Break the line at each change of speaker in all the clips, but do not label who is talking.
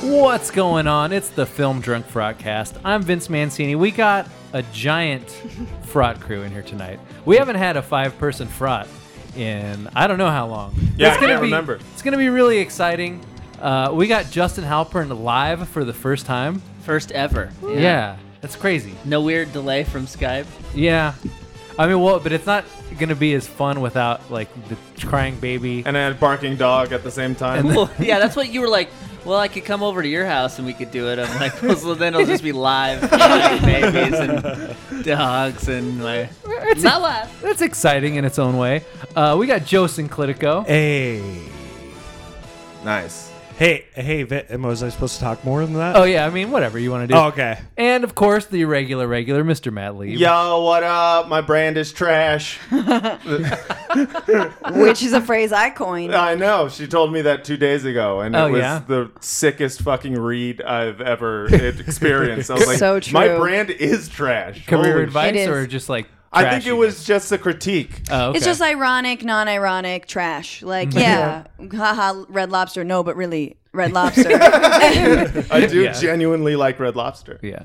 What's going on? It's the Film Drunk Fraudcast. I'm Vince Mancini. We got a giant fraud crew in here tonight. We haven't had a five-person fraud in I don't know how long.
Yeah, I
gonna
can't
be,
remember.
It's going to be really exciting. Uh, we got Justin Halpern live for the first time.
First ever.
Yeah. that's crazy.
No weird delay from Skype.
Yeah, I mean, well, but it's not going to be as fun without like the crying baby.
and a barking dog at the same time.
And
Well, yeah, that's what you were like. Well, I could come over to your house and we could do it. I'm like, well, so then it'll just be live like, babies and dogs and like
It's
not live.
That's exciting in its own way. Uh, we got Joe Sinclitico.
Hey,
nice.
hey, hey, Vin- am- was I supposed to talk more than that?
Oh yeah, I mean whatever you want to do.
Oh, okay.
And of course the regular regular Mr. Matt Lee.
Yo, what up? My brand is trash.
which is a phrase I coined.
I know. She told me that two days ago, and
Oh,
it was
yeah?
the sickest fucking read I've ever experienced. I was like,
So true.
my brand is trash.
Career
Holy
advice
It is.
or just like
I think it
trashiness?
was just a critique.
Oh,
It's
okay.
just ironic, non-ironic trash. Like, yeah, haha, Red Lobster. No, but really, Red Lobster. What's
I do
Yeah.
genuinely like Red Lobster.
yeah.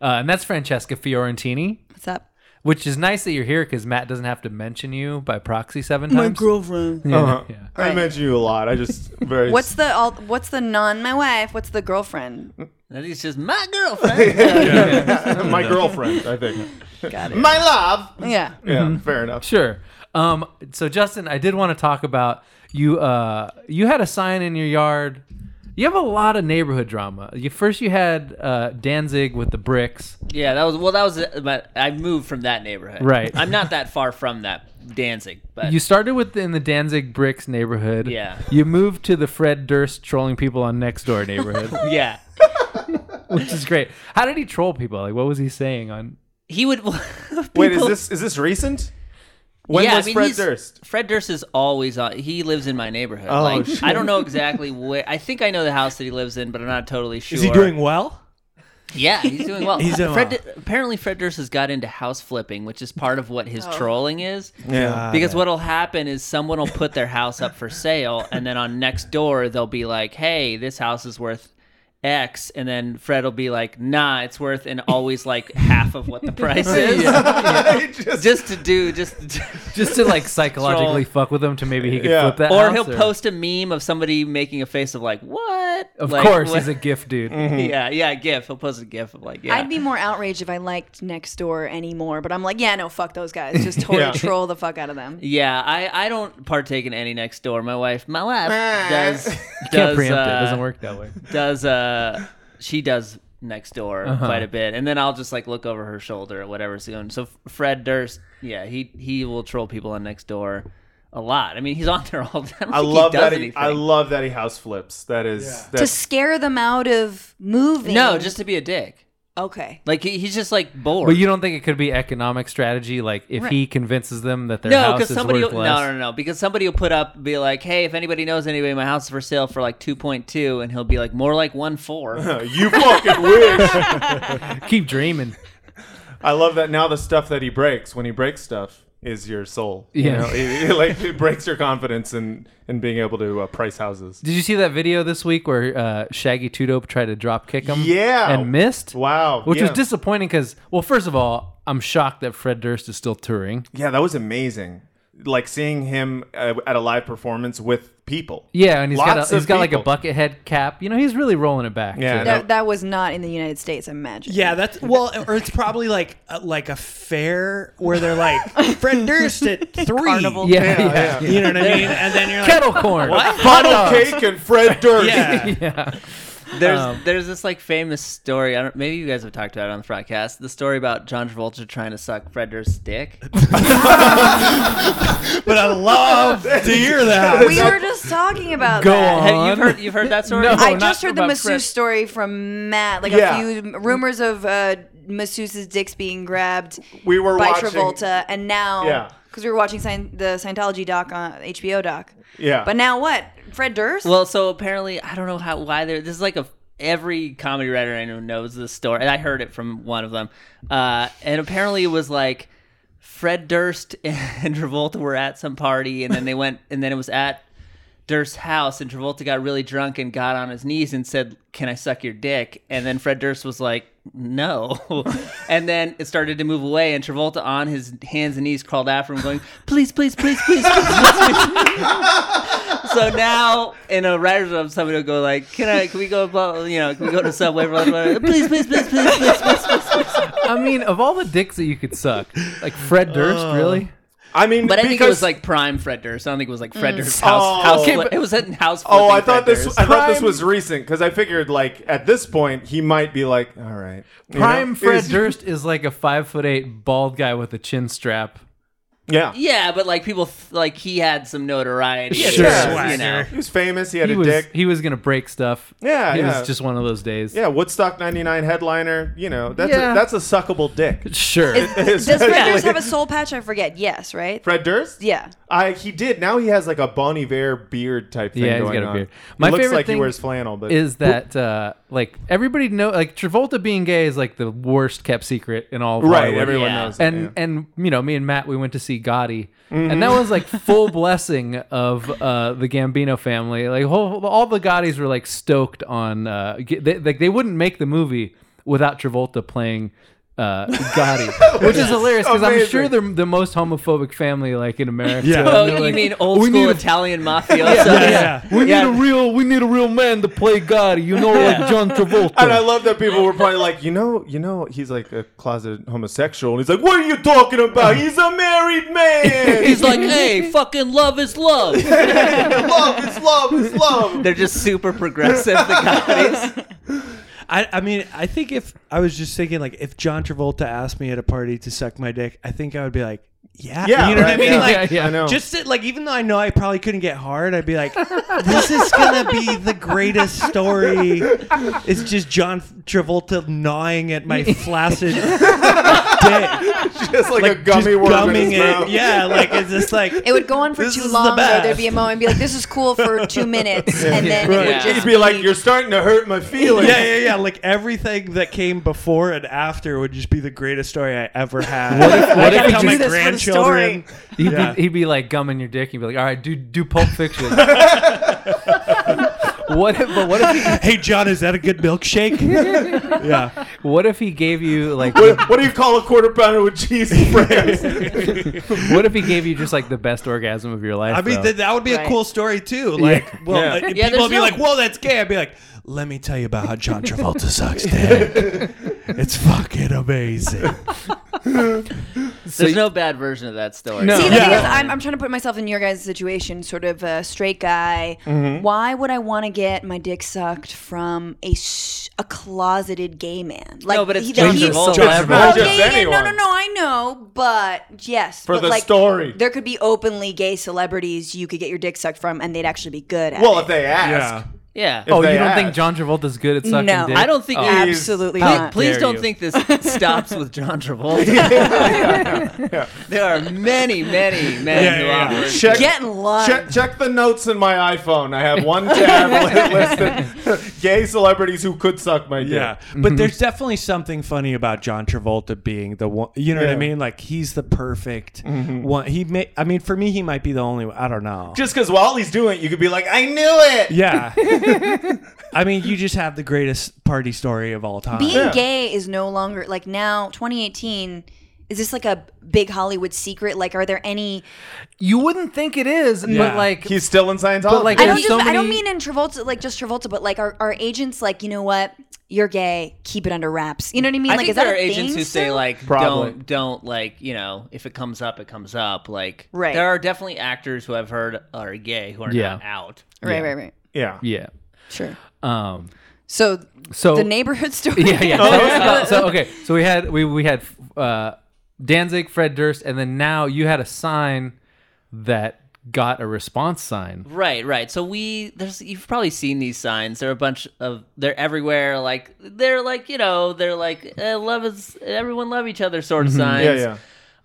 Uh, and that's Francesca Fiorentini,
up?
which is nice that you're here because Matt doesn't have to mention you by proxy seven times.
girlfriend.
Yeah,
Uh-huh.
yeah.
I
Right.
mention you a lot. I just very.
What's the all, What's the non? My wife. What's the girlfriend?
And he's just my girlfriend.
my girlfriend? I think.
Got it.
My love.
Yeah.
Yeah, fair enough.
Sure. Um, so Justin, I did want to talk about you. Uh, you had a sign in your yard. You have a lot of neighborhood drama. You first you had uh, Danzig with the bricks.
yeah, that was well. That was. uh, But I moved from that neighborhood.
Right.
I'm not that far from that Danzig, but
You started with in the Danzig bricks neighborhood.
Yeah.
You moved to the Fred Durst trolling people on next door neighborhood,
yeah.
which is great. How did he troll people? Like, what was he saying on?
He would.
Wait, is
people-
this is this recent? When was Fred
he's-
Durst?
Fred Durst is always on. He lives in my neighborhood.
Oh,
like
shit.
I don't know exactly where. I think I know the house that he lives in, but I'm not totally sure.
Is he doing well?
Yeah, he's doing well.
He's doing
Fred,
well.
Apparently, Fred Durst has got into house flipping, which is part of what his
Oh.
trolling is.
Ah,
Yeah.
Because what'll happen is someone will put their house up for sale, and then on next door they'll be like, "Hey, this house is worth." X and then Fred will be like, nah, it's worth and always like half of what the price is.
Just-
Just to do, just
Just to like psychologically fuck with him to maybe he could
Yeah.
flip that.
or
house,
he'll post a meme of somebody making a face of like what
Of
Like, Mm.
course,
what-
he's a gift dude.
yeah yeah gif he'll post a gif of like yeah
I'd be more outraged if I liked next door anymore, but I'm like, yeah, no, fuck those guys. Just totally
Yeah.
troll the fuck out of them.
yeah i i don't partake in any next door my wife my wife does does
Can't preempt it.
uh,
Doesn't work that way.
does uh she does next door
Uh-huh.
quite a bit and then i'll just like look over her shoulder or whatever's going so F- fred durst yeah he he will troll people on next door a lot i mean he's on there all the time
I love
he does
that. He,
anything.
I love that he house flips. That is
To
that's
scare them out of moving.
no just to be a dick
okay.
like he, he's just like bored
But you don't think it could be economic strategy? Like if
Right.
he convinces them that their
No,
house
because
is
somebody
worth
will,
less.
no, no, no, because somebody will put up and be like, "Hey, if anybody knows anybody, my house is for sale for like 2.2," and he'll be like, "More like one four.
you fucking wish.
Keep dreaming.
I love that. Now the stuff that he breaks when he breaks stuff is your soul. You
Yeah.
know, it, it, like it breaks your confidence in in being able to uh, price houses.
Did you see that video this week where uh, Shaggy Two Dope tried to drop kick him?
Yeah.
and missed.
Wow,
which
yeah.
was disappointing because, well, first of all, I'm shocked that Fred Durst is still touring.
Yeah, that was amazing. Like seeing him uh, at a live performance with people.
Yeah, and he's
Lots
got a,
of
he's got like a
people.
bucket head cap. You know, he's really rolling it back. too.
Yeah, no.
That, that was not in the United States, I imagine.
Yeah, that's well, or it's probably like a, like a fair where they're like Fred Durst at three.
Carnival.
yeah,
Yeah,
yeah.
Oh, yeah.
You know what I mean? And then you're like,
Kettle corn.
Funnel cake and Fred Durst.
yeah,
Yeah.
There's there's this like famous story. I don't maybe you guys have talked about it on the broadcast. The story about John Travolta trying to suck Fred Durst's dick.
but I love to hear that.
We were just talking about
Go
that.
on.
Have you heard you've heard that story?
No.
I
not
just heard the
about
masseuse
Fred.
story from Matt, like
Yeah.
a few rumors of uh, masseuse's dicks being grabbed
We were
by
watching-
Travolta, and
Yeah.
now because we were watching Scien- the Scientology doc on HBO doc.
Yeah.
But now what? Fred Durst?
Well, so apparently, I don't know how why there. This is like a every comedy writer I know knows this story, and I heard it from one of them. Uh, and apparently, it was like Fred Durst and Travolta were at some party, and then they went, and then it was at Durst's house, and Travolta got really drunk and got on his knees and said, "Can I suck your dick?" And then Fred Durst was like, "No," and then it started to move away, and Travolta on his hands and knees crawled after him, going, "Please, please, please, please." please, please." so now in a writer's room, somebody will go like, "Can I? Can we go? blah- You know, can we go to Subway for lunch? Whatever. Please, please, please, please, please, please, please."
I mean, of all the dicks that you could suck, like Fred Durst,
Oh.
really?
I mean,
But I
because,
think it was like prime Fred Durst. I don't think it was like Fred Durst's house. house
Okay,
flip-
but-
it was at house.
Oh, I
flipping
thought
Fred
this.
Durst.
I thought this
Prime-
was recent because I figured like at this point he might be like, all right, you know?
Prime Fred
It's-
Durst is like a five foot eight bald guy with a chin strap.
Yeah,
Yeah, but like people th- like he had some notoriety.
Sure.
Sure. You know.
Swagger.
he was famous. He had
He
a
was
dick.
he was gonna break stuff.
Yeah,
it
yeah.
was just one of those days.
Yeah, Woodstock '99 headliner. You know, that's
Yeah.
a, that's a suckable dick.
Sure.
Does Fred Durst have a soul patch? I forget. Yes, right?
Fred Durst?
Yeah.
I he did. Now he has like a Bon Iver beard type thing
Yeah, he's
going
got a
on.
beard.
It
My
looks
favorite
like
thing
he wears flannel, but
is that uh, like everybody know like Travolta being gay is like the worst kept secret in all of
right,
Hollywood.
everyone
Yeah.
knows. that,
and
yeah. Mm-hmm.
and you know me and Matt we went to see Gotti and that was like full blessing of uh, the Gambino family like whole, all the Gottis were like stoked on uh, ge- they, like they wouldn't make the movie without Travolta playing uh, Gotti which is hilarious because I'm
Amazing.
sure they're the most homophobic family like in America
Yeah.
And
Oh,
they're
you
like,
mean old
we
school
need a-
Italian mafioso?
yeah.
we need
Yeah.
a real we need a real man to play Gotti you know like John Travolta
And I love that people were probably like, you know, you know, he's like a closet homosexual, and he's like, what are you talking about? He's a married man.
He's like, hey, fucking love is love.
love is love is love.
They're just super progressive. The comedies.
I, I mean, I think if I was just thinking, like, if John Travolta asked me at a party to suck my dick, I think I would be like, yeah,
Yeah,
you know
right,
what I mean?
yeah.
Like,
Yeah, yeah.
I know.
just sit, like, even though I know I probably couldn't get hard, I'd be like, this is gonna be the greatest story. It's just John Travolta gnawing at my flaccid dick,
just like, a gummy worm
just
in
gumming
his mouth.
it. Yeah, like it's just like
It would go on for
This
too
is the
long, though.
best.
There'd be a moment and be like, this is cool for two minutes. And then it
Right.
would
He'd
just
be like, you're starting to hurt my feelings.
yeah, yeah, yeah. Like everything that came before and after would just be the greatest story I ever had.
what
I
if we
tell
do
my
this for the
grandchildren.
He'd,
Yeah.
be, he'd be like gumming your dick and be like, "All right, do do Pulp Fiction." what if? But what if?
Hey, John, is that a good milkshake? yeah.
He, what if he gave you like? the-
What, what do you call a quarter pounder with cheese and fries?
what if he gave you just like the best orgasm of your life?
I mean,
though?
th- that would be a
Right.
cool story, too. Like, well,
Yeah.
Yeah,
like, people
there's
would be
no-
like, whoa, that's gay. I'd be like, let me tell you about how John Travolta sucks dick. it's fucking amazing.
There's no bad version of that story.
No.
See, the thing
Yeah.
is, I'm, I'm trying to put myself in your guys' situation, sort of a straight guy.
Mm-hmm.
Why would I want to get my dick sucked from a s- a closeted gay man? Like,
No, but it's
he-
John
he's-
Travolta.
Just-
Well,
just
yeah, yeah, yeah, no,
anyone.
no, no, I know, but yes,
For
but
the
like,
story.
there could be openly gay celebrities you could get your dick sucked from, and they'd actually be good at
Well,
it.
if they
Yeah.
ask.
Yeah.
oh, you
they
don't think
ask.
John Travolta's good at sucking
No.
dick?
I don't think.
Oh.
absolutely
Please-
not.
Please
dare
don't
you.
think this stops with John Travolta. There are many, many men
Yeah,
who are
yeah, yeah.
worse.
Check,
Get in line.
check, check the notes in my iPhone. I have one tab listed. Gay celebrities who could suck my dick.
Yeah, but there's definitely something funny about John Travolta being the one. You know what
Yeah. Mm-hmm.
I mean? Like he's the perfect one. He may. I mean, for me, he might be the only. one. I don't know.
Just because while he's doing it, you could be like, I knew it.
yeah. I mean, you just have the greatest party story of all time.
being
Yeah.
gay is no longer like now 2018 is this like a big hollywood secret like are there any
You wouldn't think it is,
Yeah.
but like,
He's still in Scientology.
But, like,
i don't
There's so
just i don't
many-
mean in travolta like just travolta but like our, our agents like you know what you're gay keep it under wraps you know what i mean
I
like
think
is that
there are
a
agents
thing
who say
still?
like
Probably.
don't don't like you know if it comes up it comes up like
Right.
there are definitely actors who I've heard are gay who are
Yeah.
not out.
right right right
yeah.
yeah.
sure
Um.
so
So
the neighborhood story
Yeah, yeah. So, uh, so, okay, so we had we we had uh, Danzig, Fred Durst, and then now you had a sign that got a response sign.
Right, right. So we there's you've probably seen these signs. They're a bunch of they're everywhere. Like they're like you know they're like eh, love is everyone love each other sort of signs.
Yeah, yeah.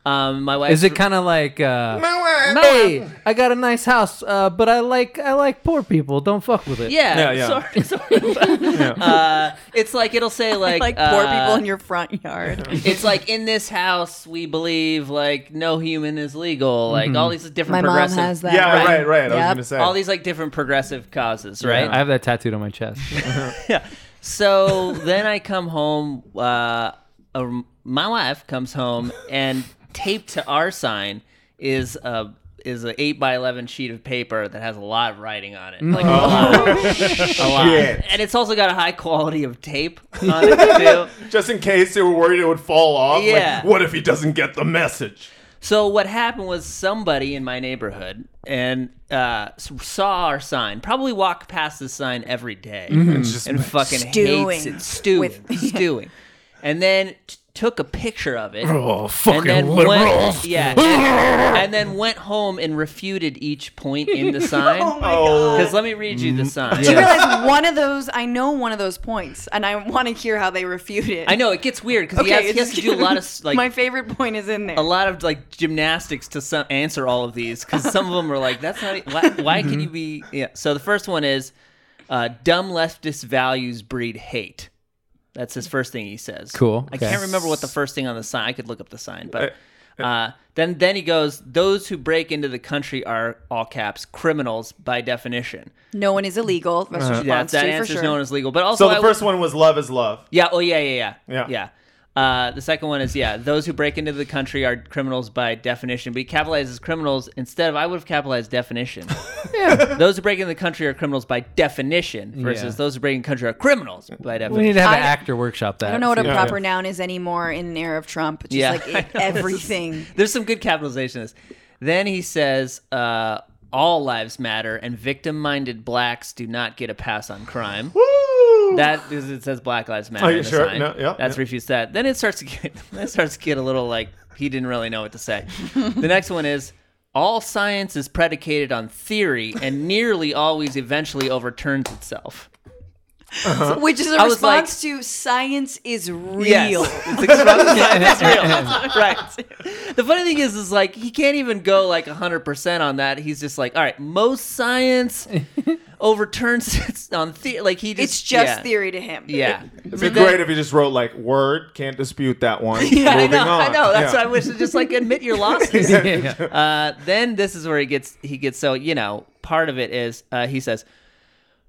Um, my wife
Is it kind of like, uh, hey, I got a nice house, uh, but I like I like poor people. Don't fuck with it.
Yeah,
Yeah, yeah.
Sorry, sorry. uh, it's like it'll say like
like poor
uh,
people in your front yard.
It's like in this house we believe like no human is legal. Like all these
My
different
mom
progressive
has that.
yeah, right, right. I was
Yep.
gonna say
all these like different progressive causes, right?
I have that tattooed on my chest.
So then I come home. Uh, um, my wife comes home, and taped to our sign is a is an eight by eleven sheet of paper that has a lot of writing on it, like a lot, a lot.
Shit.
and it's also got a high quality of tape on it too.
just in case they were worried it would fall off.
Yeah.
Like, what if he doesn't get the message?
So what happened was somebody in my neighborhood and uh, s- saw our sign. Probably walked past this sign every day and,
just
fucking
Stewing
hates it, stewing,
with-
stewing, and then t- took a picture of it.
Oh, fucking
and then
liberal.
went, yeah, and, and then went home and refuted each point in the sign.
Oh,
Because let me read you the sign.
Do you realize one of those? I know one of those points, and I want to hear how they refute it.
I know it gets weird because he, has, he has to do a lot of s- like
my favorite point is in there.
a lot of like gymnastics to some, answer all of these because some of them are like that's not e-" why, why can you be yeah so the first one is uh, dumb leftist values breed hate that's his first thing he says
Cool,
i
okay.
can't remember what the first thing on the sign i could look up the sign but uh, then then he goes those who break into the country are all caps criminals by definition
No one is illegal. That's response
Uh-huh. yeah, that
to, for
answer
sure.
is known as legal but also
so the
I
first one was love is love.
yeah. Oh, yeah, yeah, yeah.
Yeah.
Yeah. Uh, the second one is yeah. Those who break into the country are criminals by definition. But he capitalizes criminals instead of I would have capitalized definition. Those who break into the country are criminals by definition versus
Yeah.
those who break in the country are criminals by
We need
definition.
to have
I-
an actor workshop that.
I don't know what a
Yeah.
proper noun is anymore in an era of Trump. It's just
Yeah. I know,
like it,
this is-
everything.
There's some good capitalization. in This. Then he says uh, all lives matter and victim-minded blacks do not get a pass on crime.
Woo!
That is, it says Black Lives Matter.
Are you
on the
sure?
sign.
No, yeah,
That's
yeah.
refused that. Then it starts to get then it starts to get a little like he didn't really know what to say. the next one is all science is predicated on theory and nearly always eventually overturns itself.
Which is a
I was like-
response to science is real.
Yes. It's extremely- That's real. Right. The funny thing is, is like he can't even go like hundred percent on that. He's just like, all right, most science overturns it on theory. Like he just
It's just
yeah.
theory to him.
Yeah.
It'd be
So then-
great if he just wrote like word. Can't dispute that one.
Yeah, I
Moving
know.
on.
I know. That's
yeah.
why I wish to just like admit your losses.
Yeah, yeah.
uh, then this is where he gets he gets so you know part of it is uh, he says.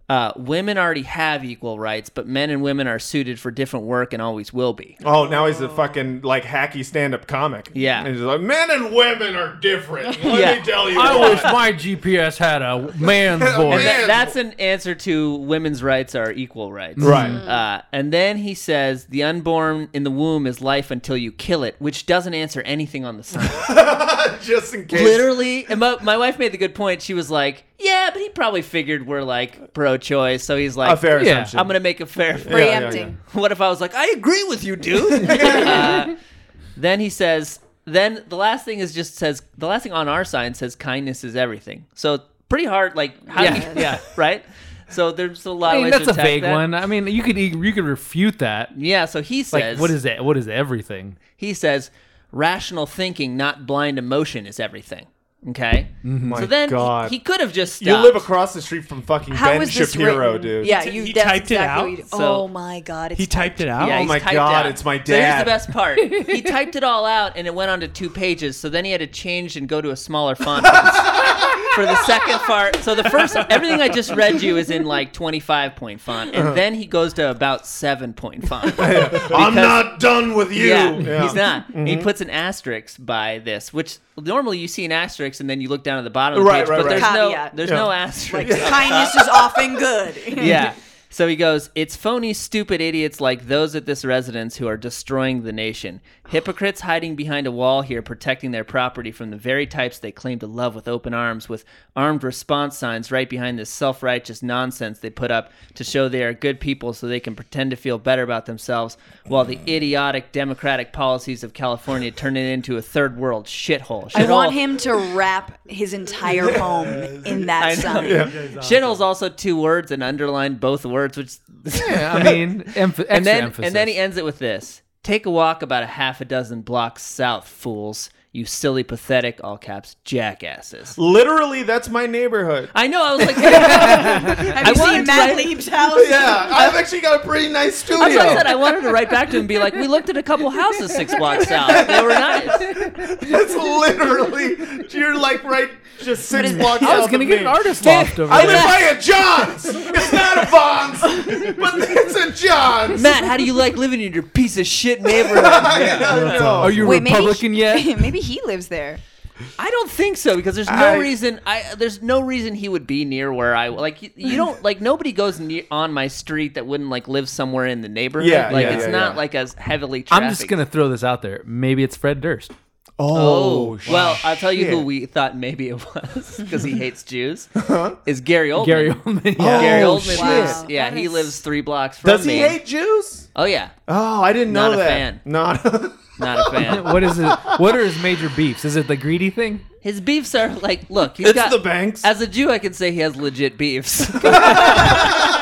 Uh, women already have equal rights, but men and women are suited for different work and always will be.
Oh, now he's a fucking like hacky stand-up comic.
Yeah.
and he's like, men and women are different. Let
Yeah.
me tell you.
I
what."
wish my GPS had a man's voice.
And
Man.
that, that's an answer to women's rights are equal rights.
Right.
Uh, and then he says, "The unborn in the womb is life until you kill it," which doesn't answer anything on the sign.
just in case.
literally and my, my wife made the good point she was like yeah but he probably figured we're like pro-choice so he's like
a fair
Yeah.
assumption.
i'm gonna make a fair
Yeah, yeah,
Preempting.
yeah.
what if i was like i agree with you dude uh, then he says then the last thing is just says the last thing on our sign says kindness is everything so pretty hard like how do
Yeah.
you- yeah right so there's a
I
lot of
mean,
ways
that's
to
a
attack
vague
that.
one. I mean, you could e- you could refute that.
yeah so he
Like,
says
what is that? What is everything?
he says rational thinking not blind emotion is everything okay so
Mm-hmm.
My
then he-
God.
He, could have just
You
stopped.
live across the street from fucking
How
Ben
is this
Shapiro,
written?
dude.
Yeah,
He t-
you
he
that's
typed it
exactly what
out?
you do.
So-
oh my god, it's
He typed it out.
Yeah,
Oh
he's
my
typed
God,
out.
it's my
So here's the
dad.
best part. He typed it all out and it went on to two pages. So then he had to change and go to a smaller font for the- for the second part. So the first, everything I just read you is in like 25 point font.
Uh-huh.
And then he goes to about seven point font.
I'm not done with you.
Yeah,
Yeah. Mm-hmm.
he's not. He puts an asterisk by this, which normally you see an asterisk and then you look down at the bottom of the
Right,
page,
right,
but
right.
there's no
Caveat.
there's
Yeah.
no asterisk.
like kindness is often good.
yeah. So he goes, It's phony, stupid idiots like those at this residence who are destroying the nation. Hypocrites hiding behind a wall here, protecting their property from the very types they claim to love with open arms, with armed response signs right behind this self righteous nonsense they put up to show they are good people so they can pretend to feel better about themselves, while the idiotic democratic policies of California turn it into a third world shithole.
I
Shithole-
want him to wrap his entire home in
I
that
know.
sign.
Shithole's also two words and underlined both words, which
Yeah, I mean, emph- extra
and then
emphasis.
and then he ends it with this: "Take a walk about a half a dozen blocks south, fools. You silly, pathetic, all caps, jackasses.
Literally, that's my neighborhood.
I know. I was like, I
Have you
wanted
seen
to
Matt
write-
Lieb's house?
Yeah, I've actually got a pretty nice studio.
That's what I said. I wanted to write back to him and be like, we looked at a couple houses six blocks out. They were nice.
That's literally you're like right just six blocks.
I was
south
gonna
of
get
me.
an artist loft over
I
there.
live by a John's. It's not a Vons, but it's a John's.
Matt, how do you like living in your piece of shit neighborhood?
I don't know.
Are you
Wait, maybe
Republican
he-
yet?
maybe he lives there.
I don't think so because there's no
I-
reason. I there's no reason he would be near where I like. You, you don't like nobody goes near, on my street that wouldn't like live somewhere in the neighborhood.
Yeah,
like
yeah,
it's
yeah,
not
yeah.
like as heavily. Trafficked.
I'm just gonna throw this out there. Maybe it's Fred Durst.
Oh, well, I'll tell you who
shit.
we thought maybe it was because he hates Jews. Is Gary Oldman?
Gary Oldman. Yeah.
Gary
Oh,
Oldman
shit.
lives.
Wow.
Yeah,
That
he
is-
lives three blocks from
Does he
me.
hate Jews?
oh yeah,
Oh, I didn't know
Not a
that.
fan.
Not.
not a fan.
What is it? What are his major beefs? Is it the greedy thing?
His beefs are like, look, he's
it's
got
the banks.
As a Jew, I can say he has legit beefs.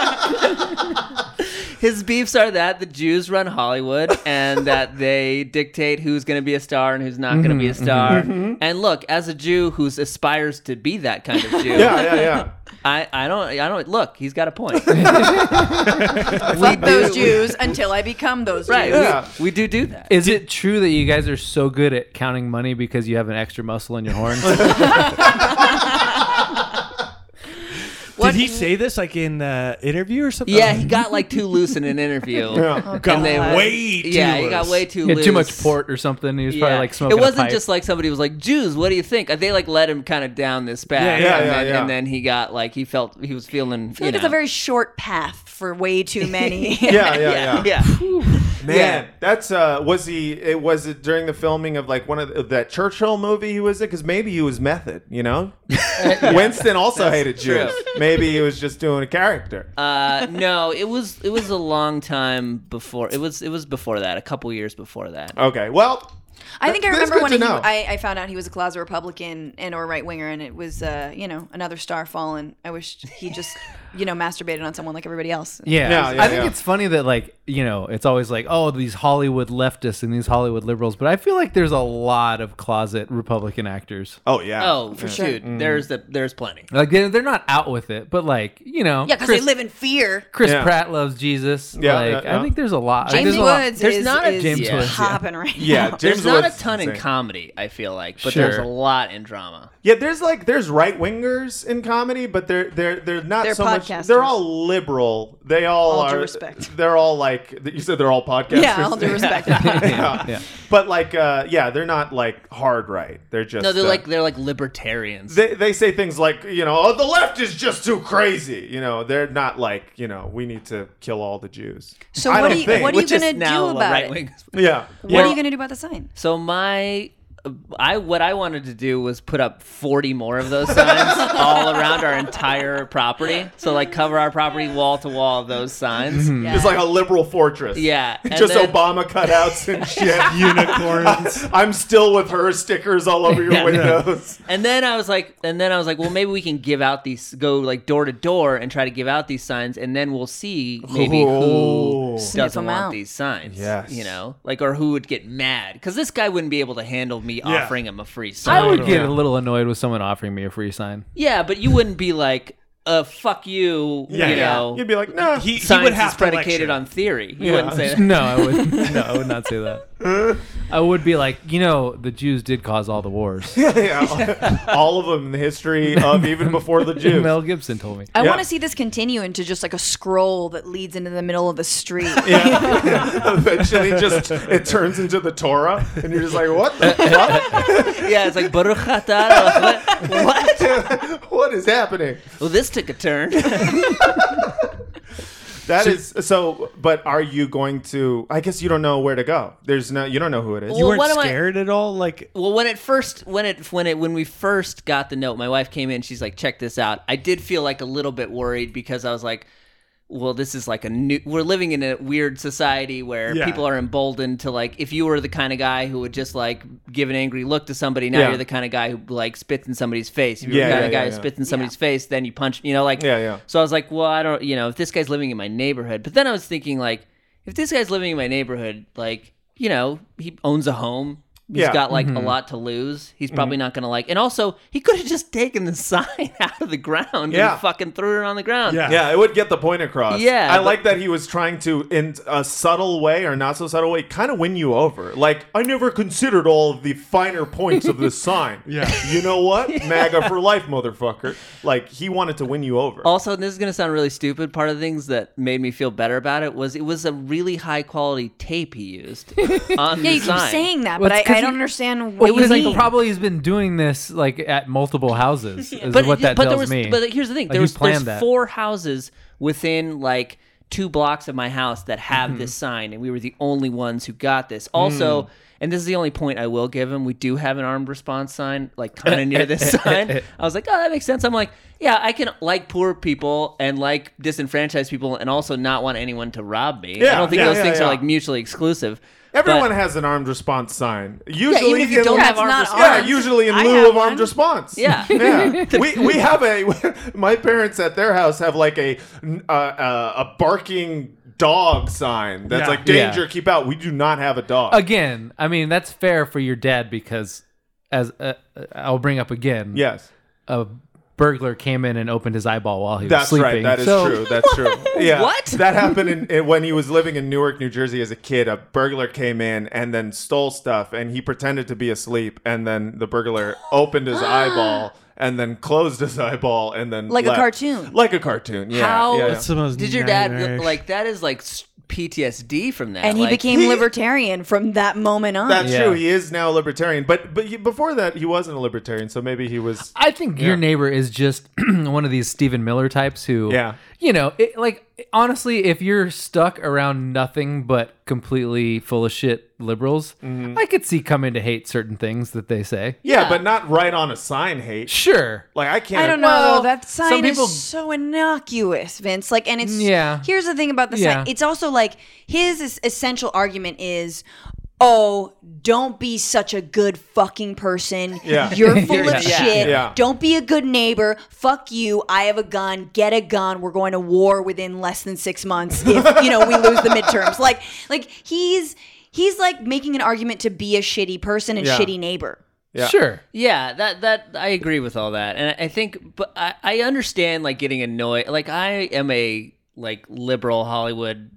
His beefs are that the Jews run Hollywood and that they dictate who's going to be a star and who's not going to be a
Mm-hmm,
star. And look, as a Jew who aspires to be that kind of Jew,
yeah, yeah, yeah.
I, I don't I don't look. He's got a point.
Fuck those Jews until I become those
right?
Jews.
Yeah.
We, we do do that.
Is it true that you guys are so good at counting money because you have an extra muscle in your horn?
What-
Did he say this like in the interview or something? Oh
Yeah, he got like too loose in an interview.
Yeah.
got
they were-
way too
Yeah, he got
loose.
way too
He had
loose.
too much port or something. He was probably
Yeah.
like smoking.
It
a
wasn't
pipe.
just like somebody was like, Jews, what do you think? Uh, They like let him kind of down this path.
Yeah, yeah,
and,
yeah,
then,
yeah.
and then he got like, he felt, he was feeling,
I feel
you
like
know.
it's a very short path for way too many.
Yeah, yeah, yeah,
yeah.
Man,
Yeah.
that's uh, was he? It was it during the filming of like one of the, that Churchill movie he was in because maybe he was method, you know. Winston also hated
true.
Jews. Maybe he was just doing a character.
Uh, no, it was, it was a long time before, it was, it was before that, a couple years before that.
Oh,
okay, well,
I think I
That's
remember
good
when
to
he,
know.
I, I found out he was a closet Republican and or right winger, and it was uh, you know another star fallen. I wish he just you know masturbated on someone like everybody else.
Yeah,
Yeah, yeah,
I think
yeah.
it's funny that like you know it's always like oh these Hollywood leftists and these Hollywood liberals, but I feel like there's a lot of closet Republican actors.
oh yeah,
Oh, for sure. dude,
Mm.
there's the, there's plenty.
Like they're, they're not out with it, but like you know,
Yeah, because they
Chris,
live in fear.
Chris
Yeah.
Pratt loves Jesus.
Yeah,
like
yeah, yeah.
I think there's a lot.
James
there's a lot-
Woods
there's
is,
not a-
is
James Woods, yeah.
popping right
yeah.
now.
James
there's not
Woods
a
is
ton in
insane.
comedy, I feel like, but
Sure.
there's a lot in drama.
Yeah, there's like there's right wingers in comedy, but they're they're they're not
They're
so much.
podcasters.
They're all liberal. They all
All
are.
due respect.
They're all like you said. They're all podcasters.
Yeah, all due respect.
yeah, yeah.
But like, uh, yeah, they're not like hard right. They're just
No, they're
uh,
like, they're like libertarians.
they they say things like you know oh, the left is just too crazy. You know they're not like you know we need to kill all the Jews.
So
I
what
don't
do you
think.
what are you
Which is
gonna
now
do
a
about it?
right-wing-
Yeah.
What are
Well-
you gonna do about the sign?
So my, I what I wanted to do was put up forty more of those signs all around our entire property. So like cover our property wall to wall of those signs.
Mm-hmm.
It's like a liberal fortress.
Yeah, and
just
then-
Obama cutouts and shit.
unicorns.
I'm still with her stickers all over your
Yeah.
windows.
And then I was like, and then I was like, well, maybe we can give out these, go like door to door and try to give out these signs, and then we'll see maybe
Oh.
who
Sniff
doesn't
'em
want
out.
these signs.
Yes.
you know, like or who would get mad because this guy wouldn't be able to handle me offering him a free sign.
I would get a little annoyed with someone offering me a free sign.
yeah, but you wouldn't be like, uh, fuck you.
Yeah.
you know.
You'd be like, no.
He, he
Science
would have
is
to
predicated
lecture.
on theory. You wouldn't say that.
No, I would. No, I would not say that. I would be like, you know, the Jews did cause all the wars.
yeah, all of them in the history of even before the Jews.
Mel Gibson told me.
I
Yeah.
want to see this continue into just like a scroll that leads into the middle of the street.
Yeah. Eventually, just it turns into the Torah, and you're just like, what the
Yeah, it's like Baruch atah. What?
fuck? What is happening?
Well, this took a turn.
That is so. But are you going to? I guess you don't know where to go. There's no. You don't know who it is.
You
Well, what
weren't
am I-
scared at all? Like,
well, when it first, when it, when it, when we first got the note, my wife came in. She's like, "Check this out." I did feel like a little bit worried because I was like, "Well, this is like a new. We're living in a weird society where
Yeah.
people are emboldened to like. If you were the kind of guy who would just like give an angry look to somebody, now
Yeah.
you're the kind of guy who like spits in somebody's face. If you're
Yeah,
the kind of
yeah,
guy
yeah,
who
yeah.
spits in somebody's face, then you punch. You know, like
Yeah, yeah.
So I was like, well, I don't, you know, if this guy's living in my neighborhood, but then I was thinking, like, if this guy's living in my neighborhood, like, you know, he owns a home. He's
Yeah.
got like a lot to lose. He's probably not going to like. And also, he could have just taken the sign out of the ground
Yeah.
and fucking threw it on the ground.
Yeah.
Yeah, it would get the point across.
Yeah,
I
but-
like that he was trying to, in a subtle way or not so subtle way, kind of win you over. Like, I never considered all of the finer points of this sign.
Yeah.
You know what? MAGA for life, motherfucker. Like, he wanted to win you over.
Also, and this is going to sound really stupid. Part of the things that made me feel better about it was it was a really high quality tape he used on
Yeah,
the
you keep
sign.
saying that,
Well,
but I,
it's 'cause
I don't
he-
understand
Well,
what you
because
mean.
like probably he's been doing this like at multiple houses. Is
but
what that
but
tells
there was,
me.
But here's the thing:
Like,
there
he
was there's
planned that.
four houses within like two blocks of my house that have
Mm-hmm.
this sign, and we were the only ones who got this. Also,
Hmm.
and this is the only point I will give him: we do have an armed response sign, like kind of near this sign. I was like, oh, that makes sense. I'm like, yeah, I can like poor people and like disenfranchised people, and also not want anyone to rob me. I
Yeah,
don't think
yeah,
those
yeah,
things
yeah.
are like mutually exclusive.
Everyone
but-
has an armed response sign. Usually,
yeah, even if you
in-
don't
Yeah,
have
it's
armed
not
response,
Yeah,
armed.
usually in
I
lieu
have
of armed
one.
response.
Yeah.
yeah. We, we have a. My parents at their house have like a uh, uh, a barking dog sign that's
Yeah.
like
Yeah.
danger, keep out. We do not have a dog.
again, I mean that's fair for your dad because as uh, uh, I'll bring up again,
yes.
a burglar came in and opened his eyeball while he was
That's
sleeping.
right. That is
So-
true. That's true. Yeah.
What?
That happened in, in- when he was living in Newark, New Jersey as a kid. A burglar came in and then stole stuff, and he pretended to be asleep, and then the burglar opened his eyeball and then closed his eyeball and then
Like a
left.
cartoon.
Like a cartoon. Yeah. yeah,
How
yeah.
That's the most
did your dad
nightmarish.
like that? Is like s- PTSD from that,
and he
like-
became
he-
libertarian from that moment on.
That's
Yeah.
true. He is now a libertarian, but but he- before that he wasn't a libertarian, so maybe he was.
I think your neighbor is just one of these Stephen Miller types who,
Yeah.
you know, it, like honestly, if you're stuck around nothing but completely full of shit liberals, I could see coming to hate certain things that they say.
Mm-hmm. Yeah, but not right on a sign. Hate.
Sure,
Like I can't.
I don't know.
Well,
though. that
some
sign
people-
is so innocuous, Vince. Like, and it's
Yeah.
Here's the thing about the
Yeah.
sign. It's also like his es- essential argument is. Oh, don't be such a good fucking person.
Yeah.
You're full
Yeah.
of shit.
Yeah.
Don't be a good neighbor. Fuck you. I have a gun. Get a gun. We're going to war within less than six months if you know we lose the midterms. Like, like he's he's like making an argument to be a shitty person and
Yeah.
shitty neighbor.
Yeah.
sure.
Yeah, that that I agree with all that, and I I think, but I, I understand like getting annoyed. Like I am a like liberal Hollywood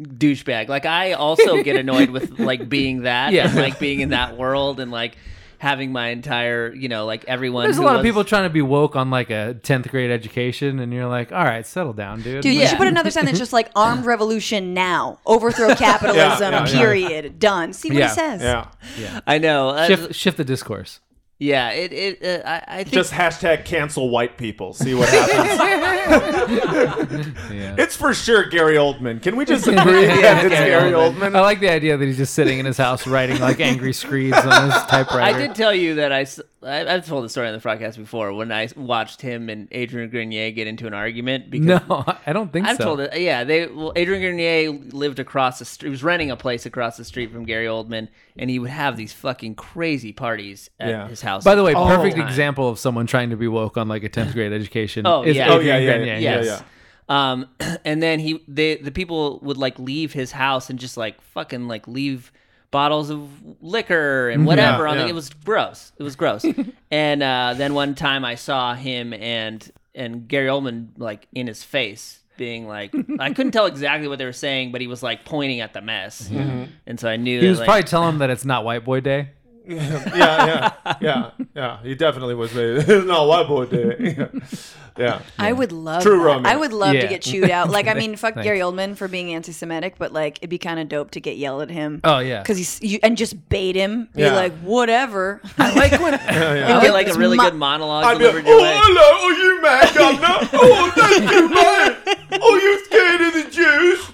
douchebag. Like I also get annoyed with like being that,
Yeah.
and, like being in that world, and like having my entire, you know, like everyone.
There's a
who
lot of
loves-
people trying to be woke on like a 10th grade education, and you're like, all right, settle down, dude.
Dude,
Yeah.
you should put another sign that's just like armed revolution now, overthrow capitalism,
Yeah, yeah, yeah.
period, done. See what
Yeah,
it says.
Yeah.
I know. Uh,
shift, shift the discourse.
yeah, it. it uh, I, I think.
Just hashtag cancel white people. See what happens. It's for sure Gary Oldman. Can we just agree that it's Gary Oldman?
I like the idea that he's just sitting in his house writing like angry screeds on his typewriter.
I did tell you that I, s- I- I've told the story on the podcast before when I watched him and Adrian Grenier get into an argument because
No, I don't think
I've
so.
told it. uh, Yeah, they. Well, Adrian Grenier lived across the street. Was renting a place across the street from Gary Oldman, and he would have these fucking crazy parties at
Yeah.
his house.
By the
Oh,
way, perfect
time.
example of someone trying to be woke on like a 10th grade education.
Oh,
is
yeah. Oh,
Adrian
yeah, yeah,
Grenier.
yeah,
Yes. Um, and then he, they, the people would like leave his house and just like fucking like leave bottles of liquor and whatever on the,
Mm-hmm. yeah.
it was gross. It was gross. and uh, then one time I saw him and and Gary Oldman like in his face being like I couldn't tell exactly what they were saying, but he was like pointing at the mess.
Mm-hmm.
Mm-hmm. And so I knew
He
that,
was
like,
probably telling him that it's not White Boy Day.
yeah, yeah, yeah, yeah. He definitely was. no, white boy did it. Yeah. yeah.
I would love
True
that.
romance.
I would love
Yeah.
to get chewed out. Like, I mean, fuck Gary Oldman for being anti Semitic, but like, it'd be kind of dope to get yelled at him.
Oh, yeah.
Because he's, you, and just bait him. Be
Yeah.
like, whatever.
I like when
you get like a
It's
really
my-
good monologue
I'd be
delivered
like,
your
oh,
way.
hello, are you mad, governor? Oh, thank you, mate. Are you scared of the Jews?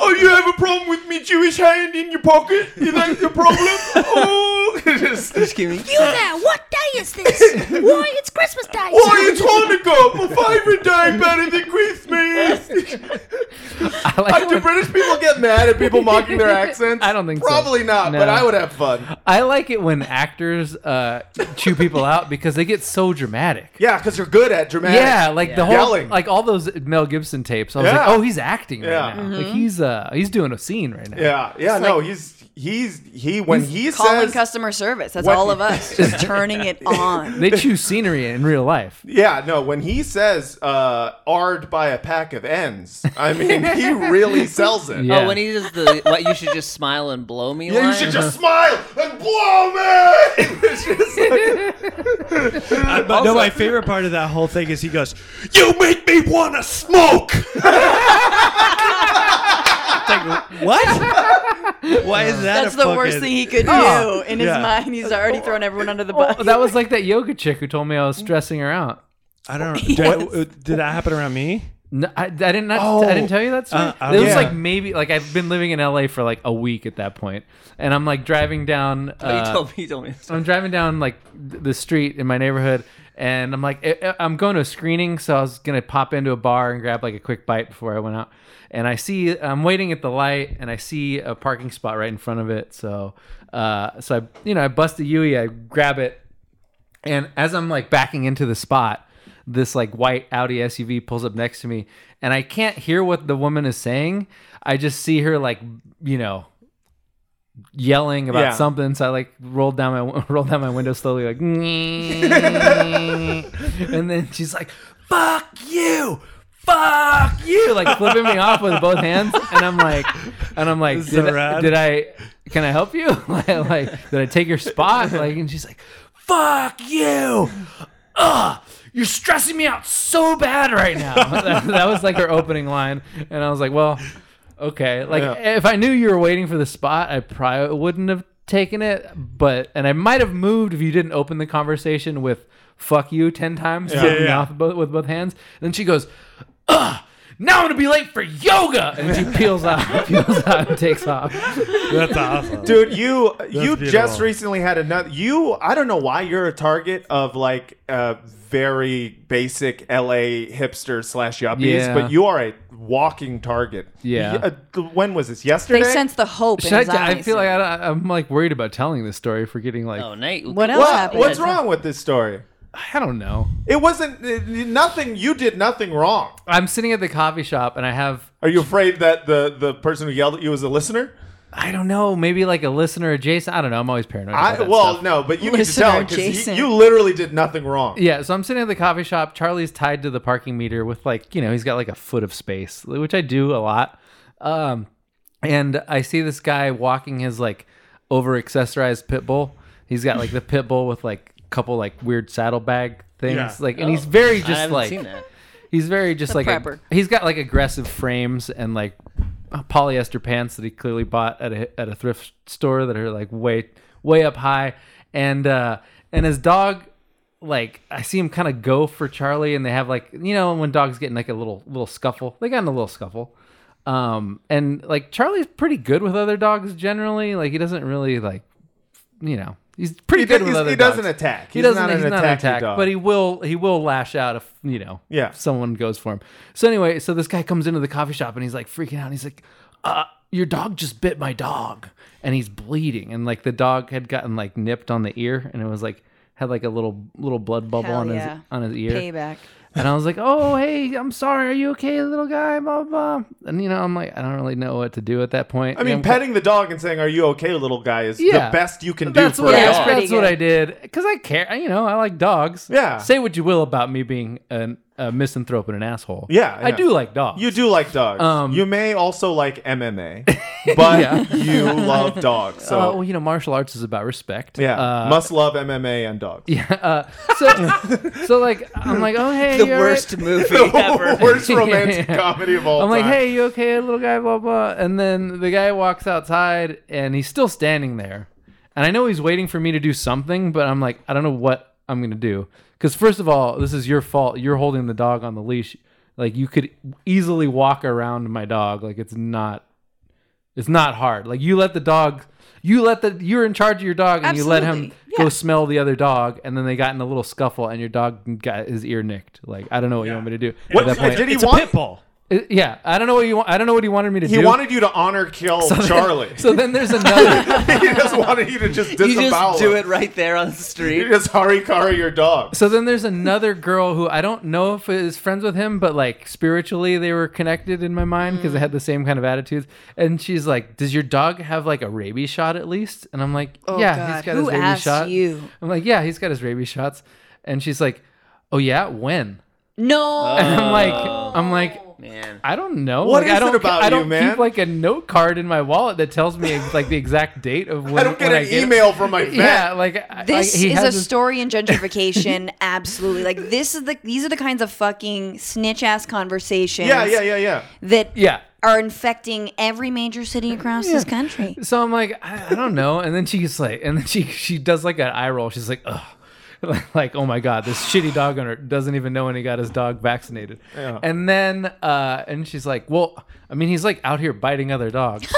Oh, you have a problem with me Jewish hand in your pocket? You like the problem? Oh, just,
You there, what day is this? Why, it's Christmas Day.
oh, it's Hanukkah, my favorite day, better than Christmas.
I like
Do
when-
British people get mad at people mocking their accents?
I don't think so.
Probably not,
No.
but I would have fun.
I like it when actors uh, chew people out because they get so dramatic.
Yeah, because you're good at dramatic.
Yeah, like the whole
Yelling.
like all those Mel Gibson tapes. I was
Yeah.
like, oh, he's acting
Yeah.
right
Mm-hmm.
now. Like he's uh he's doing a scene right now.
Yeah, yeah, no,
like-
he's he's he when he
Calling
says
customer service. That's
What-
all of us just turning it on.
They choose scenery in real life.
yeah, no, when he says uh "ard by a pack of ends," I mean he really sells it.
Yeah.
Oh, when he does the what you should just smile and blow me.
Yeah, you
line?
should just smile and blow me. It's just like-
Uh, but no, my favorite part of that whole thing is he goes, "You make me want to smoke." It's like, what? Why is that?
That's
a
the
fucking-
worst thing he could
Oh,
do. In his
Yeah.
mind, he's already thrown everyone under the bus.
Well, Oh. that was like that yoga chick who told me I was stressing her out.
I don't. Did, what- uh, did that happen around me?
No, I, I didn't. Not, I
Oh,
didn't tell you that story.
Uh, uh,
it was
yeah.
like maybe like I've been living in LA for like a week at that point, and I'm like driving down.
Oh,
uh,
you told me. You told me.
I'm driving down like th- the street in my neighborhood, and I'm like, I- I- I'm going to a screening, so I was gonna pop into a bar and grab like a quick bite before I went out. And I see, I'm waiting at the light, and I see a parking spot right in front of it. So, uh, so I, you know, I bust a Yui, I grab it, and as I'm like backing into the spot, this like white Audi SUV pulls up next to me, and I can't hear what the woman is saying. I just see her like, you know, yelling about
Yeah.
something. So I like rolled down my rolled down my window slowly, like, and then she's like, "Fuck you." Fuck you! Like flipping me off with both hands, and I'm like, and I'm like,
is
did,
so
I,
rad.
did I? Can I help you? like, like, did I take your spot? Like, and she's like, "Fuck you!" ugh, you're stressing me out so bad right now. that, that was like her opening line. And I was like, well, okay. Like,
Yeah.
if I knew you were waiting for the spot, I probably wouldn't have taken it. But, and I might have moved if you didn't open the conversation with fuck you 10 times, yeah,
yeah, yeah.
Both, with both hands. then she goes, ugh. Now I'm gonna be late for yoga, and she peels out, peels out, and takes off.
That's awesome.
Dude, you you just
beautiful.
recently had another. You I don't know why you're a target of like uh, very basic LA hipster slash yuppies,
Yeah.
but you are a walking target.
Yeah.
Y- uh, when was this? Yesterday.
they sense the hope in
Should I,
his
t- I
eyes.
feel like I, don't- I'm like worried about telling this story for getting like
Oh, Nate.
What else
what,
happened?
what's wrong with this story?
I don't know.
It wasn't uh, nothing. You did nothing wrong.
I'm sitting at the coffee shop and I have
Are you afraid that the the person who yelled at you was a listener?
I don't know, maybe like a listener adjacent. I don't know. I'm always paranoid. About
I
that
well,
stuff.
no, but you need to
Listener
tell because
adjacent.
you literally did nothing wrong.
yeah. So I'm sitting at the coffee shop. Charlie's tied to the parking meter with like you know he's got like a foot of space, which I do a lot. Um, and I see this guy walking his like over accessorized pit bull. He's got like the pit bull with like a couple like weird saddlebag things,
Yeah.
like, and he's very
Oh. I
just
haven't
like
seen that.
He's very just like a-
prepper.
he's got like aggressive frames and like polyester pants that he clearly bought at a at a thrift store that are like way way up high and uh and his dog like I see him kind of go for Charlie and they have like you know when dogs get in like a little little scuffle they got in a little scuffle um and like Charlie's pretty good with other dogs generally like he doesn't really like you know he's pretty
He
good
d-
with
he's-
other
he
dogs
doesn't attack.
he
He's
doesn't.
not an
he's not an
attacky
attack,
dog.
but he will. He will lash out if you know.
Yeah.
if Someone goes for him. So anyway, so this guy comes into the coffee shop and he's like freaking out. And he's like, uh, "Your dog just bit my dog, and he's bleeding." And like the dog had gotten like nipped on the ear, and it was like had like a little little blood bubble
Hell
on
yeah.
his on his ear.
Payback.
And I was like, "Oh, hey, I'm sorry. Are you okay, little guy?" Blah blah. blah." And you know, I'm like, I don't really know what to do at that point.
I mean,
And-
petting the dog and saying "Are you okay, little guy?" is
Yeah.
the best you can do
That's
for
what
a
I,
Yeah, it's
dog.
pretty
that's what
good.
I did because I care. You know, I like dogs.
Yeah.
Say what you will about me being an, a misanthrope and an asshole.
Yeah,
I
yeah.
do like dogs.
You do like dogs.
Um,
you may also like MMA, but you love dogs. So
Uh, well, you know, martial arts is about respect.
yeah,
Uh,
must love MMA and dogs.
yeah. Uh, so, so like, I'm like, oh hey,
The
you all
worst
right?"
movie
The
ever.
worst romantic
Yeah.
comedy of all
I'm
time.
like, hey, you okay, little guy? Blah blah. And then the guy walks outside, and he's still standing there. And I know he's waiting for me to do something, but I'm like, I don't know what I'm gonna do. Because first of all, this is your fault. You're holding the dog on the leash. Like you could easily walk around my dog. Like it's not, it's not hard. Like you let the dog, you let the, you're in charge of your dog, and you let him
Absolutely.
go
Yeah.
smell the other dog. And then they got in a little scuffle, and your dog got his ear nicked. Like I don't know what you want me to do. at
What-
that point.
did he
it's a
want-
pit bull.
Uh, Yeah, I don't know what you. wa- I don't know what he wanted me to
He
do.
wanted you to honor kill Charlie.
So then there's another.
he just wanted you to just
You
disavow
just do
him.
it right there on the
You
street.
just harikari your dog.
so then there's another girl who I don't know if is friends with him, but like spiritually they were connected in my mind because they had the same kind of attitudes. And she's like, "Does your dog have like a rabies shot at least?" And I'm like,
Oh,
"Yeah,
God.
he's got
Who
his rabies
asked
shot."
you?
I'm like, "Yeah, he's got his rabies shots." And she's like, "Oh yeah, when?"
No.
And I'm like, "I'm like."
Man.
I don't know.
What
What is
is
I don't
it about
ke- I
you,
don't
man?
keep like a note card in my wallet that tells me like the exact date of when
I don't get
when
an
it.
email from my vet.
Yeah, like I-
this
I, Uh, he
is
has
a
this-
story in gentrification absolutely like this is the these are the kinds of fucking snitch ass conversations
yeah, yeah, yeah, yeah.
that
Yeah.
are infecting every major city across this country
So I'm like, I, I don't know. And then she's like, and then she she does like an eye roll. She's like, ugh. Like, oh my God, this shitty dog owner doesn't even know when he got his dog vaccinated. And then, uh, and she's like, well, I mean, he's like out here biting other dogs.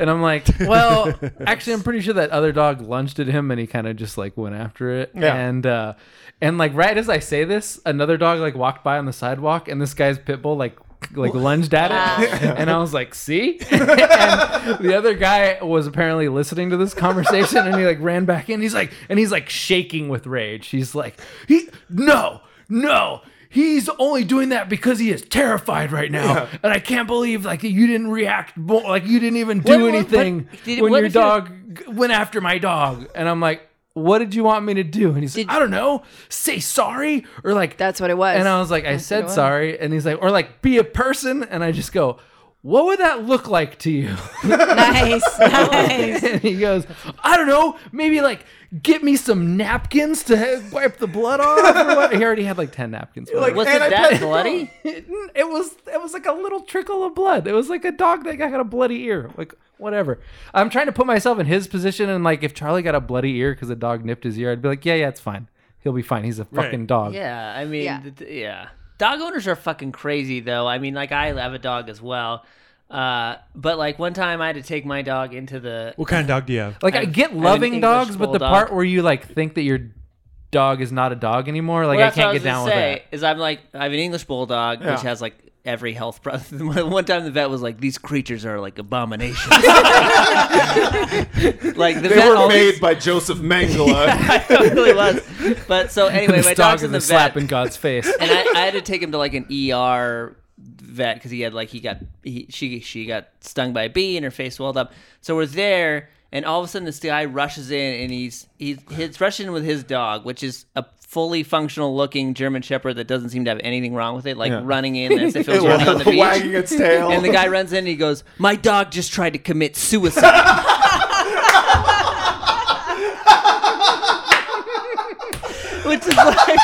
and I'm like, well, actually, I'm pretty sure that other dog lunged at him and he kind of just like went after it.
Yeah.
And, uh, and like right as I say this, another dog like walked by on the sidewalk and this guy's pit bull like, like lunged at it.
Oh.
and I was like, see? and the other guy was apparently listening to this conversation and he like ran back in. He's like, and he's like shaking with rage. He's like, he, no, no. He's only doing that because he is terrified right now, and I can't believe like you didn't react, more, like you didn't even do
What- what-
anything
but did-
when
what
your
if you-
dog g- went after my dog. And I'm like, what did you want me to do? And he's like, I don't know, say sorry or like
That's what it was.
And I was like, I said
was.
sorry, and he's like, or like be a person, and I just go. What would that look like to you?
nice nice
and he goes, I don't know, maybe like get me some napkins to ha- wipe the blood off. Or what? He already had like ten napkins.
Like,
Was
and I
it that
pet-
bloody?
it, it was it was like a little trickle of blood. It was like a dog that got a bloody ear. Like whatever. I'm trying to put myself in his position and like if Charlie got a bloody ear because a dog nipped his ear, I'd be like, yeah, yeah, it's fine. He'll be fine. He's a fucking dog.
Yeah, I mean,
Yeah.
th- th- yeah. Dog owners are fucking crazy, though. I mean, like I have a dog as well, uh, but like one time I had to take my dog into the.
What kind of dog do you have?
Like I
I'm-
get
I'm an
loving
English
dogs, but the
bulldog.
part where you like think that your dog is not a dog anymore, like
Well,
I
that's what
can't
was
get down
gonna
with
say,
that.
Is I'm like I have an English bulldog,
Yeah.
which has like every health problem. one time the vet was like, "These creatures are like abominations." like the
They
vet
were
always,
made by Joseph Mangala.
it really was. But so anyway,
this
my
dog
dog's
is
in
a
the vet.
slap in God's face.
and I, I had to take him to like an ER vet because he had like he got he she she got stung by a bee and her face swelled up. So we're there, and all of a sudden this guy rushes in and he's he's he's rushing in with his dog, which is a fully functional looking German Shepherd that doesn't seem to have anything wrong with it, like running in as if it was running on the beach.
wagging its tail.
And the guy runs in and he goes, My dog just tried to commit suicide. Which is like.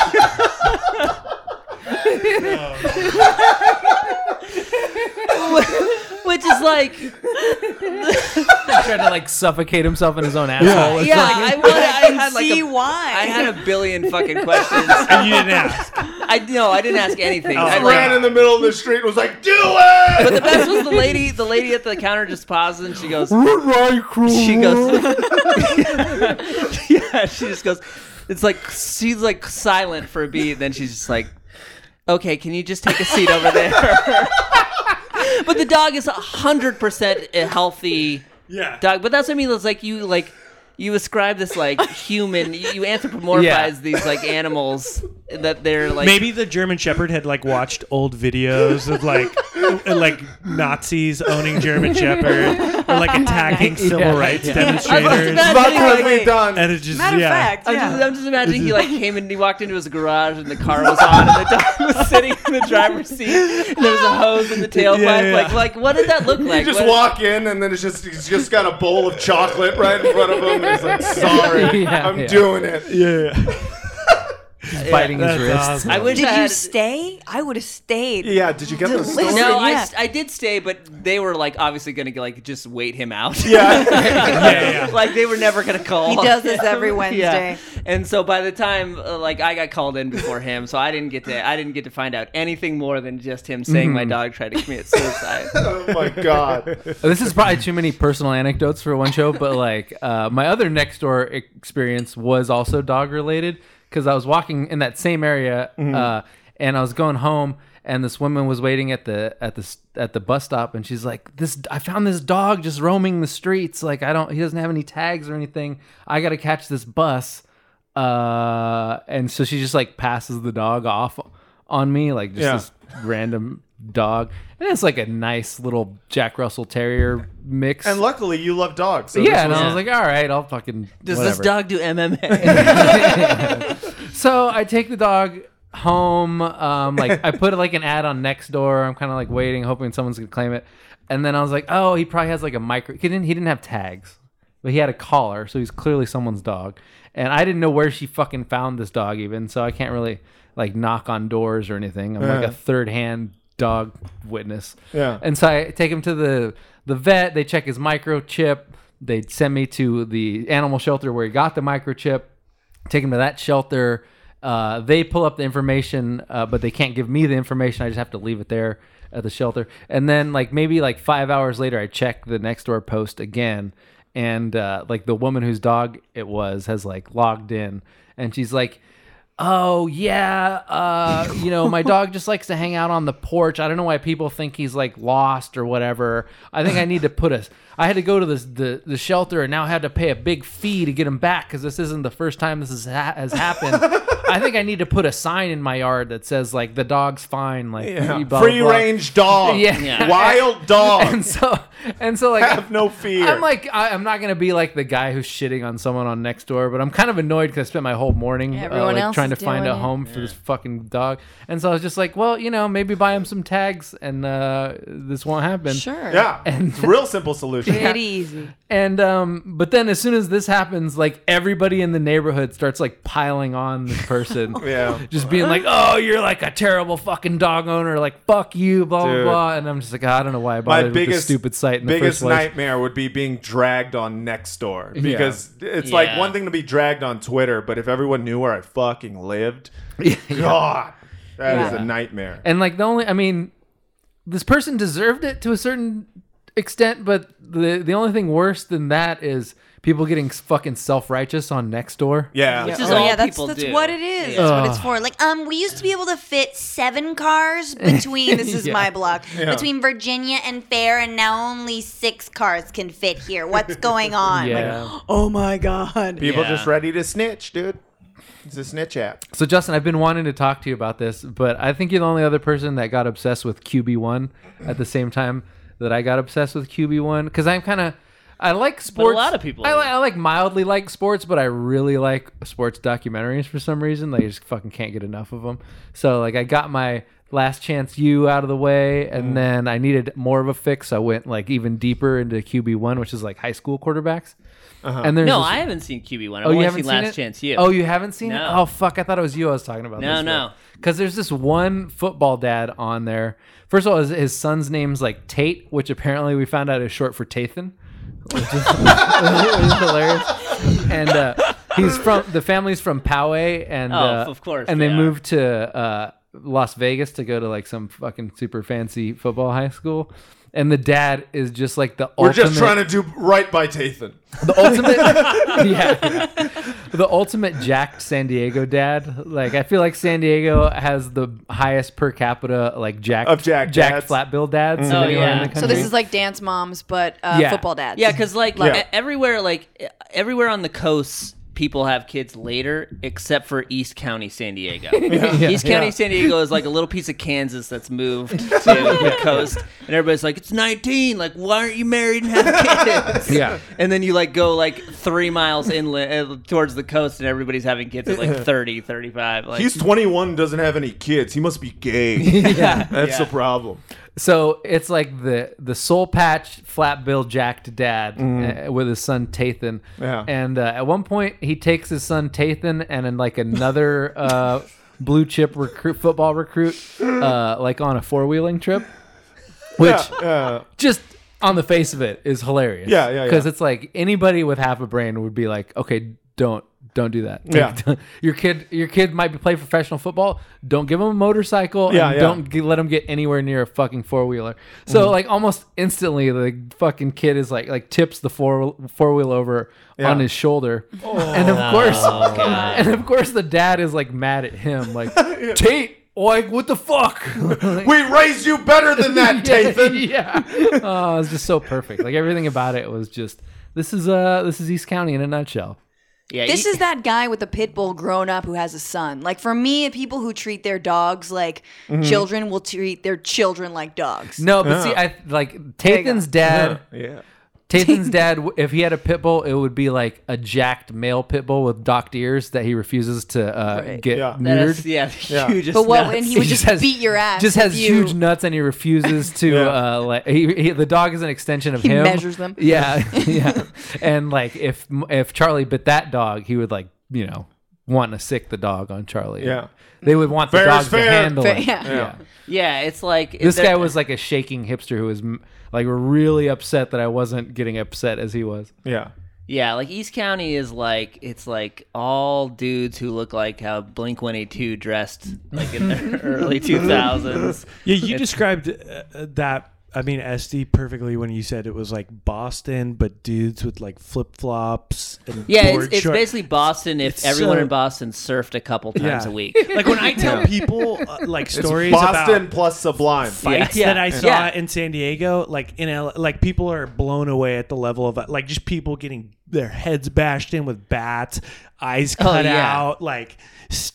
Which is like,
trying to like suffocate himself in his own asshole. It's
yeah,
like-
I, wanna- I
I
had like
see
a,
why
I had a billion fucking questions.
And you didn't ask.
I no, I didn't ask anything. I, like,
ran in the middle of the street and was like, "Do it!"
But the best was the lady. The lady at the counter just pauses and she goes, She goes, yeah. She just goes. It's like she's like silent for a beat. Then she's just like, okay, can you just take a seat over there? but the dog is hundred percent a healthy
Yeah.
dog. But that's what I mean. It's like you like. You ascribe this like human, you you anthropomorphize
Yeah.
these like animals that they're like
Maybe the German Shepherd had like watched old videos of like uh, like Nazis owning German Shepherd or like attacking civil
Yeah.
rights
I was
demonstrators.
imagining,
That's what
like-
we done.
And it just
matter of
yeah.
fact
I'm,
yeah.
just, I'm just imagining he like came and he walked into his garage and the car was on and the dog was sitting in the driver's seat and there was a hose in the tailpipe.
Yeah, yeah.
Like like what did that look like?
You just
What-
walk in, and then it's just he's just got a bowl of chocolate right in front of him. And he's like, "Sorry,
Yeah,
I'm
yeah.
doing it."
Yeah.
He's biting his
That's
wrists.
awesome.
I wish I
did you
had,
stay i would have stayed
Yeah, did you get the
Delicious.
story?
No, I,
Yeah.
s- I did stay, but they were like obviously gonna like just wait him out.
Yeah,
Yeah, yeah.
like they were never gonna call.
He does this every
him.
Wednesday.
And so by the time uh, like I got called in before him, so I didn't get to I didn't get to find out anything more than just him saying my dog tried to commit suicide.
oh my god.
this is probably too many personal anecdotes for one show, but like uh, my other next door experience was also dog related because I was walking in that same area uh, and I was going home and this woman was waiting at the at the s- at the bus stop and she's like this I found this dog just roaming the streets like I don't he doesn't have any tags or anything I got to catch this bus uh and so she just like passes the dog off on me like just
Yeah.
this random dog and it's like a nice little Jack Russell Terrier mix
And luckily, you love dogs. So
yeah,
this
and
was-
I was like, all right, I'll fucking.
Does this
whatever."
dog do MMA?
So I take the dog home. Um, like I put like an ad on next door. I'm kind of like waiting, hoping someone's gonna claim it. And then I was like, oh, he probably has like a micro. He didn't. He didn't have tags, but he had a collar, so he's clearly someone's dog. And I didn't know where she fucking found this dog, even. So I can't really like knock on doors or anything. I'm like a third hand dog witness.
Yeah.
And so I take him to the the vet. They check his microchip. They send me to the animal shelter where he got the microchip take him to that shelter. Uh, they pull up the information, uh, but they can't give me the information. I just have to leave it there at the shelter. And then, like maybe like five hours later, I check the next door post again, and uh, like the woman whose dog it was has like logged in, and she's like. Oh yeah, uh, you know my dog just likes to hang out on the porch. I don't know why people think he's like lost or whatever. I think I need to put a. I had to go to this, the the shelter and now had to pay a big fee to get him back because this isn't the first time this has, ha- has happened. I think I need to put a sign in my yard that says like the dog's fine, like
Yeah.
blah,
free
blah.
range dog.
Yeah. Yeah.
Wild dog.
And so and so like
have no fear.
I'm like I, I'm not gonna be like the guy who's shitting on someone on next door, but I'm kind of annoyed because I spent my whole morning uh,
Everyone
like
else
trying to
is
find a
doing it.
home for this fucking dog, and so I was just like, well, you know, maybe buy him some tags, and uh, this won't happen.
Sure.
yeah. it's a real simple solution.
Pretty easy.
And um, but then as soon as this happens, like everybody in the neighborhood starts like piling on this person.
Yeah.
Just being like, oh, you're like a terrible fucking dog owner, like fuck you, blah blah
Dude.
blah, and I'm just like, I don't know why I bothered with this stupid site in the
biggest
first place.
nightmare would be being dragged on Nextdoor because it's like
Yeah.
one thing to be dragged on Twitter, but if everyone knew where I fucking lived, God, that is a nightmare.
And like the only, I mean, this person deserved it to a certain extent, but the the only thing worse than that is people getting fucking self righteous on Nextdoor.
yeah,
Which is
Oh
all
yeah, that's
people
that's
do.
what it is. That's what it's for.
Like, um, we used to be able to fit seven cars between. This is
Yeah.
my block between Virginia and Fair, and now only six cars can fit here. What's going on? Like,
Yeah.
Oh my god.
people
Yeah.
just ready to snitch, dude. It's a snitch app.
So Justin, I've been wanting to talk to you about this, but I think you're the only other person that got obsessed with QB1 at the same time that I got obsessed with QB1 because I'm kind of. I like sports.
lot of people
I,
are.
li- I like mildly like sports, but I really like sports documentaries for some reason. Like, I just fucking can't get enough of them. So, like, I got my Last Chance U out of the way, and
Mm.
then I needed more of a fix. I went like even deeper into QB1, which is like high school quarterbacks. And there's
Uh-huh. no,
this-
I haven't seen QB one. I've
Oh, you
only
haven't
seen
seen
Last
it?
Chance U.
Oh, you haven't seen it?
No.
Oh fuck, I thought it was you I was talking about.
No,
this
no.
Because there's this one football dad on there. First of all, his, his son's name's like Tate, which apparently we found out is short for Tathan, which is, which is hilarious. And uh, he's from the family's from Poway, and
Oh,
uh,
of course
and
they
they
are.
moved to uh, Las Vegas to go to like some fucking super fancy football high school. And the dad is just like the
We're
ultimate
just trying to do right by Tathan.
the ultimate yeah the ultimate jacked san diego dad like i feel like san diego has the highest per capita like jack
Of jack
jack
dads.
flat bill dads of
Oh,
anywhere
yeah.
in the
So
So this
country.
is like dance moms, but uh,
Yeah.
football dads.
Yeah, because like
Yeah.
e- everywhere, like e- everywhere on the coast, people have kids later, except for East County, San Diego. East County, San Diego is like a little piece of Kansas that's moved to the coast, and everybody's like, "It's 19. Like, why aren't you married and have kids?"
Yeah.
and then you like go like three miles inland uh, towards the coast, and everybody's having kids at like 30, 35. Like,
He's 21, doesn't have any kids. He must be gay. yeah, that's the problem.
so it's like the the soul patch flat bill jacked dad uh, with his son Tathan.
Yeah.
And uh, at one point he takes his son Tathan and then like another uh, blue chip recruit football recruit uh, like on a four wheeling trip, which just on the face of it is hilarious.
Yeah, yeah, yeah.
Because it's like anybody with half a brain would be like, okay, don't. Don't do that.
Yeah.
your kid, your kid might be playing professional football. Don't give him a motorcycle. and
Yeah, Mm-hmm. yeah.
Don't g- let him get anywhere near a fucking four wheeler. So like almost instantly, the fucking kid is like like tips the four four wheel over on his shoulder,
Oh.
and of course, and of course the dad is like mad at him, like Tate. Like what the fuck?
We raised you better than that, Tathan.
yeah. Oh, it was just so perfect. Like everything about it was just this is uh this is East County in a nutshell.
Yeah,
This
you-
is that guy with the pit bull grown up who has a son. Like for me, people who treat their dogs like children will treat their children like dogs.
No, but see, I like Tathan's dad.
Yeah.
Tathan's dad, w- if he had a pit bull, it would be like a jacked male pit bull with docked ears that he refuses to uh,
Right.
get
Yeah.
neutered.
that is, yeah,
Yeah.
hugest
But what
nuts.
when Oh, he would just, beat your ass?
Just
if
has
you-
huge nuts, and he refuses to
Yeah.
uh, like he, he. The dog is an extension of
He
him.
measures them.
Yeah, yeah. and like if if Charlie bit that dog, he would like you know want to sick the dog on Charlie.
Yeah.
they would want
Fair
the
is
dog to
fair.
handle
Fair-
it.
yeah.
Yeah.
yeah, it's like
This
they're-
guy was like a shaking hipster who was mm, like really upset that I wasn't getting upset as he was.
Yeah.
Yeah, like East County is like it's like all dudes who look like how Blink One Eight Two dressed like in the early two thousands.
Yeah, you described uh, uh, that. I mean, SD perfectly when you said it was like Boston, but dudes with like flip flops and
Yeah,
board
it's, it's
short-
basically Boston if
It's
everyone
so-
in Boston surfed a couple times
Yeah.
a week.
like when I tell people uh, like
It's
stories
Boston
about
plus Sublime.
fights
Yeah, yeah,
that I saw
yeah.
in San Diego, like in L- like people are blown away at the level of like just people getting their heads bashed in with bats, eyes cut
yeah.
out, like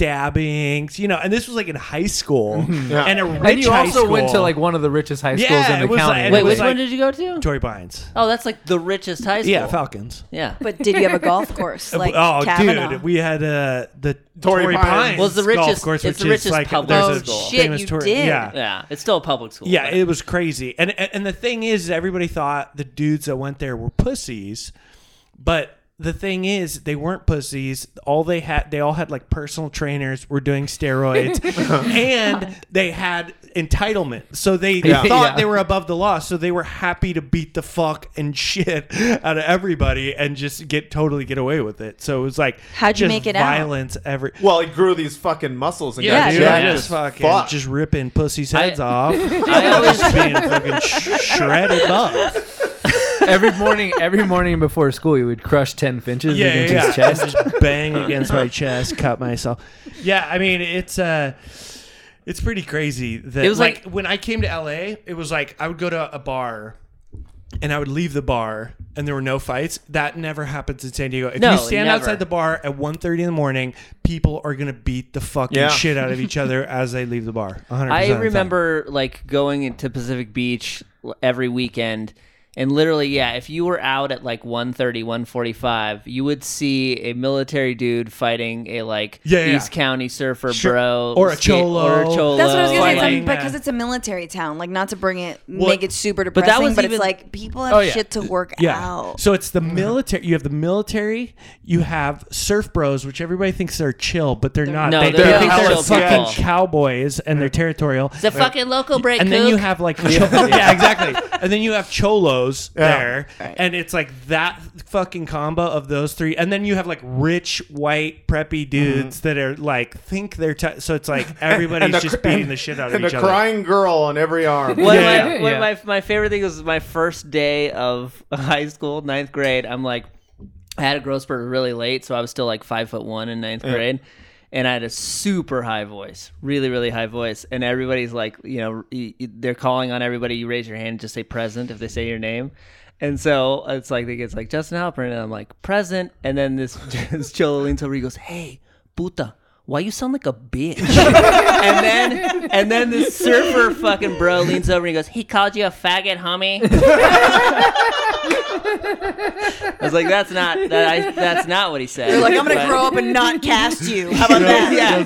stabbings, you know. And this was like in high school
Yeah.
and a rich
and you
high
also went to
school.
like one of the richest high schools
Yeah,
in the
it was
county.
like-
Wait,
It
which
was
one
like-
did you go to?
Tory Bynes.
Oh, that's like the richest high school.
Yeah, Falcons.
yeah.
But did you have a golf course like
oh,
Kavanaugh?
dude, we had uh, the
Torrey
Torrey,
Pines.
Pines,
Well,
it's the
golf
richest-
course,
it's
which
the
is
richest
like
public
there's a
school. Oh, shit,
famous
you
Torrey-
did.
Yeah,
yeah, it's still a public school.
yeah,
but-
it was crazy. And, and and the thing is, is everybody thought the dudes that went there were pussies, but the thing is, they weren't pussies. All they had, they all had like personal trainers, were doing steroids, and they had entitlement. So they
Yeah.
thought
Yeah.
they were above the law. So they were happy to beat the fuck and shit out of everybody and just get totally get away with it. So it was like
How'd you
just
make it out?
violence every.
Well, he grew these fucking muscles and
Yeah,
got
Dude,
yeah.
I
jacked
just
as
fucking
fuck.
just ripping pussies heads off.
I always-
just being fucking sh- shredded up.
every morning, every morning before school, he would crush ten finches
Yeah,
against
yeah,
his
yeah.
chest.
Just bang against my chest, cut myself. Yeah, I mean it's uh it's pretty crazy that
It was
like,
like-
when I came to LA, it was like I would go to a bar and I would leave the bar and there were no fights. That never happens in San Diego. If
No,
you stand
never.
outside the bar at 1.30 in the morning, people are gonna beat the fucking
Yeah.
shit out of each other as they leave the bar. 100% of the
I
time.
remember like going into Pacific Beach l- every weekend and literally yeah if you were out at like 1.30 1.45 you would see a military dude fighting a like
Yeah, yeah,
east
yeah.
county surfer
Sure.
bro
Or a
skate-
cholo.
or a cholo
That's what I was gonna say. It's like,
Fighting,
but
uh,
because it's a military town, like not to bring it,
Well,
make it super
that
depressing. But,
was even-
it's like people have
Oh, yeah.
shit to work
Yeah.
out.
So it's the military. You have the military. You have surf bros, which everybody thinks are chill, but they're not.
no,
they,
they're
they
not
think
chill
they're
people.
fucking
Yeah.
cowboys and they're territorial.
the fucking local break
and then you have like yeah, yeah, exactly. And then you have cholos there, and it's like that fucking combo of those three. And then you have like rich white
Mm-hmm.
preppy dudes that are like think they're t- so it's like everybody's
And a
just
cr-
beating the shit out of
and
each
a
other.
crying girl on every arm.
one
Yeah,
of, my,
yeah,
one
yeah.
of my, my favorite thing was my first day of high school, ninth grade. I'm like, I had a growth spurt really late, so I was still like five foot one in ninth grade. And I had a super high voice, really, really high voice. And everybody's like, you know, y- y- they're calling on everybody. You raise your hand, just say present if they say your name. And so it's like, they get like Justin Halperin. And I'm like, present. And then this, this Cholo leans over, he goes, hey, puta. Why you sound like a bitch? and then and then this surfer fucking bro leans over and he goes, He called you a faggot, homie. I was like, that's not that I, that's not what he said.
You're like, I'm
But-
gonna grow up and not cast you. How about that?
Yeah.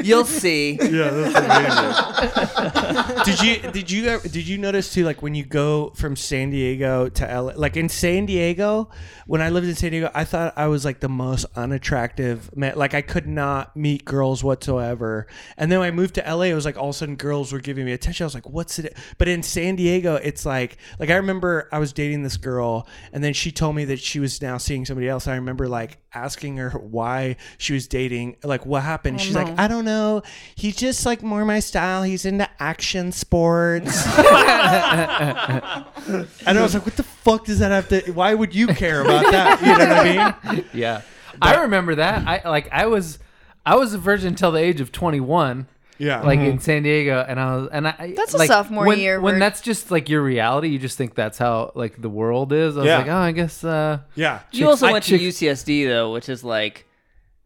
You'll see.
Yeah, that's amazing. did you did you ever- did you notice too? Like when you go from San Diego to LA, like in San Diego, when I lived in San Diego, I thought I was like the most unattractive man. Like I could not meet girls whatsoever. And then when I moved to LA, it was like all of a sudden girls were giving me attention. I was like, what's it? But in San Diego, it's like like I remember I was dating this girl, and then she told me that she was now seeing somebody else. I remember like asking her why she was dating, like what happened. She's like, I don't know. He's just like more my style. He's into action sports. and I was like, what the fuck does that have to? Why would you care about that? You know what I mean?
Yeah, I remember that. I like I was I was a virgin until the age of twenty one.
Yeah.
like
Mm-hmm.
in San Diego, and I was, and I
That's a
like,
sophomore
when-
year
When
where-
that's just like your reality, you just think that's how like the world is. I was
Yeah.
like, oh, I guess. uh
yeah.
You also
I
went
chick-
to UCSD though, which is like,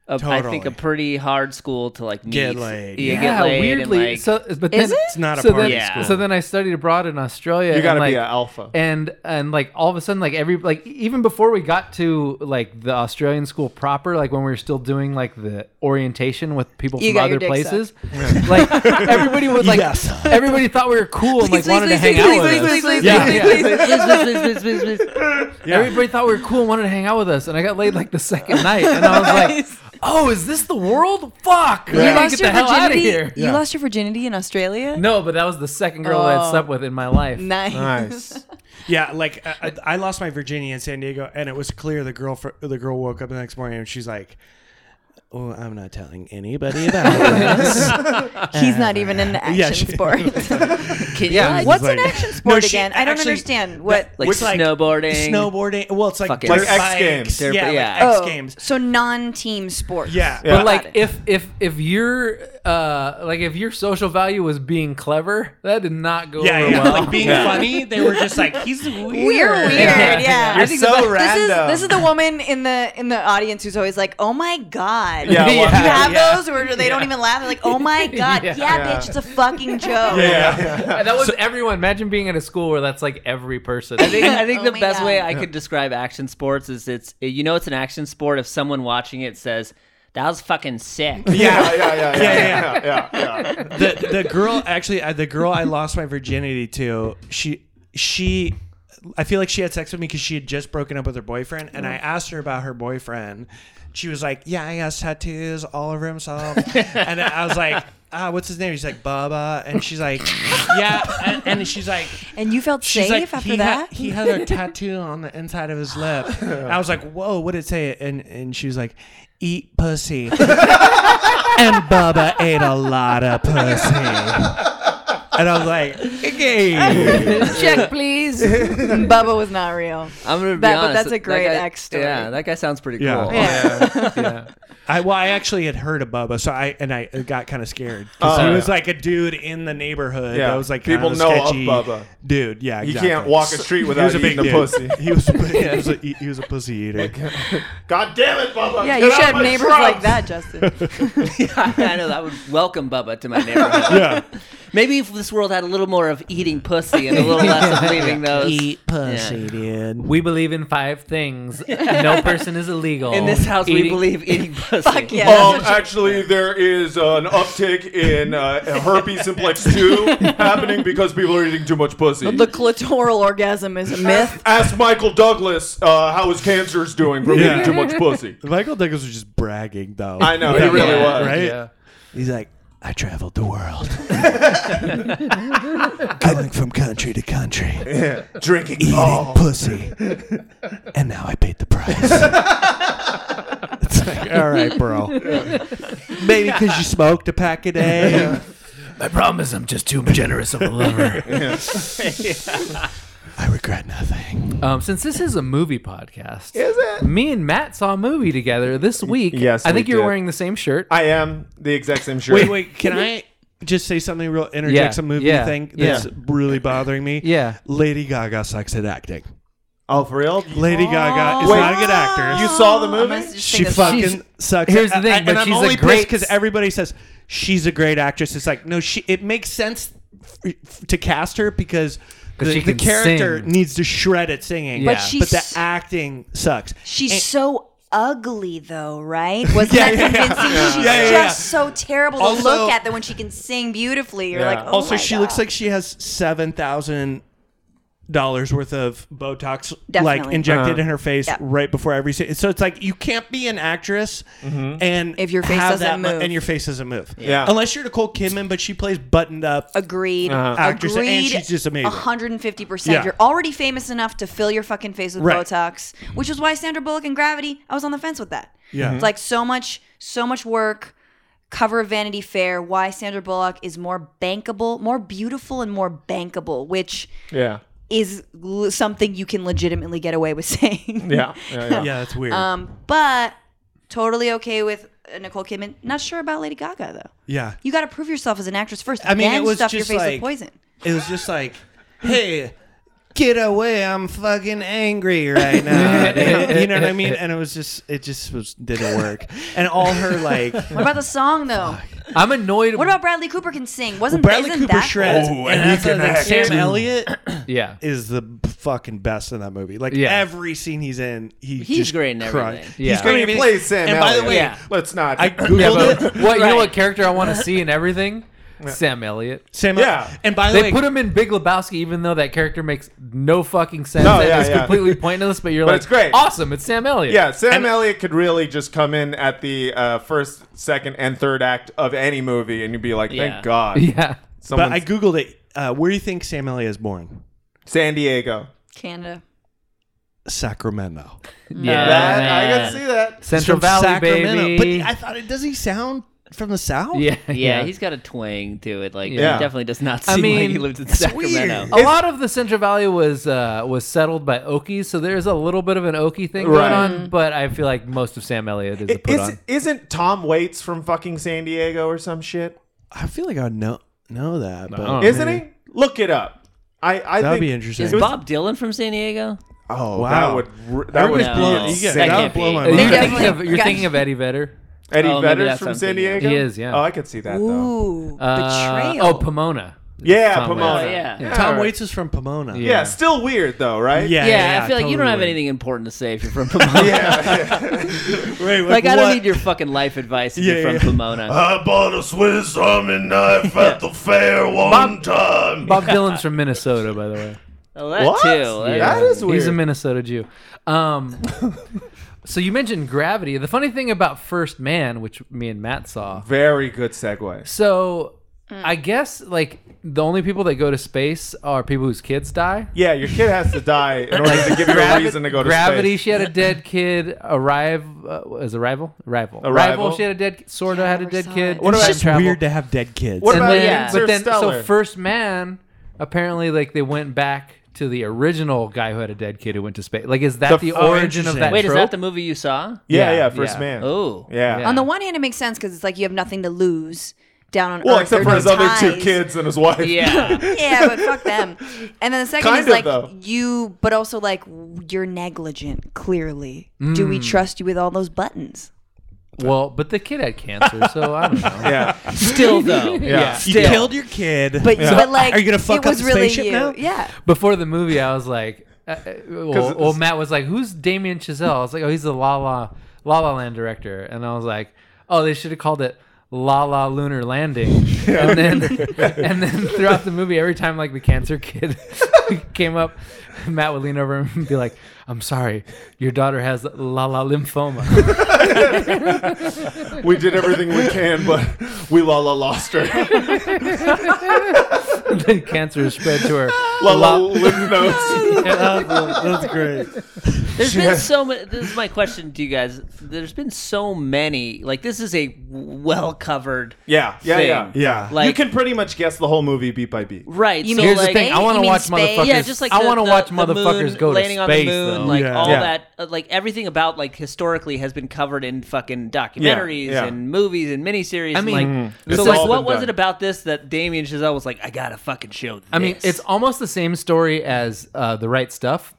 a, I think
Totally.
a pretty hard school to like meet.
Get laid.
Yeah, get laid
weirdly.
And, like,
so, but then,
Is it? It's
not a
so
party
then,
school.
So then I studied abroad in Australia.
You gotta
and, like,
be an alpha.
and and like all of a sudden like every like even before we got to like the australian school proper like when we were still doing like the orientation with people
You
from
got
other
your dick
places like everybody would like
Yes.
everybody thought we were cool and like
Please,
wanted
please,
to hang
please,
out
please,
with us
please, please,
Yeah.
please,
Yeah.
please, please.
everybody thought we were cool and wanted to hang out with us and i got laid like the second night and i was
Nice.
like oh is this the world fuck we gotta get the hell out of here
You lost your virginity in Australia?
no but that was the second girl that i
Oh.
slept with in my life
Nice.
nice.
Yeah, like I, I- I lost my virginity in San Diego, and it was clear the girl fr- the girl woke up the next morning and she's like, "Oh, I'm not telling anybody about this."
He's not even in the action
Yeah, she-
sport.
yeah
What's
like-
an action sport
she-
again? I don't
actually,
understand. What
like
Which, like,
snowboarding.
Snowboarding. Well, it's like
Fucking-
dirt
Like X
bikes.
Games.
Yeah,
Dirt-
like
yeah.
X
oh,
Games.
So non-team sports.
Yeah.
Yeah.
But like
it.
if if if your uh like if your social value was being clever, that did not go
Yeah,
over
yeah.
well.
Like being funny, they were just like, "He's weird."
We're weird. Yeah.
You're so
This is
random.
this is the woman in the in the audience who's always like, "Oh my god."
Yeah,
Do you
well,
have
yeah.
those where they don't even laugh? They're like, "Oh my god.
Yeah.
Yeah,
Yeah.
bitch, it's a fucking joke."
Yeah. yeah.
And that was everyone. Imagine being at a school where that's like every person.
I think, I think
Oh
the
my
best
God.
way I could describe action sports is it's you know it's an action sport if someone watching it says that was fucking sick.
Yeah, yeah, yeah, yeah,
Yeah,
yeah, yeah, yeah.
the the girl actually uh, the girl I lost my virginity to she she I feel like she had sex with me because she had just broken up with her boyfriend and I asked her about her boyfriend. She was like, "Yeah, he has tattoos all over himself," and I was like. Ah, what's his name? He's like Baba, and she's like, yeah, and, and she's like,
And you felt
she's
safe
like,
after
he
that?
Had, he had a tattoo on the inside of his lip. And I was like, whoa, what did it say? And and she was like, eat pussy. and Bubba ate a lot of pussy. And I was like, okay.
Check, please. Bubba was not real.
I'm gonna be
That- but
honest,
that's a great
that guy,
X story.
Yeah, that guy sounds pretty
Yeah.
cool.
Yeah.
yeah.
I, well, I actually had heard of Bubba, so I and I got kind of scared because
Oh,
he
yeah.
was like a dude in the neighborhood.
Yeah.
that was like
People
kinda
know of
sketchy
Bubba.
dude. Yeah,
You
exactly.
can't walk a street
He
without
was a
eating
big
a
dude.
pussy.
He was, he, was a, he was a pussy eater.
God damn it, Bubba!
Yeah,
get
you
out
should have
my
neighbors
truck!
like that, Justin.
I know that would welcome Bubba to my neighborhood.
Yeah.
Maybe if this world had a little more of eating pussy and a little less of leaving those.
pussy, dude.
We believe in five things. No person is illegal.
In this house, we
Eating-
believe Oh, eating pussy. Fuck
yeah.
Um, actually, there is an uptick in uh, herpes simplex 2 happening because people are eating too much pussy.
the clitoral orgasm is a myth.
Ask Michael Douglas uh, how his cancer's doing from
Yeah.
eating too much pussy.
Michael Douglas was just bragging, though.
I know, he really
Yeah,
was.
Right?
Yeah.
He's like, I traveled the world, going from country to country, eating
Drinking Oh, all.
pussy, and now I paid the price. it's like, all right, bro. Maybe because you smoked a pack a day.
My problem is I'm just too generous of a lover.
I regret nothing.
um, since this is a movie podcast, is it? Me and Matt saw a movie together this week.
Yes,
I
we
think you're
did.
wearing the same shirt.
I am the exact same shirt.
Wait, wait. Can I just say something real? Interject
Yeah,
some movie
yeah,
thing
yeah.
that's really bothering me.
yeah.
Lady Gaga sucks at acting.
Oh, for real?
Lady Gaga is
Wait.
not a good actor.
You saw the
Oh,
I'm gonna
movie?
just
she
think of-
fucking
She's-
sucks.
here's the thing,
and
but
I'm
she's a
only
great-
because everybody says she's a great actress. It's like no, she. It makes sense f- f- to cast her because.
'Cause
The,
she
the
can
character
sing.
needs to shred at singing,
But
but,
Yeah.
the
she's-
acting sucks.
She's
And-
so ugly, though, right? Wasn't
Yeah,
that
yeah, yeah.
convincing? She's
Yeah, yeah,
just
yeah.
so terrible to
Also-
look at that when she can sing beautifully. You're
Yeah.
like, oh
also,
my
she
God.
looks like she has seven thousand dollars worth of Botox like
Definitely.
injected
Uh-huh.
in her face
Yeah.
right before every scene. So it's like you can't be an actress
Mm-hmm.
and
If your face
have
doesn't
that mu-
move.
and your face doesn't move.
Yeah.
unless you're Nicole Kidman, but she plays buttoned up.
Agreed.
Actress, and
Agreed.
she's just amazing.
150%.
Yeah.
You're already famous enough to fill your fucking face with
Right.
Botox, which is why Sandra Bullock in Gravity, I was on the fence with that.
Yeah.
It's like so much, so much work. Cover of Vanity Fair, why Sandra Bullock is more bankable, more beautiful, and more bankable, which
Yeah.
is l- something you can legitimately get away with saying.
Yeah. Yeah. yeah.
yeah, that's weird.
Um, but totally okay with
uh, Nicole Kidman. Not sure about Lady Gaga though.
Yeah.
You got to prove yourself as an actress first.
I mean,
then
it was
stuff
just
your face
like
with poison.
It was just like, hey, get away! I'm fucking angry right now. dude." you know what I mean? And it was just, it just was didn't work. And all her like,
What about the song though?
I'm annoyed.
What about Bradley Cooper can sing? Wasn't
Bradley
isn't
Cooper
that
shreds,
Oh,
and,
and he
that's the
can
thing.
act
Sam
too.
Elliott
Yeah.
is the b- fucking best in that movie. Like
Yeah.
every scene he's in, he
He's
just
great in
cries.
everything.
Yeah.
He's great in everything.
Play Sam
and by the
Elliott.
way,
Yeah.
Let's not.
I googled
Yeah, but
it.
what you know?
Right.
What character I want to see in everything? Sam Elliott.
Sam,
Yeah.
and by the
They
way,
put him in Big Lebowski, even though that character makes no fucking sense.
No,
and
yeah,
it's
yeah.
completely pointless. But you're
But
like,
it's great.
awesome. It's Sam Elliott.
yeah, Sam
And-
Elliott could really just come in at the uh, first, second, and third act of any movie, and you'd be like, "Thank
Yeah.
God."
yeah.
but
Someone
I googled it. Uh, where do you think Sam Elliott is born?
San Diego.
Canada?
Sacramento. Oh,
Yeah.
That- I
man.
can see that.
He's
Central
from
Valley,
Sacramento.
baby.
But I thought it does he sound from the south?
yeah,
Yeah, he's got a twang to it. Like,
Yeah.
he definitely does not
I
seem like he
mean,
lives in
weird.
Sacramento.
a lot of the Central Valley was uh, was settled by Okies, so there's a little bit of an Okie thing
Right.
going on. But I feel like most of Sam Elliott is a put
Is,
on.
isn't Tom Waits from fucking San Diego or some shit?
I feel like I would know know that, but
don't.
Isn't he? Look it up. I, I
Oh, that'd
think,
be interesting.
Is Bob Dylan from San Diego?
Oh,
Wow.
wow. that would r- that would
Everybody's
be
blown- you get-
insane.
that
that
can't
would
be.
blow
You're,
my mind.
They're
thinking of,
definitely-
you're
guys-
thinking of Eddie Vedder.
Eddie
Oh, maybe
Vedder's
that's
from
something,
San
yeah.
Diego.
He is, yeah.
Oh, I could see that though.
Ooh,
Uh,
betrayal.
oh, Pomona.
Yeah,
Tom
Pomona.
Waits.
Oh, yeah.
Yeah.
Tom Waits is from Pomona.
Yeah.
Yeah, still weird though, right?
Yeah,
Yeah, I feel like you don't
totally.
have anything important to say if you're from Pomona.
Wait,
Like, I don't
what?
need your fucking life advice if
Yeah,
you're from
yeah.
Pomona.
I bought a Swiss Army knife
at
the fair one time.
Bob Dylan's from Minnesota, by the way.
Well, Oh, that
What?
too.
Yeah. That is
He's a
weird.
Minnesota Jew. Um, so you mentioned Gravity. The funny thing about First Man, which me and Matt saw,
Very good segue.
So
Mm.
I guess like the only people that go to space are people whose kids die.
Yeah, your kid has to die in order to give you a reason to go to
Gravity,
space.
she had a dead kid. Arrive uh, is arrival, rival,
Arrival.
She had a dead. Sorta
Yeah, I
had a
never
dead
saw
kid.
it.
What
It's just weird to have dead kids.
What about
then,
yeah.
but then so
Interstellar?
first man apparently like they went back to the original guy who had a dead kid who went to space. Like is that
The-
the,
oh,
origin of
interesting.
that?
Wait, is
trope?
that the movie you saw?
yeah,
Yeah,
yeah, first
yeah.
man.
Oh.
Yeah.
Yeah.
On the one hand, it makes sense because it's like you have nothing to lose down on
Well,
Earth.
except
There
for
are
his
no
other two
ties.
kids and his wife.
Yeah.
yeah, but fuck them. And then the second
Kind
is
of,
like
though.
you, but also like you're negligent. Clearly, do
Mm.
we trust you with all those buttons?
well, but the kid had cancer, so I don't know.
Yeah.
Still, though.
Yeah.
You
Still.
killed your kid.
But, but like,
Are you gonna fuck
it
up
was
the
really
spaceship
you.
now?
Yeah,
before the movie, I was like, uh, uh, well,
it's-
well, Matt was like, who's Damien Chazelle? I was like, oh, he's the La La La La Land director, and I was like, oh, they should have called it La La Lunar Landing. And then, and then throughout the movie, every time like the cancer kid came up, Matt would lean over and be like, I'm sorry, your daughter has La La lymphoma.
We did everything we can, but we la la lost her.
the cancer is spread to her.
La la lymph nodes.
that's great.
There's been so many. This is my question to you guys. There's been so many. Like, this is a well covered.
Yeah, yeah, yeah,
Thing.
Yeah.
you
Like,
can pretty much guess the whole movie beat by beat.
right.
You
so,
mean
Here's
like,
the thing: I want
you
to
mean
watch
space?
motherfuckers.
Yeah,
yeah, just like
I
the-
want to
the-
watch
the
motherfuckers
moon
go to
landing
space.
on the moon,
though.
like
Yeah.
all
Yeah.
that, uh, like everything about like historically has been covered in fucking documentaries
yeah.
and movies and miniseries.
I
and,
mean,
like,
Mhm.
This
so
has
like,
all
what
been
was
done.
it about this that Damien Chazelle was like, I gotta fucking show. This.
I mean, it's almost the same story as uh, the right stuff,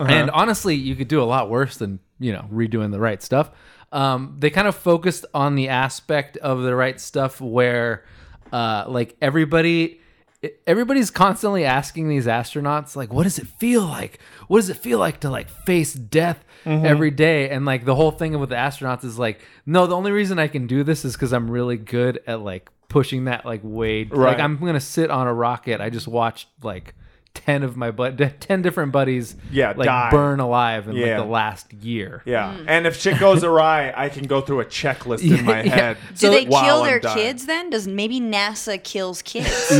and honestly, you could do a lot worse than you know redoing the right stuff. Um, they kind of focused on the aspect of the right stuff where, uh, like everybody, everybody's constantly asking these astronauts, like, what does it feel like? What does it feel like to like face death every day? And like the whole thing with the astronauts is like, no, the only reason I can do this is because I'm really good at like pushing that like way. Like
Right.
I'm gonna sit on a rocket. I just watched like ten of my but ten different buddies,
Yeah,
like
die.
burn alive in like
Yeah.
the last year.
Yeah,
Mm.
and if shit goes awry, I can go through a checklist in my
Yeah.
head.
do they
while
kill
I'm
their
dying.
kids then? Does maybe NASA kills kids?
Oh.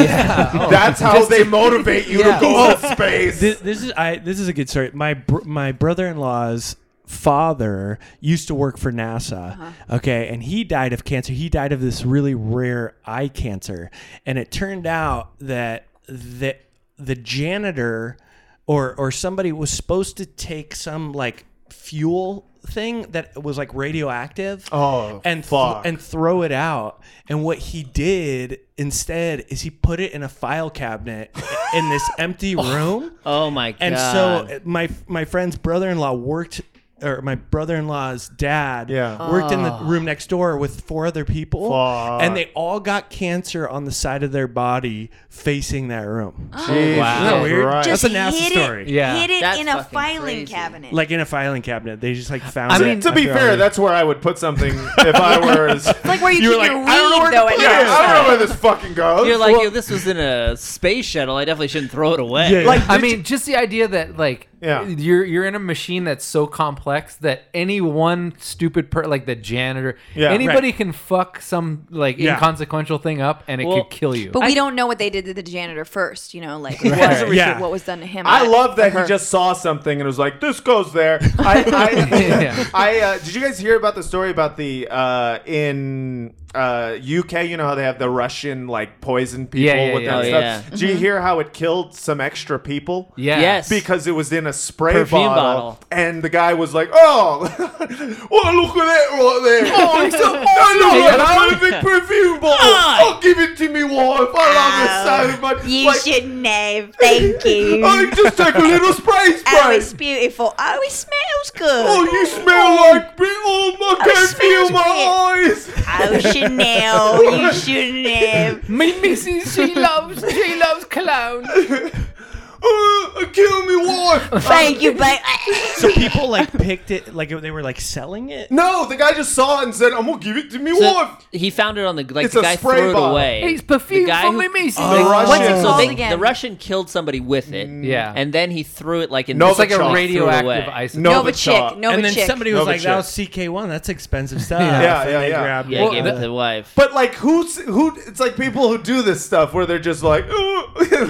That's how they motivate you
Yeah.
to go to space.
This, this is I. This is a good story. My br- my brother in law's father used to work for NASA. Okay, and he died of cancer. He died of this really rare eye cancer, and it turned out that the the janitor or or somebody was supposed to take some like fuel thing that was like radioactive.
Oh,
and th-
fuck.
and throw it out. And what he did instead is he put it in a file cabinet in this empty room.
Oh my god.
And so uh, my my friend's brother-in-law worked or my brother-in-law's dad
Yeah.
worked in the room next door with four other people
Fuck.
and they all got cancer on the side of their body facing that room.
Jesus
Wow.
Weird.
Christ.
That's a nasty
hid It,
story.
Yeah.
Hid it
That's
in a
fucking
filing
crazy.
cabinet.
Like in a filing cabinet. They just like found
I
it.
mean-
to be fair, that's where I would put something if I were. As,
like where you
were
keep your
I don't know where,
weed,
to
though,
put
at
it.
your
I don't
house.
know where this fucking goes.
you're like,
Well,
yo, this was in a space shuttle. I definitely shouldn't throw it away.
Yeah.
like I mean, just the idea that like
Yeah.
you're you're in a machine that's so complex that any one stupid per like the janitor,
Yeah,
anybody can fuck some like
Yeah.
inconsequential thing up and it
Well,
could kill you.
But we don't know what they did to the janitor first, you know, like
Right.
what,
Yeah.
what was done to him.
I
But-
love that
or
he
her.
just saw something and was like, "This goes there." I, I,
Yeah.
I uh, did you guys hear about the story about the uh, in uh, UK? You know how they have the Russian like poison people
Yeah, yeah,
with
yeah.
that
Oh,
stuff.
yeah.
Did you hear how it killed some extra people?
yeah.
Yes.
Because it was in a spray
Perfume
bottle,
bottle.
and the guy was like, "Oh, oh look at that right there! Oh, it's so I know perfect perfume bottle.
Aye.
Oh, give it to me, wife. I love it so much.
Oh, you
Like, Oh,
shouldn't have. Thank you.
I just take a little spray
Oh,
spray.
it's beautiful. Oh, it smells good.
Oh, you smell like me. Oh, I
it
can't feel
smells
my
weird.
eyes.
Oh, Chanel, you shouldn't have.
My missus, she loves she loves cologne.
Uh, kill me, wife.
Thank you, uh, babe.
so people like picked it like they were like selling it.
no, the guy just saw it and said, "I'm gonna give it to me,
So
wife."
he found it on the like
It's
the
a
guy
spray
threw
bottle.
it away.
It's perfume
the guy
for
who-
my missus.
Oh,
Like,
Russian. Mm.
what's it
So
called?
they,
again?
the Russian killed somebody with it.
Yeah.
And then he threw it like in
No,
It's like a
Novichok.
radioactive
Threw away.
ice.
No,
Nova
Nova
chick, Nova
and then
chick.
somebody was
Nova
like,
chick.
"That was CK1. That's expensive stuff."
Yeah,
And
yeah,
they
yeah.
grabbed
Yeah,
it.
Well,
he gave it
that-
to the wife.
But like, who's who? It's like people who do this stuff where they're just like, "Oh,"
yeah.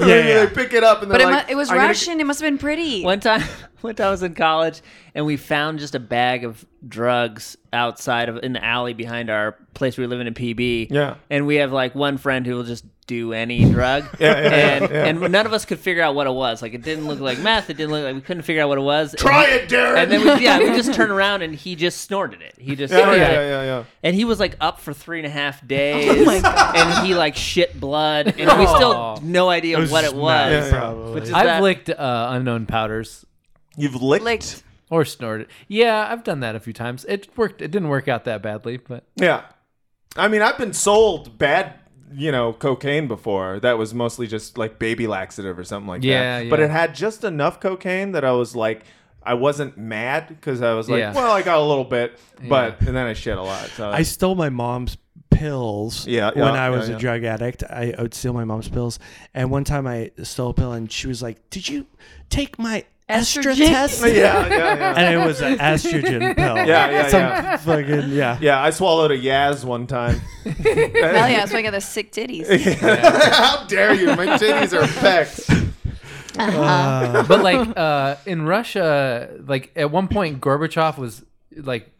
they pick it up and
But
they're
it,
like,
mu- it was
"I'm gonna-
Russian. It must have been pretty.
One time, one time I was in college, and we found just a bag of drugs outside of in the alley behind our place we were living in PB.
Yeah.
and we have like one friend who will just do any drug.
Yeah, yeah,
and
yeah.
and none of us could figure out what it was. Like it didn't look like meth. It didn't look like we couldn't figure out what it was.
Try
and,
it, Darren.
And then we, yeah, we just turned around and he just snorted it. He just
yeah, yeah,
snorted
yeah,
it.
yeah, yeah.
And he was like up for three and a half days, and he like shit blood, and we
Aw.
Oh.
still no idea what it
just mad,
was.
probably.
Which is
I've
that-
licked uh, unknown powders
You've licked.
Licked.
or snorted. Yeah, I've done that a few times. It worked. It didn't work out that badly, but
Yeah, I mean, I've been sold bad. You know, cocaine before that was mostly just like baby laxative or something like
Yeah,
that.
yeah.
But it had just enough cocaine that I was like, I wasn't mad because I was like,
Yeah.
well, I got a little bit, but and then I shit a lot. So
I stole my mom's pills
Yeah, yeah,
when I was
yeah, yeah.
a drug addict. I, I would steal my mom's pills. And one time I stole a pill and she was like, Did you take my estra
Estrogen?
test?
yeah, yeah, yeah.
And it was an estrogen pill.
Yeah, yeah, yeah.
Fucking, yeah.
Yeah, I swallowed a Yaz one time.
Hell yeah, that's why I got the sick titties.
How dare you? My titties are pecked.
but like uh, in Russia, like at one point Gorbachev was like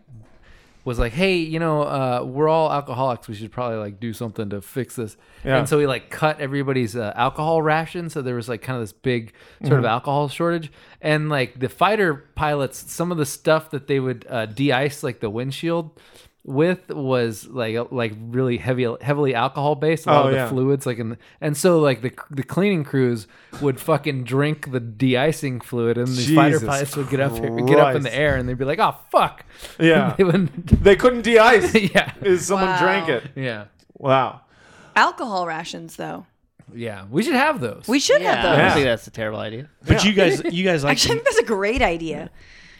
was like, hey, you know, uh, we're all alcoholics. We should probably like do something to fix this.
Yeah.
And so he like cut everybody's uh, alcohol ration, so there was like kind of this big sort
Mm-hmm.
of alcohol shortage. And like the fighter pilots, some of the stuff that they would uh, de-ice like the windshield with was like uh, like really heavy heavily alcohol based a lot
Oh,
of the
yeah.
fluid fluids like in and so like the the cleaning crews would fucking drink the de-icing fluid and the fighter
Jesus
pilots would get up get up in the
Christ.
air and they'd be like oh fuck
Yeah.
they wouldn't
They couldn't de-ice.
yeah
Is someone
Wow.
drank it?
yeah
Wow.
Alcohol rations, though.
yeah we should have those
We should
Yeah,
have
I
those.
don't
Yeah.
think that's a terrible idea.
But you guys, you guys like,
Actually, I think that's a great idea.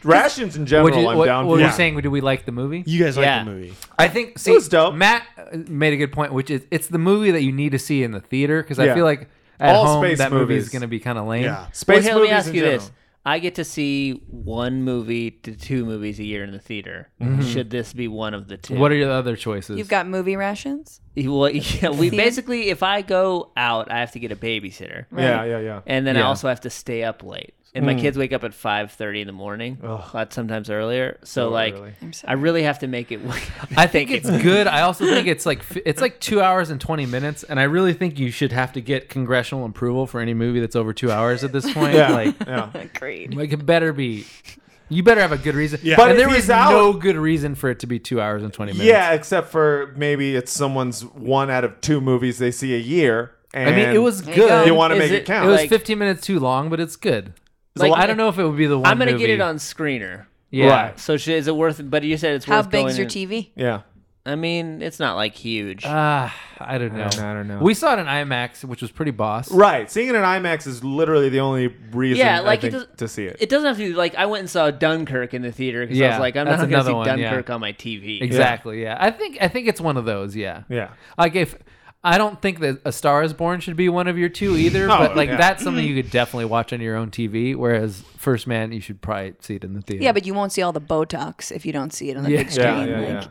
Rations in
what
general,
you,
I'm
what,
down
what
for.
were you
Yeah.
saying do we like the movie
you guys
Yeah.
like the movie.
I think see,
was dope.
Matt uh, made a good point which is it's the movie that you need to see in the theater because I
Yeah.
feel like at
All
home
space
that movie is
movies.
going to be kind of lame
Yeah.
Space
well, here, let me
movies
ask
in
you
general.
this: I get to see one movie to two movies a year in the theater.
Mm-hmm.
Should this be one of the two?
what are your other choices
You've got movie rations.
Well, yeah, we
Theater?
basically, if I go out, I have to get a babysitter,
Yeah, yeah, yeah.
and then I also have to stay up late. And my kids wake up at five thirty in the morning, a lot sometimes earlier. So like,
early.
I really have to make it. Wake up.
I think it's good. I also think it's like f- it's like two hours and twenty minutes, and I really think you should have to get congressional approval for any movie that's over two hours at this point.
Yeah,
Like,
yeah.
Agreed.
like it better be You better have a good reason.
Yeah.
But
But
and there
if
was
he's out-
no good reason for it to be two hours and twenty minutes.
Yeah, except for maybe it's someone's one out of two movies they see a year. And
I mean, it was
you go.
good.
You want to
Is
make it,
it-
It
count.
was
like-
15 minutes too long, but it's good.
Like-
I don't know if it would be the one.
I'm gonna get
movie.
it on screener.
Yeah.
Right.
So should, is it worth? But you said it's
How
worth. going
big's your
in-
TV?
yeah.
I mean, it's not like huge.
Ah, I don't know.
know, I don't know.
We saw it in IMAX, which was pretty boss.
Right. Seeing it in IMAX is literally the only reason
Yeah, like,
I
it
think,
does-
to see it.
it doesn't have to be like I went and saw Dunkirk in the theater because I
Yeah,
was like, I'm
that's
not going to
another
see
one, yeah.
Dunkirk on my TV.
Exactly. Yeah. I think I think it's one of those. Yeah.
yeah.
Like if I don't think that A Star Is Born should be one of your two either, but like
yeah.
that's something you could definitely watch on your own TV. Whereas First Man, you should probably see it in the theater.
Yeah, but you won't see all the Botox if you don't see it on the
Yeah.
big screen.
Yeah, yeah,
like,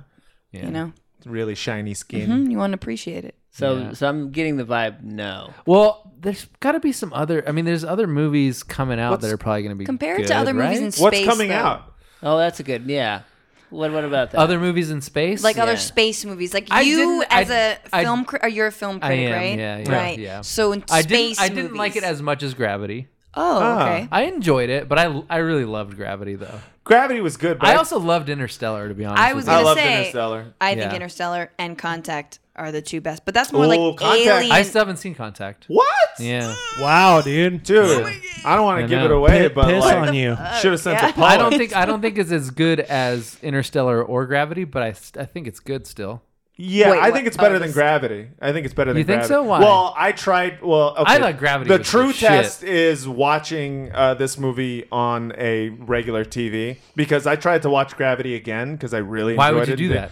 yeah.
you know,
Really shiny skin.
Mm, you want to appreciate it.
So, so I'm getting the vibe. No,
Well, there's got to be some other. I mean, there's other movies coming out that are probably going to be
Compared
good,
to other movies
right?
in space,
What's coming
though.
out?
oh, that's a good. Yeah. What What about that?
other movies in space,
Like other
Yeah.
space movies, like
I
you
didn't-
as
I-
a
I-
film, cri- or you're a film critic,
am,
right?
yeah, yeah,
right.
yeah.
So in
I
space,
didn't. I didn't like it
movies.
as much as Gravity.
Oh,
Ah.
okay.
I enjoyed it, but I I really loved Gravity though.
Gravity was good, but
I also loved Interstellar to be honest.
I was
with you.
I
gonna
loved
say-
Interstellar.
I think
Yeah.
Interstellar and Contact are the two best, but that's more
Ooh,
like
Contact.
alien.
I still haven't seen Contact.
What?
Yeah,
Wow, dude.
Dude, I don't want
I
to give
know.
it away,
Pi-
but
piss
like,
on you.
should have sent
Yeah.
a Paul.
I don't think I don't think it's as good as Interstellar or Gravity, but I st- I think it's good still.
Yeah,
Wait,
I
what?
think it's
Oh,
better than
this-
Gravity. I think it's better than
You think
Gravity.
so? Why?
Well, I tried. Well, okay.
I thought Gravity
The
was
true
the shit.
test is watching uh, this movie on a regular TV because I tried to watch Gravity again because I really
Why
enjoyed
would you
it.
do that?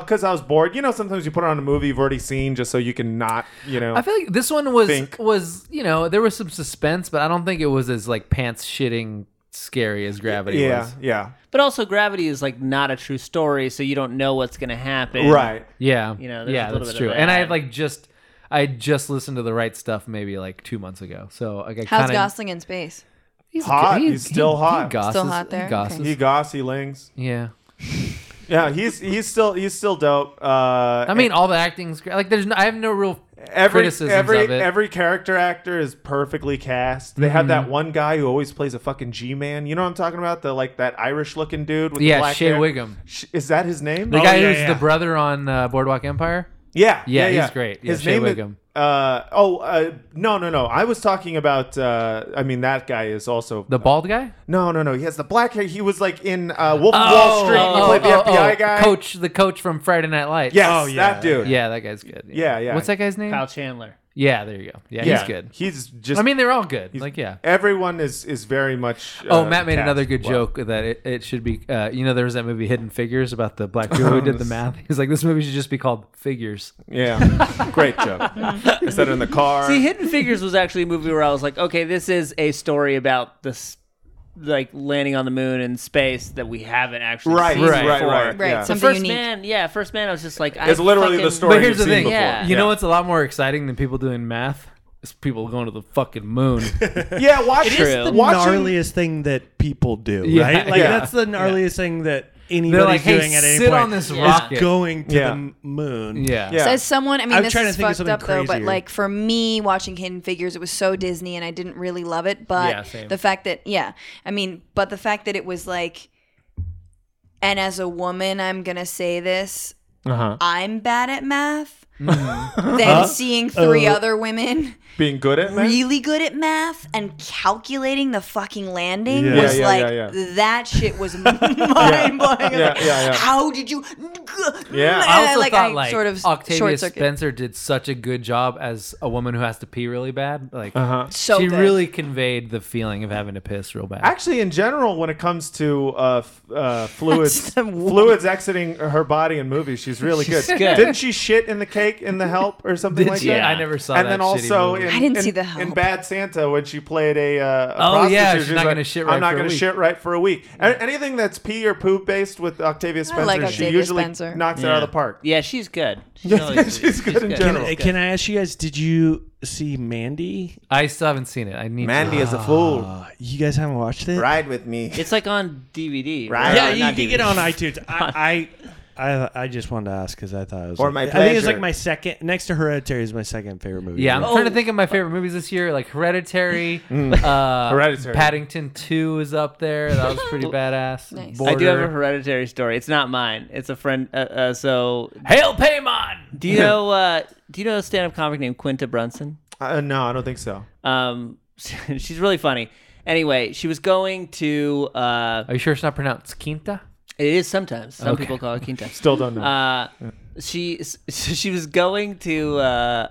Because I was bored. You know, sometimes you put on a movie you've already seen just so you can not, you know.
I feel like this one was
Think.
was you know there was some suspense, but I don't think it was as like pants shitting scary as Gravity
yeah,
was.
yeah,
But also, Gravity is like not a true story, so you don't know what's going to happen.
right.
Yeah,
You know, there's
yeah,
a little
that's
bit
true.
of
And I had
that.
like just I had just listened to the right stuff maybe like two months ago. So like, I
How's
kinda,
Gosling in space?
He's
Hot.
g- he-
He's still
he-
hot.
He gosses,
Still hot there?
He gosses.
Okay.
He goss, he lings.
yeah.
Yeah, he's he's still he's still dope. Uh,
I mean, all the acting's great. Like, there's no, I have no real
every
criticisms
every
of it.
every character actor is perfectly cast. They have
Mm-hmm.
that one guy who always plays a fucking G man. You know what I'm talking about? The like that Irish looking dude with the
yeah,
black
Shea
hair.
Wiggum,
Sh- Is that his name?
the
Oh,
guy
yeah,
who's
yeah.
the brother on uh, Boardwalk Empire.
yeah,
Yeah,
yeah,
he's
yeah,
great. Yeah,
his
Shea
name
Wiggum.
is. Uh, oh uh, no no no! I was talking about. Uh, I mean that guy is also
The bald guy?
no no no. He has the black hair. He was like in uh, Wolf of
Oh,
Wall Street.
oh,
he played
oh,
the FBI
oh,
guy.
Coach, the coach from Friday Night Lights.
Yes,
Oh, yeah.
that dude.
Yeah, that guy's good.
Yeah, yeah.
What's that guy's name?
Kyle Chandler.
Yeah, there you go. Yeah,
yeah.
he's good.
He's just.
I mean, they're all good. Like, yeah.
Everyone is is very much.
Oh,
uh,
Matt made
cast
another good
well.
joke that it, it should be, uh, you know, there was that movie Hidden Figures about the black girl who did the math. He's like, this movie should just be called Figures.
Yeah, great joke. I said it in the car.
See, Hidden Figures was actually a movie where I was like, okay, this is a story about this, like landing on the moon in space that we haven't actually
right,
seen
right, right,
before.
right,
Right,
Yeah.
some- Something
First
unique.
man, yeah, first man. I was just like,
It's
I
literally the
fucking-
story.
But here's
you've
the
seen
thing.
before.
Yeah.
You know what's a lot more exciting than people doing math? Is people going to the fucking moon.
Yeah, watch
It is the
The
watching.
gnarliest thing that people do,
Yeah,
right? Like
yeah.
that's the gnarliest thing that anybody's
They're like, hey,
doing at any
sit
point.
on this
Yeah.
rocket.
going to
Yeah.
the m- moon.
yeah.
Yeah.
Says someone. I mean,
I'm
this
trying to
is
think of
fucked
something
up though. But
crazier.
like for me, watching Hidden Figures, it was so Disney, and I didn't really love it. But
Yeah, same.
the fact that, yeah, I mean, but the fact that it was like, and as a woman, I'm gonna say this:
Uh-huh.
I'm bad at math. Then seeing three other women
Being good at math.
really good at math and calculating the fucking landing
Yeah.
was
Yeah, yeah,
like
yeah,
that shit was mind blowing. Yeah.
Yeah, yeah, yeah.
How did you?
Yeah.
And
I also thought
I
like
sort of
Octavia
short circuit.
Spencer did such a good job as a woman who has to pee really bad. Like
Uh-huh.
So
she
good.
really conveyed the feeling of having to piss real bad.
Actually, in general, when it comes to uh, f- uh, fluids,
That's the one.
fluids exiting her body in movies, she's really good.
good.
Didn't she shit in the cake in The Help or something
Did
like
she?
that?
I never saw
and
that
then
shitty
also,
movie.
in,
I didn't
in-
see The
in
Help.
Bad Santa when she played a. Uh, a
Oh, yeah, she's
prostitute, she was
not
like,
gonna shit right
I'm not
for a
gonna
week."
shit right for a week. A- Anything that's pee or poop based with Octavia Spencer,
like
she
Octavia
usually
Spencer.
knocks it
Yeah.
out of the park.
Yeah, she's good. She's,
she's good in general.
Hey, Can I ask you guys? Did you see Mandy?
I still haven't seen it. I need
Mandy is a fool.
Uh, you guys haven't watched it?
Ride with me.
It's like on DVD.
Right.
Yeah,
Or
you
not
can get it on iTunes. I, I I just wanted to ask because I thought it was
Or
like-
My
I think it's
Pleasure.
like my second next to Hereditary is my second favorite movie.
Yeah, I'm
Like,
trying to think of my favorite movies this year, like Hereditary.
Mm.
uh,
Hereditary.
Paddington Two is up there. That was pretty badass.
I do have a
Border.
hereditary story. It's not mine. It's a friend. Uh, uh, so,
Hail Paymon.
do you know? Uh, do you know a stand-up comic named Quinta Brunson?
Uh, no, I don't think so.
Um, she's really funny. Anyway, she was going to. Uh,
Are you sure it's not pronounced Quinta?
it is sometimes some
Okay.
people call it quinta.
Still don't know.
Uh, she s- she was going to uh,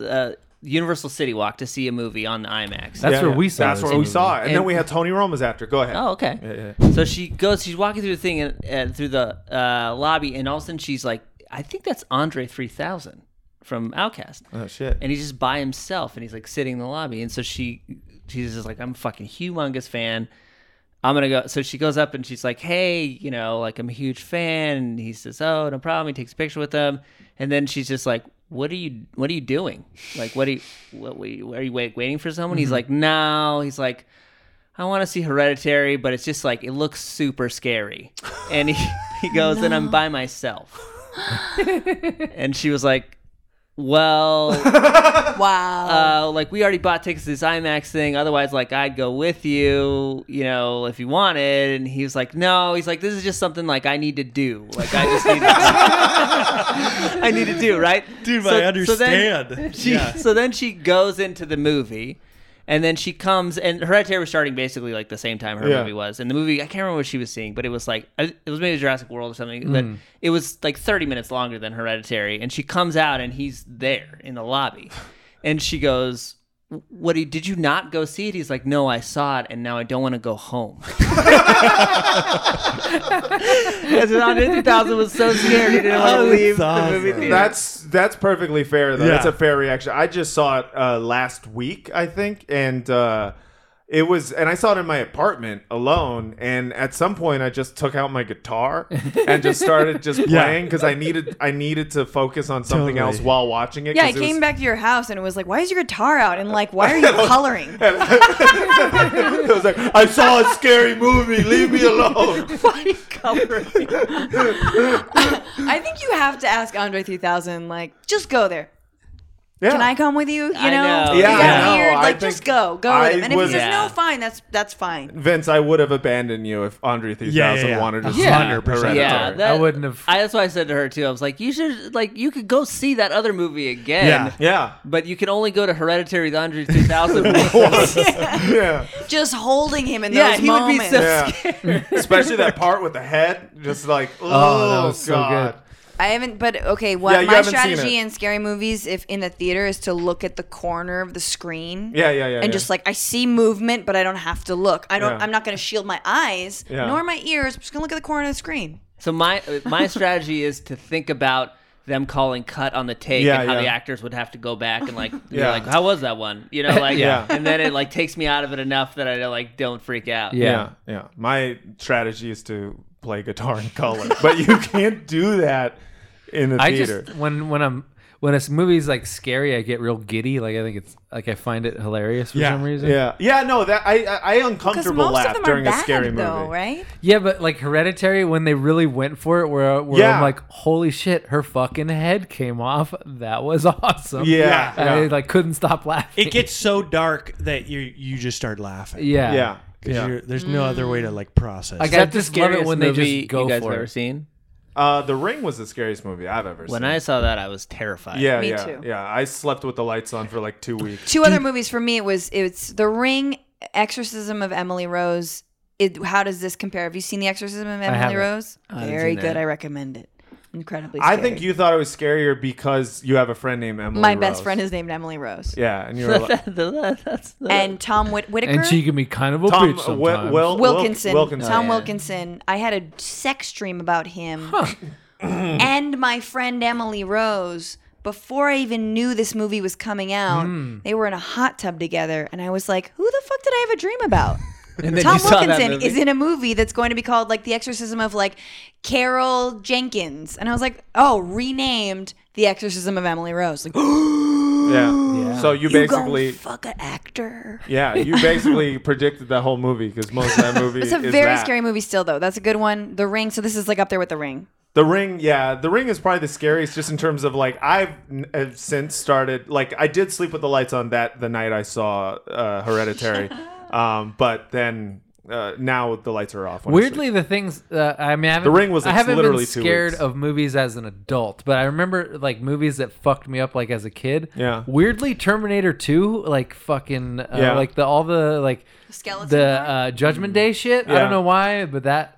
uh, Universal City Walk to see a movie on the IMAX.
That's
Yeah,
where
yeah.
we saw.
That's
this
where we
movie.
saw it. And, then
And-
we had Tony Roma's after. Go ahead.
oh, okay.
Yeah, yeah.
So she goes, she's walking through the thing and, and through the uh, lobby, and all of a sudden she's like, I think that's Andre 3000 from Outcast.
Oh shit.
And he's just by himself and he's like sitting in the lobby. And so she, she's just like, I'm a fucking humongous fan. I'm gonna go. So she goes up and she's like, "Hey, you know, like I'm a huge fan." And he says, "Oh, no problem." He takes a picture with them, and then she's just like, "What are you? What are you doing? Like, what are you? What, what are you, are you wait, waiting for someone?" He's like, "No." He's like, "I want to see Hereditary, but it's just like it looks super scary." And he he goes, "And I'm by myself." and she was like, "Well."
Wow.
uh, like we already bought tickets to this IMAX thing. Otherwise, like I'd go with you, you know, if you wanted. And he was like, no. He's like, this is just something like I need to do. Like I just need to, I need to do right,
dude,
So-
I
so then-
understand.
she so then she goes into the movie and then she comes and hereditary was starting basically like the same time her
Yeah.
movie was and the movie i can't remember what she was seeing but it was like it was maybe jurassic world or something but
Hmm.
it was like 30 minutes longer than hereditary and she comes out and he's there in the lobby and she goes what do you- did you not go see it he's like no i saw it and now i don't want to go home Because Andre 3000 was so scared he didn't want
Oh,
to
that's
leave the
awesome.
movie theater.
That's that's perfectly fair though.
Yeah.
That's a fair reaction. I just saw it uh, last week, I think, and uh, it was, and I saw it in my apartment alone. And at some point, I just took out my guitar and just started just
Yeah.
playing because I needed I needed to focus on something
Totally.
else while watching it.
yeah, I
'cause it
came
was-
back to your house and it was like, why is your guitar out? And like, why are you coloring?
it was like I saw a scary movie. Leave me alone.
I think you have to ask Andre 3000, like, just go there.
Yeah.
Can I come with you? You know?
I know.
Is
Yeah,
that
I know.
weird?
I
Like,
think
just go. Go
I
with him. And if he
would-
says
Yeah.
no, fine. That's that's fine.
Vince, I would have abandoned you if Andre 3000
Yeah, yeah, yeah.
wanted to
A
see
hundred percent.
Yeah,
Hereditary.
that,
I wouldn't have-
I, that's why I said to her too. I was like, you should like you could go see that other movie again.
Yeah.
Yeah.
But you can only go to Hereditary the Andre 2000. once.
Yeah.
Just holding him in
yeah,
those
he
moments.
would be so
Yeah.
scared.
Especially that part with the head, just like oh,
that was so
god.
I haven't, but okay.
Yeah,
What
you
my
haven't seen
strategy
it.
in scary movies, if in a theater, is to look at the corner of the screen.
Yeah, yeah, yeah.
And
yeah.
just like I see movement, but I don't have to look. I don't.
Yeah.
I'm not going to shield my eyes
Yeah.
nor my ears. I'm just going to look at the corner of the screen.
so my my strategy is to think about them calling cut on the tape
Yeah,
and how
yeah.
the actors would have to go back and like be
Yeah.
like how was that one you know like
Yeah.
and then it like takes me out of it enough that I like don't freak out
Yeah.
yeah, yeah. My strategy is to play guitar in color, but you can't do that in a
I
theater.
just when when I'm when a s- movie's like scary, I get real giddy. Like I think it's like I find it hilarious for
Yeah.
some reason.
yeah, yeah. No, that I I, I
Because
uncomfortable
most of
laugh
them are
during
bad,
a scary movie.
though, right?
Yeah, but like Hereditary, when they really went for it, where, where
Yeah.
I'm like, holy shit, her fucking head came off. That was awesome.
Yeah,
Yeah.
yeah,
I like couldn't stop laughing.
it gets so dark that you you just start laughing.
yeah,
yeah.
because
yeah.
there's no other way to like process.
Like,
Is
I
that the
just love it
scariest
when they
movie
just
you
go
guys
for
have ever
it.
seen?
Uh, the Ring was the scariest movie I've ever
When
seen.
I saw that, I was terrified.
yeah,
Me
yeah,
too.
yeah. I slept with the lights on for like two weeks.
Two other movies for me. It was it's The Ring, Exorcism of Emily Rose. It, how does this compare? Have you seen The Exorcism of Emily
haven't.
Rose?
haven't
Very
seen
good.
that.
I recommend it. Incredibly. Scary.
I think you thought it was scarier because you have a friend named Emily.
My best
Rose.
friend is named Emily Rose.
Yeah, and you were like
that's the,
And Tom Whit- Whitaker.
and she can be kind of a
Tom uh,
bitch
Wi-
sometimes.
Wil-
Wilkinson,
Wilkinson.
Tom
Oh, yeah.
Wilkinson. I had a sex dream about him and my friend Emily Rose. Before I even knew this movie was coming out,
Hmm.
they were in a hot tub together, and I was like, "Who the fuck did I have a dream about?"
And then
Tom
you saw that
Wilkinson
movie.
is in a movie that's going to be called like The Exorcism of like Carol Jenkins, and I was like, "Oh, renamed The Exorcism of Emily Rose." Like,
Yeah. So you
you go
basically,
fuck an actor.
yeah, you basically predicted that whole movie because most of that movie
It's a
is
very
that.
scary movie still though. That's a good one. The Ring. So this is like up there with The Ring.
The Ring, yeah, The Ring is probably the scariest, just in terms of like I've, n- have since started like I did sleep with the lights on that the night I saw uh, Hereditary, um, but then uh, now the lights are off. when I sleep.
Weirdly, the things uh, I mean, I haven't,
The Ring was,
I
like,
haven't
literally two
been scared
weeks.
of movies as an adult, but I remember like movies that fucked me up like as a kid.
Yeah.
Weirdly, Terminator Two, like fucking, uh,
Yeah. Mm.
like the all the like
Skeleton
the
part?
uh, Judgment Day shit. I
Yeah.
don't know why, but that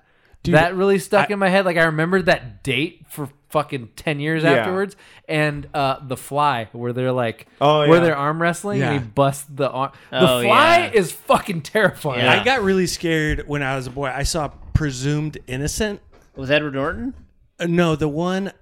that really stuck in my head. Like I remembered that date for fucking 10 years
Yeah.
afterwards and uh the fly where they're like
Oh,
where
yeah.
they're arm wrestling
Yeah.
and he busts the arm
Oh,
the fly
yeah.
is fucking terrifying
Yeah.
I got really scared when I was a boy. I saw Presumed Innocent.
Was Edward Norton?
Uh, no, the one.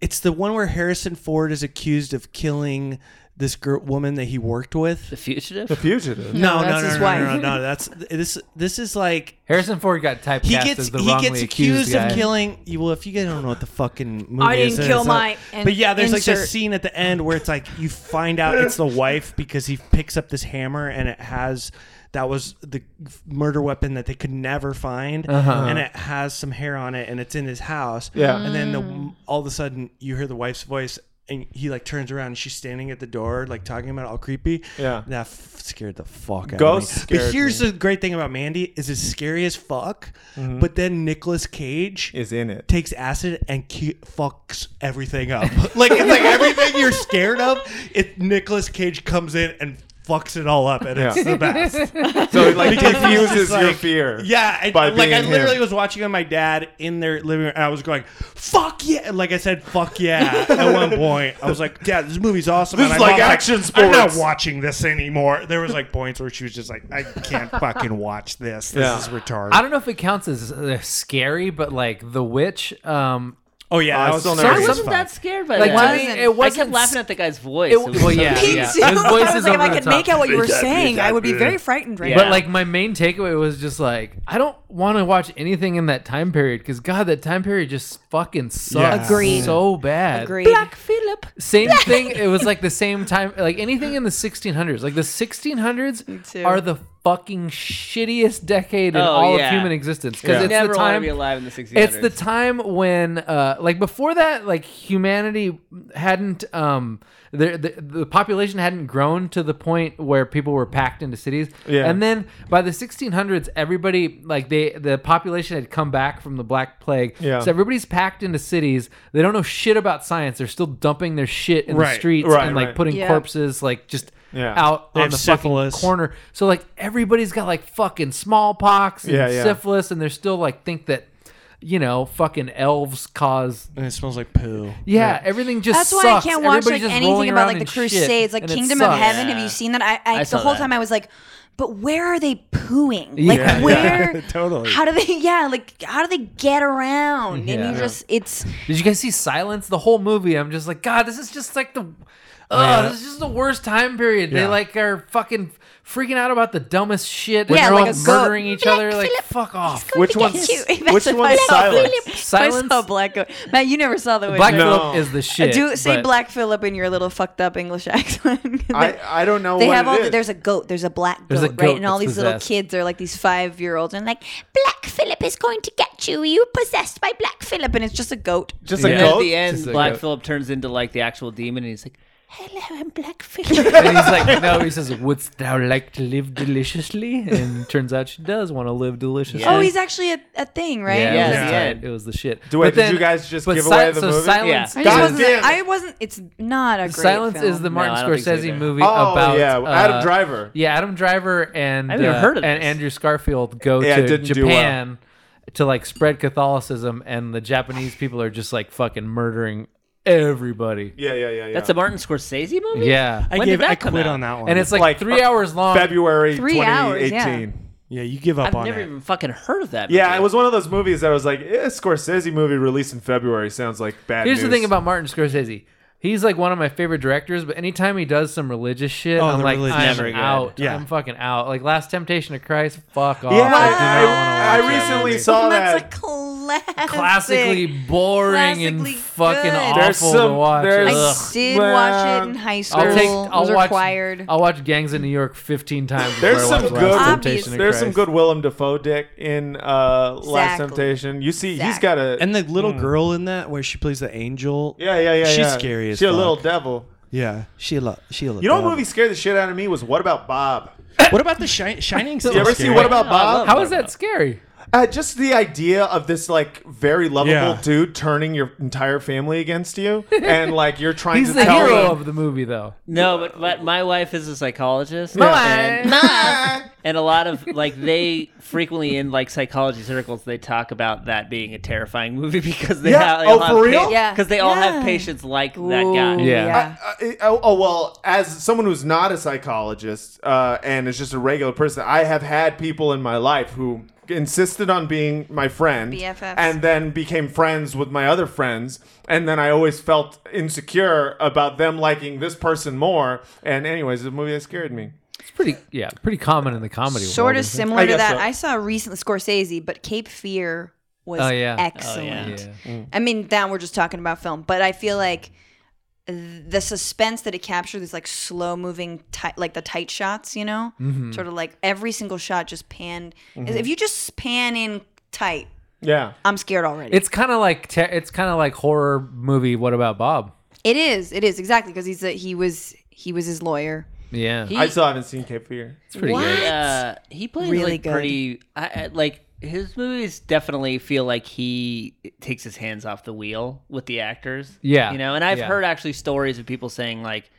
It's the one where Harrison Ford is accused of killing this girl, woman that he worked with.
The Fugitive?
Fugitive.
No, no,
that's
no,
his
no, no, no,
wife.
no, That's this. This is like
harrison ford got typecast
he
as
gets
the
he
wrongly
gets accused
guy.
of killing. you- Well, if you guys don't know what the fucking movie
I
is,
didn't
and
kill
it's not-
my- and
but yeah, there's like
insert-
this scene at the end where it's like you find out it's the wife because he picks up this hammer and it has that was the murder weapon that they could never find, and it has some hair on it, and it's in his house.
Yeah.
and then
Mm.
the, all of a sudden you hear the wife's voice. And he like turns around and she's standing at the door, like talking about it all creepy.
Yeah.
that f- scared the fuck out
Ghost
of me. But
scared
here's the great thing about Mandy is it's scary as fuck, but then Nicolas Cage
Mm-hmm. Is in it.
takes acid and cu- fucks everything up. like it's like everything you're scared of, it Nicolas Cage comes in and fucks it all up, and
Yeah.
it's the best.
So it like
Because he's just
diffuses your
like-
fear.
Yeah, I,
by
like I
being
literally
him.
was watching on my dad in their living room, and I was going, "Fuck yeah!" Like I said, "Fuck yeah!" At one point, I was like, "Dad, this movie's awesome."
This
and
is
my
like
mom's
action
I'm not
sports."
watching this anymore. There was like points where she was just like, "I can't fucking watch this. This
Yeah.
is retarded."
I don't know if it counts as uh, scary, but like The Witch, um,
oh yeah,
I
I was
still
so
never
I
It's
wasn't
fine.
that scared by
like
that.
to me, it
I
wasn't.
kept laughing at the guy's voice.
it-
It was
well,
so-
yeah,
Me
yeah.
too.
His voice
I
is
was like, if
over
I
the
could
top.
make out what you were
Exactly,
saying, I would be
exactly.
very frightened right
Yeah.
now.
But like my main takeaway was just like I don't want to watch anything in that time period because God, that time period just fucking
Yeah.
sucks.
Agreed.
So bad.
Agreed.
Philip.
Same thing. It was like the same time. Like anything in the 1600s. Like the 1600s
too.
are the fucking shittiest decade in
Oh,
all
yeah.
of human existence
Yeah.
because it's
Never
the
want to
time.
be alive in the 1600s.
It's the time when, uh, like before that, like humanity hadn't, um, the, the the population hadn't grown to the point where people were packed into cities.
Yeah.
And then by the 1600s, everybody like they the population had come back from the Black Plague.
Yeah.
So everybody's packed into cities. They don't know shit about science. They're still dumping their shit in
Right,
the streets
right,
and like
right.
putting
Yeah.
corpses like just.
Yeah.
Out
They
on
have
the
syphilis.
fucking corner, so like everybody's got like fucking smallpox and
Yeah, yeah.
syphilis, and they're still like think that you know, fucking elves cause.
And it smells like poo.
Yeah, everything just.
That's why
sucks.
I can't watch
Everybody's
like
just
anything
rolling
about
around
like the
in shit,
Crusades, like
and it
Kingdom of
sucks.
Heaven.
Yeah.
Have you seen that? I, I,
I
the
saw
whole
that.
time I was like, but where are they pooing? Like
Yeah.
where?
Totally.
How do they? Yeah, like how do they get around?
Yeah.
And you just it's
Did you guys see Silence? The whole movie. I'm just like, God, this is just like the. Oh,
yeah.
this is just the worst time period. They
Yeah.
like are fucking freaking out about the dumbest shit.
Yeah,
and they're
like
all
a goat.
murdering each other. Like, fuck off.
Which
Look at
one's-
you.
which
Imagine
one's
if I saw
Silence?
Philip.
Silence?
I saw Black Goat. Matt, you never saw the witch.
Black
right?
No.
Phillip is the shit.
Do say
but-
Black Philip in your little fucked up English accent.
I, I don't know
They
what
have
it
all. The,
is.
there's a goat. There's a black goat,
There's a goat
right? And all
that's
these little
possessed.
kids are like these five year olds and like Black Philip is going to get you. You possessed by Black Philip, and it's just a goat.
just a
Yeah.
And
goat.
at the end,
Just a
Black
goat.
Philip turns into like the actual demon, and he's like,
Hello, I'm Black Philip.
And he's like, no, he says, wouldst thou like to live deliciously? And turns out she does want to live deliciously.
oh, he's actually a, a thing, right?
Yeah, it,
Yeah, yeah.
was
yeah.
tight. It was the shit. But
Do- wait, did you guys just
but
give away the
so
movie?
Silence,
I
Yeah.
just
God
wasn't.
damn it.
I wasn't. It's not a great
Silence
film.
is the Martin
I don't think so
Scorsese
either.
movie
Oh,
about
yeah,
uh,
Adam Driver.
Yeah, Adam Driver and
I've never
uh,
heard of
and
this.
Andrew Scarfield go
Yeah, it
to
didn't do well.
Japan to like spread Catholicism, and the Japanese people are just like fucking murdering everybody.
Yeah, yeah, yeah, yeah.
"That's a Martin Scorsese movie."
Yeah,
I
When
gave.
did that
I
come
quit
out?
on that one.
and it's like,
like,
three hours long.
February
Three
2018.
hours, yeah.
yeah, you give up
I've
on
never
it.
even fucking heard of that.
Yeah,
movie.
it was one of those movies that I was like, eh, Scorsese movie released in February sounds like bad
Here's the
news.
thing about Martin Scorsese. He's like one of my favorite directors, but anytime he does some religious shit,
Oh,
I'm
the
like,
religious
I'm
shit. Never good.
out.
Yeah.
I'm fucking out. Like Last Temptation of Christ, fuck off.
Yeah,
I do not
I,
wanna watch
I
that
recently
movie.
saw
That's a
that.
classic.
Classically boring and
Classically
fucking
good.
awful
There's
to
some-
watch.
there's-
Ugh.
I did watch it in
Well,
high school.
I'll take.
It
I'll
was
watch.
required.
I'll watch Gangs in New York fifteen times. before
There's
I
some
watch Last
good-
Temptation of
There's some
Christ.
good Willem Dafoe dick in uh, Last
Exactly.
Temptation. You see, he's got a
And the little girl in that where she plays the angel.
yeah, yeah, yeah.
She's
yeah.
scary as
She's a
fuck.
little devil.
Yeah, she lo- she lo-
You know what movie scared the shit out of me was What About Bob?
What about the shi- Shining?
You ever see What About Bob?
How is that scary?
Uh, just the idea of this like very lovable
Yeah.
dude turning your entire family against you, and like you're trying
He's
to
the
tell
hero
them-
of the movie, though.
No, but, but my wife is a psychologist. And, and a lot of like they frequently in like psychology circles they talk about that being a terrifying movie because they
Yeah.
have
Oh, for real?
Yeah.
because they all
Yeah.
have patients like that guy.
Yeah.
I- I- oh, oh, well, as someone who's not a psychologist uh, and is just a regular person, I have had people in my life who insisted on being my friend
BFFs.
and then became friends with my other friends and then i always felt insecure about them liking this person more and anyways the movie that scared me
It's pretty, yeah, pretty common in the comedy.
sort
world,
of
isn't it?
similar
I
to
guess
that.
so.
I saw recently Scorsese, but Cape Fear was
Oh, yeah. Oh, yeah.
excellent.
Yeah. Mm.
I mean, now we're just talking about film, but I feel like th- the suspense that it captured these like slow moving tight like the tight shots you know
Mm-hmm.
sort of like every single shot just panned
Mm-hmm.
if you just pan in tight
yeah
i'm scared already
It's kind of like ter- it's kind of like horror movie. What about Bob?
it is it is exactly because he's a, he was he was his lawyer
Yeah,
He-
i still haven't seen cape fear
it's pretty good.
Uh, he plays
Really
like
good.
pretty. I, I, like his movies definitely feel like he takes his hands off the wheel with the actors.
Yeah.
you know. And I've
Yeah.
heard actually stories of people saying like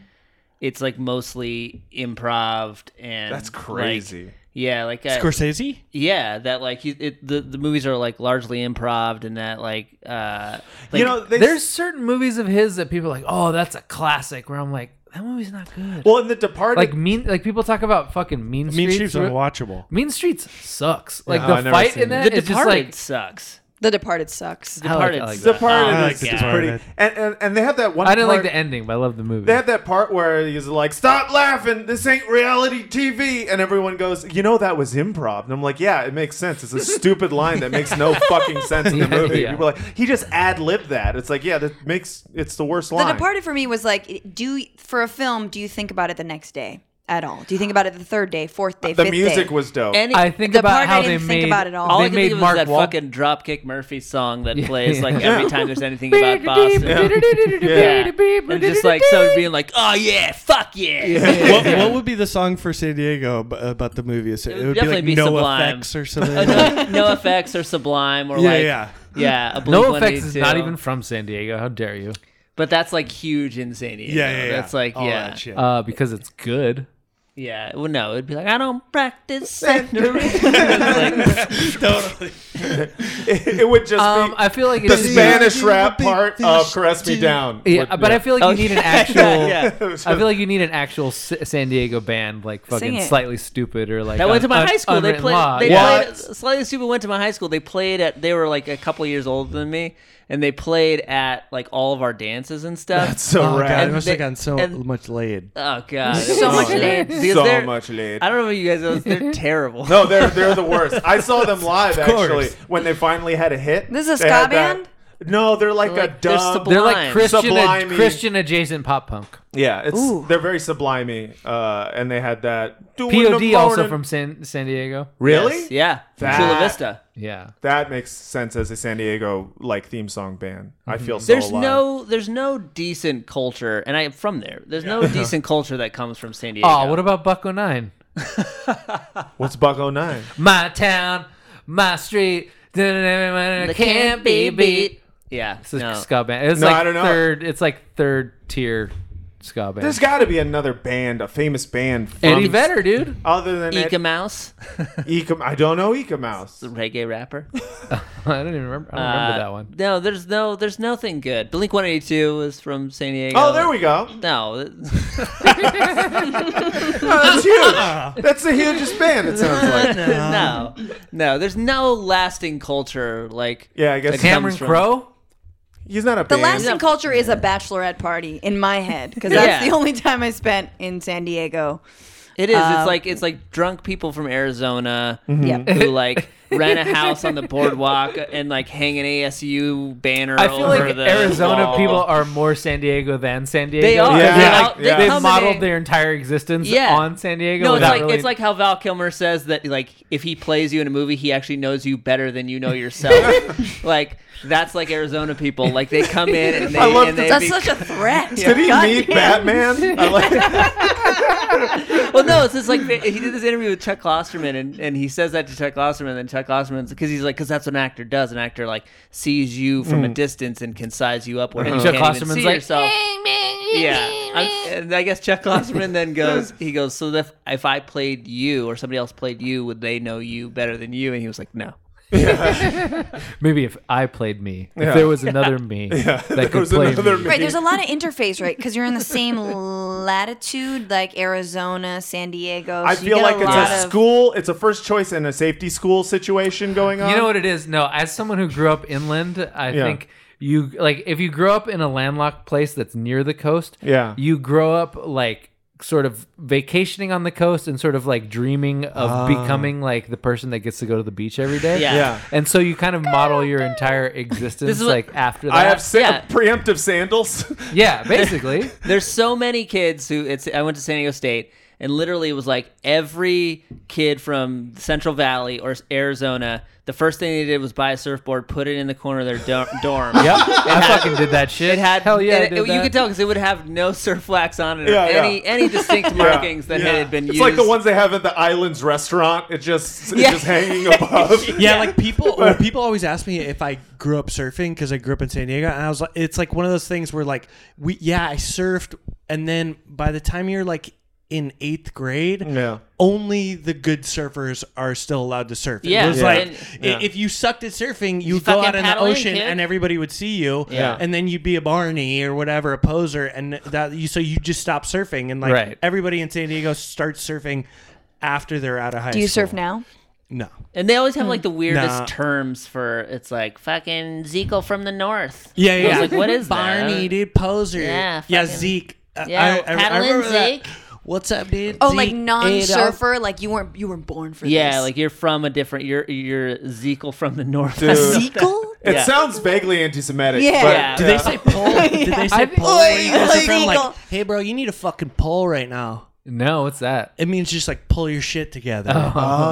it's like mostly improv and
That's
like,
crazy.
yeah, like uh,
Scorsese?
yeah, that like he, it, the the movies are like largely improv and that like uh like,
you know they,
There's certain movies of his that people are like, oh, that's a classic. Where I'm like, that movie's not good.
well in the departed
like mean, like people talk about fucking Mean Streets.
Mean Streets
or-
unwatchable.
Mean Streets sucks. Like
No,
the
I've never
fight
seen
in
it.
that
the
is just
Departed
like
sucks.
the departed sucks
I like- I
Departed
like that.
sucks. Uh,
Departed
I like
is,
The
is pretty,
Departed.
and, and and they have that one.
I didn't like
part-
the ending, but I love the movie.
They have that part where he's like, "Stop laughing! This ain't reality TV," and everyone goes, "You know that was improv." And I'm like, "Yeah, it makes sense. It's a stupid line that makes no fucking sense in the
Yeah,
movie."
yeah.
People are like, "He just ad libbed that." It's like, yeah, that makes it's the worst line.
The Departed for me was like, do for a film, do you think about it the next day at all? Do you think about it the third day, fourth day,
the
fifth
music
day?
was dope.
And
I think
the
about
part
how
I
they
didn't think
made
about at all.
all
They
I can
made
think of
Mark
is that
Wahl-
fucking Dropkick Murphy song that
Yeah.
plays like
Yeah.
every time there's anything about Boston. Yeah. And just like so being like, oh yeah, fuck yeah.
what, what would be the song for San Diego ab- about the movie? It,
would
would be like
definitely be
No
Sublime.
Effects or something.
no effects or Sublime or
Yeah,
like
yeah.
yeah. a
No effects is
Blink-182.
not even from San Diego. How dare you?
But that's like huge in San Diego.
yeah, yeah, yeah.
That's like
All
yeah,
that shit.
Uh, because it's good.
yeah. Well, no, it'd be like I don't practice centering. It's like,
totally.
it, it would just
Um,
be
I feel like
the
it's
Spanish rap part of "Caress Me Down."
Yeah,
Would-
but I feel like
Oh,
you need an
yeah,
actual.
yeah,
yeah.
I feel like you need an actual S- San Diego band, like fucking
it.
slightly stupid or like.
that went to my
Un-
high school. They
Unwritten
played.
Law.
They
yeah.
played. Slightly stupid went to my high school. They played at. They were like a couple years older than me, and they played at like all of our dances and stuff.
That's so
Oh, God, I
rad.
must have
they-
gotten so
and-
much laid.
Oh god,
So much laid.
Because
so
they're-
much laid.
I don't know if you guys know, this, they're terrible.
No, they're they're the worst. I saw them live
course.
actually when they finally had a hit.
This is a
They had
ska
that-
band?
No, they're like,
They're
a
like- they're
dub.
sublim-
They're like
Sublime.
Christian ad-
Sublimey.
Christian adjacent pop punk.
yeah, it's they're very sublimey, uh, and they had that. Doing the
POD also
morning-
from San San Diego.
really.
Yes, yeah, from
That-
Chula Vista.
Yeah.
That makes sense as a San Diego like theme song band. I feel so
There's
alive.
no, there's no decent culture, and I am from there. There's no decent culture that comes from San Diego.
Oh, what about Bucko Nine?
What's Buck 09?
My town, my street,
They
can't be beat.
Yeah,
It's a
no.
ska band. It's
No,
like
I don't know.
third. It's like third tier ska band.
There's got to be another band, a famous band. From,
Eddie Vedder, dude.
Other than Ed-
Ika Mouse,
Eka- I don't know Eka Mouse.
reggae rapper.
I don't even remember. I don't remember that one.
Uh, No, there's no, there's nothing good. Blink 182 is from San Diego.
Oh, there we go.
No, Uh,
That's huge. That's the hugest band. It sounds like.
Oh,
no, no. There's no lasting culture like.
Yeah, I guess
Cameron
from-
Crowe.
he's not a
The
band.
lasting culture is a bachelorette party in my head because that's
Yeah.
the only time I spent in San Diego.
It is.
Um,
it's like it's like drunk people from Arizona
Yep.
who like rent a house on the boardwalk and like hang an ASU banner.
I feel
over
like
the
Arizona
wall.
people are more San Diego than San Diego.
are.
'cause
Yeah.
They,
Yeah.
like,
Yeah.
they
Come
and
modeled
they-
their entire existence
Yeah.
on San Diego.
No, it's
without
like
really-
it's like how Val Kilmer says that like if he plays you in a movie, he actually knows you better than you know yourself. like that's like Arizona people. Like they come in and they,
I love
and
that-
they
That's
be-
such a threat.
Did he
God
meet
damn.
Batman? I like,
well, no, it's just like he did this interview with Chuck Klosterman, and, and he says that to Chuck Klosterman, and then Chuck Klosterman's because he's like because that's what an actor does. An actor like sees you from a distance and can size you up where you
And Chuck
can't even
Klosterman's
see
like,
yourself. yeah, I'm- and I guess Chuck Klosterman then goes, he goes, so if if I played you or somebody else played you, would they know you better than you? And he was like, no.
maybe if I played me, if
Yeah.
there was another me that could
there was
play
another
me.
me.
Right, there's a lot of interface, right? Because you're in the same latitude, like Arizona, San Diego.
I
so you
feel
get
like it's
lot
a
of-
school. It's a first choice and a safety school situation going on.
You know what it is? No, as someone who grew up inland, I
Yeah.
think you like if you grow up in a landlocked place that's near the coast,
Yeah.
you grow up like sort of vacationing on the coast and sort of like dreaming of becoming like the person that gets to go to the beach every day.
Yeah.
Yeah.
And so you kind of model your entire existence
is what-
like after that.
I have sa-
Yeah.
preemptive sandals.
yeah, basically.
There's so many kids who it's. I went to San Diego State, and literally it was like every kid from Central Valley or Arizona. The first thing they did was buy a surfboard, put it in the corner of their do- dorm.
yep. I fucking did that shit.
It had
Hell yeah. I
and it-
did
you
that.
could tell because it would have no surflax on it or
Yeah, yeah.
any any distinct markings that
Yeah.
had been
it's
used.
like the ones they have at the Islands restaurant. It just it's
Yeah.
just hanging above.
Yeah, like people well, people always ask me if I grew up surfing because I grew up in San Diego, and I was like, it's like one of those things where like we yeah I surfed, and then by the time you're like in eighth grade,
Yeah.
only the good surfers are still allowed to surf. It
Yeah.
was
Yeah.
like
And-
i- if you sucked at surfing, you'd go
fucking
out in the
paddle in,
ocean
kid.
and everybody would see you,
Yeah.
and then you'd be a Barney or whatever, a poser, and that you so you just stop surfing, and like
Right.
everybody in San Diego starts surfing after they're out of high.
Do you
school.
surf now?
No.
and they always have like
Hmm.
the weirdest
Nah.
terms for it's like fucking Zico from the north.
Yeah, yeah.
I was like, what is that?
Barney, dude? Poser.
Yeah,
yeah,
fucking-
Zeke. I-
Yeah,
I, I, I
paddling
remember that.
Zeke.
What's up, dude?
Oh,
Zeke,
like
hey, dog.
non-surfer, like you weren't you weren't born for
Yeah,
this.
like you're from a different. You're you're Zekel from the north.
Dude.
Zekel?
It
Yeah.
sounds vaguely anti-Semitic.
Yeah.
But,
Yeah.
Did they say pole? Did they say
I've-
pole? Where you
Oi,
guys are from,
illegal.
like, hey, bro, you need a fucking pole right now.
no, what's that?
It means just like pull your shit together.
uh,
Uh-huh.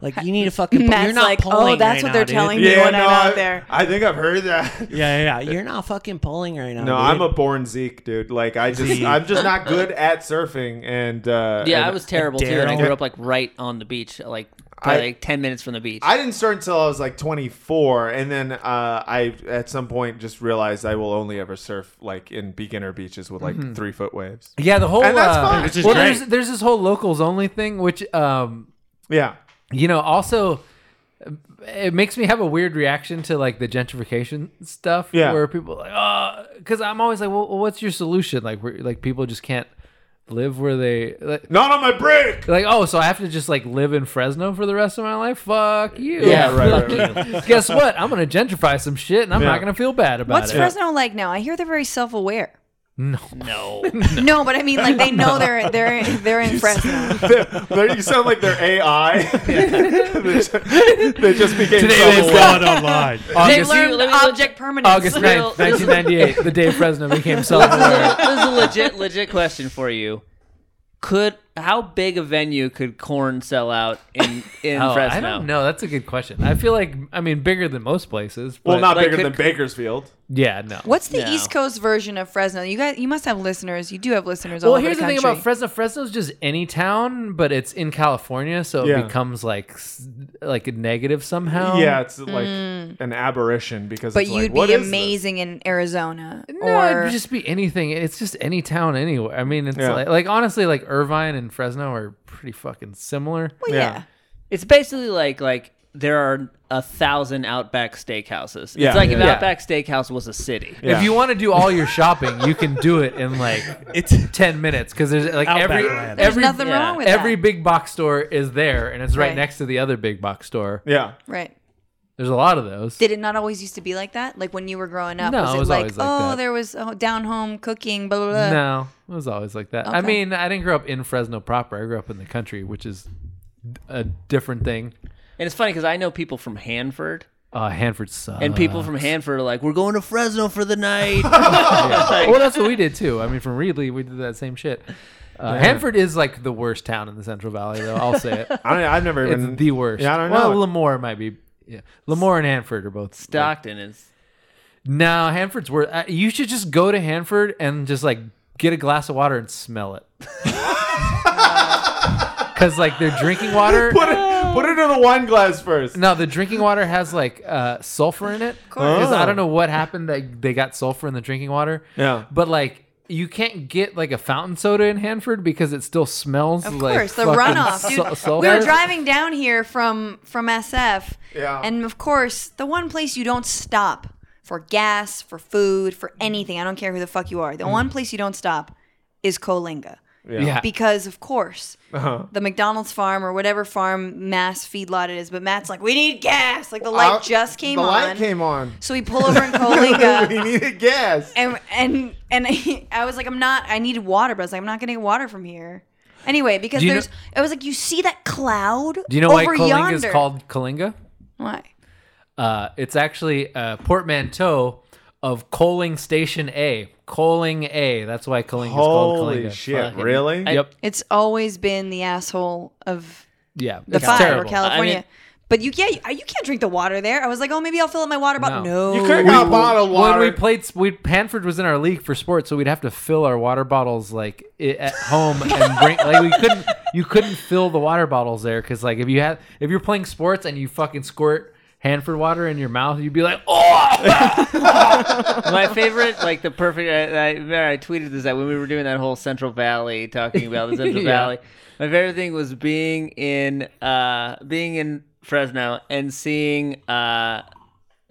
Like you need a fucking. Pole.
Matt's
You're not
like, "Oh,
pulling right
that's what
now,
they're
dude."
telling me."
oh. Yeah,
Anyone
no,
out
I-
there?
I think I've heard that.
Yeah, yeah, yeah. You're not fucking pulling right now.
No,
dude.
I'm a born Zeke, dude. Like I just, I'm just not good at surfing, and uh,
Yeah,
and
I was terrible too. And I
Daryl.
grew up like right on the beach, like probably
I-
like ten minutes from the beach.
I didn't start until I was like 24, and then uh, I at some point just realized I will only ever surf like in beginner beaches with like three foot waves.
Yeah, the whole
And that's
uh,
fine. Which
is
well,
great.
there's there's this whole locals only thing, which um,
Yeah,
you know also it makes me have a weird reaction to like the gentrification stuff
Yeah.
where people are like oh because i'm always like well what's your solution like where like people just can't live where they like,
not on my break.
like oh so i have to just like live in fresno for the rest of my life fuck you
Yeah,
right, right, right.
guess what i'm gonna gentrify some shit and i'm
Yeah.
not gonna feel bad about
What's
it
Fresno like now? I hear they're very self-aware.
no,
No, but I mean, like they know they're they're they're in Fresno.
There, you sound like they're AI. they just- they just became
Today
so
was
aware.
online.
They
August,
learned
let me-
object permanence.
August 9th, 1998, the day Fresno became
this, is
self-aware.
a, this is a legit legit question for you. Could how big a venue could Corn sell out in in
Oh,
Fresno?
I don't know. That's a good question. I feel like, I mean, bigger than most places.
Well,
but-
not
Like,
bigger
could-
than Bakersfield.
Yeah, no.
What's the
No.
East Coast version of Fresno? You guys, you must have listeners. You do have listeners.
Well,
all over
here's the,
the
thing
country.
about Fresno. Fresno's just any town, but it's in California, so
Yeah.
it becomes like s- like a negative somehow.
yeah, it's like an aberration because.
Mm. But
it's
you'd
like, what
be
is this?
amazing in Arizona
No,
or
it'd just be anything. It's just any town anywhere. I mean, it's
Yeah.
like, like honestly, like Irvine and Fresno are pretty fucking similar.
Well, Oh, yeah.
It's basically like like there are a thousand Outback steakhouses.
Yeah.
it's like if
Yeah.
Outback Steakhouse was a city.
Yeah.
If you want to do all your shopping, you can do it in like
It's
ten minutes because there's like
Outback
every
Land.
There's
every
nothing
yeah,
wrong with
every
that.
big box store is there, and it's right,
Right.
next to the other big box store.
Yeah.
Right.
There's a lot of those.
Did it not always used to be like that? Like when you were growing up,
No,
was
it
it,
was
like,
always like
oh,
that.
there was oh, down home cooking, blah blah blah.
No, it was always like that. I
uh, Okay.
mean, I didn't grow up in Fresno proper. I grew up in the country, which is a different thing.
And it's funny because I know people from Hanford,
Uh, Hanford sucks.
and people from Hanford are like, "We're going to Fresno for the night." Like,
well, that's what we did too. I mean, from Reedley, we did that same shit. Uh, Hanford is like the worst town in the Central Valley, though. I'll say it.
I don't, I've never even
it's the worst.
Yeah, I don't know.
Well, Lemoore might be. Yeah, Lemoore and Hanford are both stuck.
Stockton is.
No, Hanford's worth. Uh, you should just go to Hanford and just like get a glass of water and smell it. Because like their drinking water.
put it put it in a wine glass first.
No, the drinking water has like uh, sulfur in it. Because I don't know what happened that they got sulfur in the drinking water.
Oh. Yeah.
But like you can't get like a fountain soda in Hanford because it still smells
Of
like
course, the
fucking
runoff.
su-
Dude,
sulfur.
we were driving down here from from SF,
Yeah.
and of course, the one place you don't stop for gas, for food, for anything. I don't care who the fuck you are.
Mm.
The one place you don't stop is Colinga.
Yeah.
Because of course,
Uh-huh.
the McDonald's farm or whatever farm mass feedlot it is, but Matt's like, we need gas. Like the light
I'll-
just came
the
on,
light came on.
so we pull over in Colinga.
we needed gas.
and and and I, I was like, I'm not. I needed water, but I was like, I'm not getting water from here. Anyway, because
Do you
there's, I was like, you see that cloud?
Do you know why
over
Kalinga is
yonder?
called Kalinga?
Why?
Uh, it's actually a portmanteau of coaling station A. Coaling A. That's why Kalinga is called
Holy
Kalinga.
shit!
Fucking-
Really?
I-
Yep.
It's always been the asshole of
Yeah.
the
it's
five
terrible.
or California.
I mean-
but you can't, you can't drink the water there. I was like, oh, maybe I'll fill up my water bottle.
No.
No,
you could have bottled water.
When we played, s- we Hanford was in our league for sports, so we'd have to fill our water bottles like i- at home and bring. Like we couldn't, you couldn't fill the water bottles there because like if you had, if you're playing sports and you fucking squirt Hanford water in your mouth, you'd be like, oh,
My favorite, like the perfect. I, I, remember I tweeted this that when we were doing that whole Central Valley talking about the Central
Yeah.
Valley. My favorite thing was being in uh being in Fresno and seeing uh